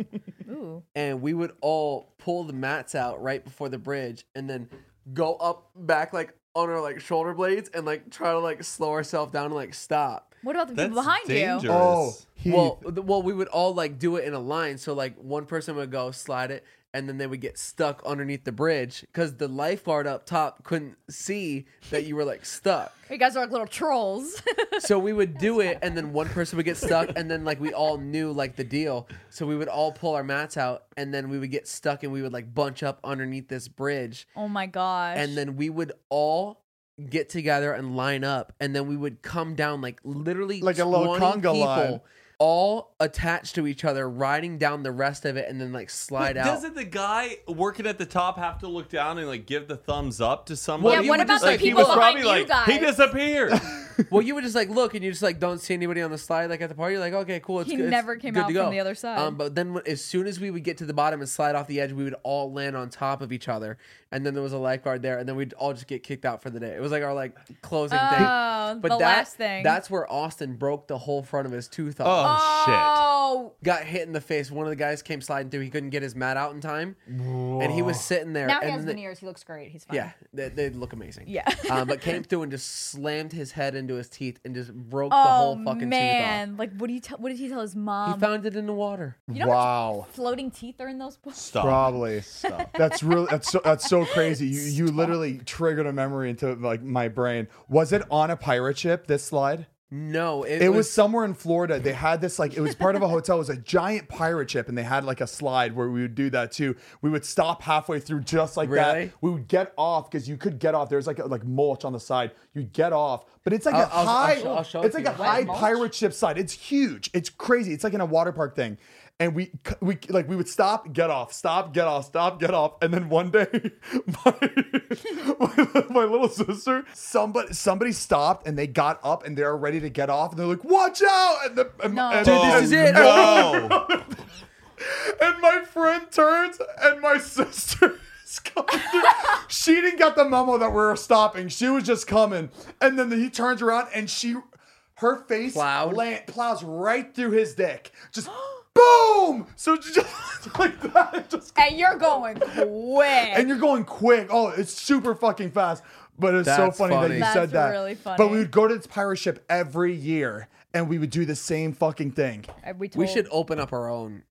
S4: Ooh.
S3: and we would all pull the mats out right before the bridge and then go up back like on our like shoulder blades and like try to like slow ourselves down and like stop.
S4: What about the
S2: that's
S4: people behind
S2: dangerous.
S4: you?
S1: Oh, Heath.
S3: Well, th- well, we would all like do it in a line. So like one person would go slide it, and then they would get stuck underneath the bridge because the lifeguard up top couldn't see that you were like stuck.
S4: You guys are like little trolls.
S3: So we would do it, and then one person would get stuck, and then like we all knew like the deal. So we would all pull our mats out, and then we would get stuck, and we would like bunch up underneath this bridge,
S4: oh my gosh.
S3: and then we would all get together and line up, and then we would come down like literally
S1: Like a little
S3: 20
S1: conga
S3: people,
S1: line.
S3: all attached to each other, riding down the rest of it, and then like slide out.
S2: doesn't the guy working at the top have to look down and like give the thumbs up to
S3: Well,
S2: somebody?
S3: Yeah,
S4: yeah,
S3: you
S4: what
S3: would
S4: about
S3: just,
S4: the
S3: like, he
S4: people
S3: was
S4: behind you
S2: like,
S4: guys?
S2: he disappeared.
S3: Well, you would just like look and you just like don't see anybody on the slide like at the party. You're like, okay, cool. It's
S4: He
S3: good. it's
S4: never came
S3: good
S4: out
S3: to
S4: from
S3: go.
S4: the other side.
S3: Um, but then when- as soon as we would get to the bottom and slide off the edge, we would all land on top of each other. And then there was a lifeguard there, and then we'd all just get kicked out for the day. It was like our like closing
S4: Oh,
S3: thing.
S4: the last thing.
S3: That's where Austin broke the whole front of his tooth off.
S2: oh shit.
S4: Oh,
S3: Got hit in the face. One of the guys came sliding through. He couldn't get his mat out in time, and he was sitting there.
S4: now
S3: and
S4: he has
S3: then-
S4: veneers. He looks great. He's fine.
S3: yeah, they, they look amazing. Uh,
S4: Yeah.
S3: um, but came through and just slammed his head into his teeth and just broke
S4: oh
S3: the whole fucking
S4: man, like what do you tell? What did he tell his
S3: tooth
S4: mom?
S3: off. He found it in the water.
S4: You know how much floating teeth are in those books.
S1: Probably. That's really that's so that's so crazy. You you literally triggered a memory into like my brain. Was it on a pirate ship? This slide.
S3: No, it,
S1: It, was, somewhere in Florida. They had this like it was part of a hotel. It was a giant pirate ship, and they had like a slide where we would do that too. We would stop halfway through just like
S3: Really?
S1: that. We would get off because you could get off. There's like a, like mulch on the side. You'd get off, but it's like
S3: I'll-
S1: a
S3: I'll- I'll
S1: high.
S3: show- I'll show it
S1: it's
S3: to
S1: like a
S3: you. Wet
S1: high
S3: mulch?
S1: pirate ship slide. It's huge. It's crazy. It's like in a water park thing. And we c- we like we would stop, get off, stop, get off, stop, get off, and then one day my, my little sister, somebody somebody stopped and they got up and they're ready to get off and they're like, watch out! And the and,
S4: No.
S1: and-
S4: Dude,
S2: Oh,
S3: this is it.
S2: No.
S1: and my friend turns and my sister is coming. through. she didn't get the memo that we were stopping. She was just coming. And then he turns around and she her face
S3: Plowed?
S1: la- plows right through his dick. Just boom! So just like that. Just
S4: And you're going quick.
S1: and you're going quick. Oh, it's super fucking fast. But it's so
S3: That's
S1: funny,
S3: funny.
S1: that you
S4: That's
S1: said that.
S4: really funny.
S1: But we would go to this pirate ship every year and we would do the same fucking thing.
S4: And we,
S3: We
S4: told-
S3: should open up our own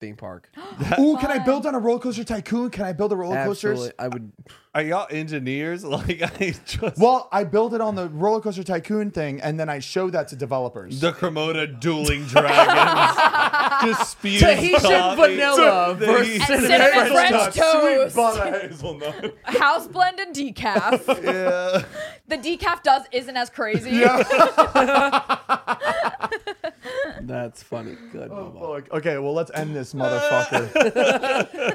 S3: theme park.
S1: Ooh, can I build on a roller coaster tycoon? Can I build a roller coaster?
S3: Absolutely, I would.
S2: Are y'all engineers? Like I just
S1: Well, I built it on the roller coaster tycoon thing and then I showed that to developers.
S2: the Cremona dueling dragons. just spewing
S3: Tahitian
S2: coffee.
S3: vanilla versus
S2: Tahitian
S4: And cinnamon French
S2: nuts.
S4: toast.
S2: Sweet butter hazelnut.
S4: house blend and decaf. The decaf does isn't as crazy.
S3: That's funny. Good. Bubba.
S1: Fuck. Okay, well, let's end this motherfucker.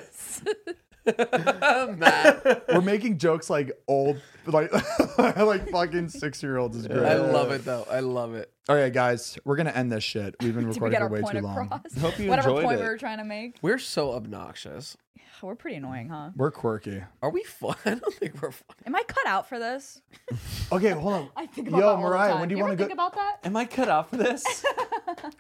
S1: We're making jokes like old, like like fucking six year olds is great.
S3: I love it though. I love it.
S1: All right, guys, we're gonna end this shit. We've been
S4: Did we
S1: recording
S4: get
S1: for
S4: our
S1: way
S4: point
S1: too long.
S4: across?
S2: Hope you
S4: Whatever
S2: enjoyed
S4: point
S2: it.
S4: we were trying to make. Oh,
S3: We're so obnoxious.
S4: We're pretty annoying, huh?
S1: We're quirky.
S3: Are we fun? I don't think we're fun.
S4: Am I cut out for this?
S1: Okay, hold on.
S4: I think about
S1: Yo,
S4: that all the
S1: Mariah,
S4: time.
S1: when do you
S4: ever
S1: want to go?
S4: think about that?
S2: Am I cut out for this?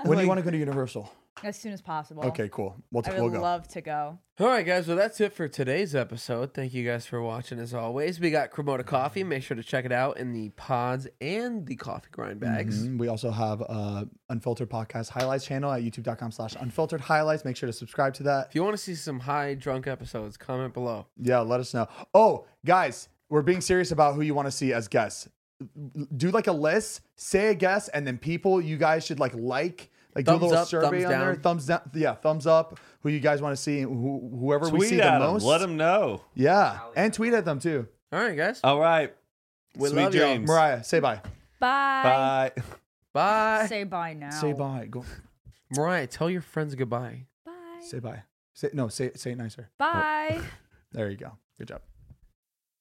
S1: when do you want to go to Universal?
S4: As soon as possible.
S1: Okay, cool. We'll,
S4: I
S1: we'll
S4: would
S1: go.
S4: love to go.
S3: All right, guys. Well, that's it for today's episode. Thank you guys for watching. As always, we got Cremota Coffee. Make sure to check it out in the pods and the coffee grind bags.
S1: Mhm. We also have uh, Unfiltered Podcast Highlights channel at youtube.com slash unfiltered highlights. Make sure to subscribe to that.
S3: If you want to see some high drunk episodes, comment below.
S1: Yeah, let us know. Oh, guys, we're being serious about who you want to see as guests. Do like a list, say a guess, and then people you guys should like like. Like
S3: Thumbs
S1: do a little
S3: up,
S1: survey
S3: thumbs
S1: on there,
S3: down.
S1: thumbs down, yeah, thumbs up. Who you guys want to see? and Who, whoever we
S2: Tweet
S1: see
S2: at
S1: the
S2: them.
S1: most,
S2: Let them know.
S1: yeah, and tweet at them too.
S3: All right, guys.
S2: All right.
S3: We
S2: Sweet
S3: love y'all.
S2: dreams.
S1: Mariah, say bye.
S4: Bye.
S2: Bye.
S3: Bye.
S4: Say bye now.
S1: Say bye. Go.
S3: Mariah, tell your friends goodbye.
S4: Bye.
S1: Say bye. Say no. Say say it nicer.
S4: Bye.
S1: There you go. Good job.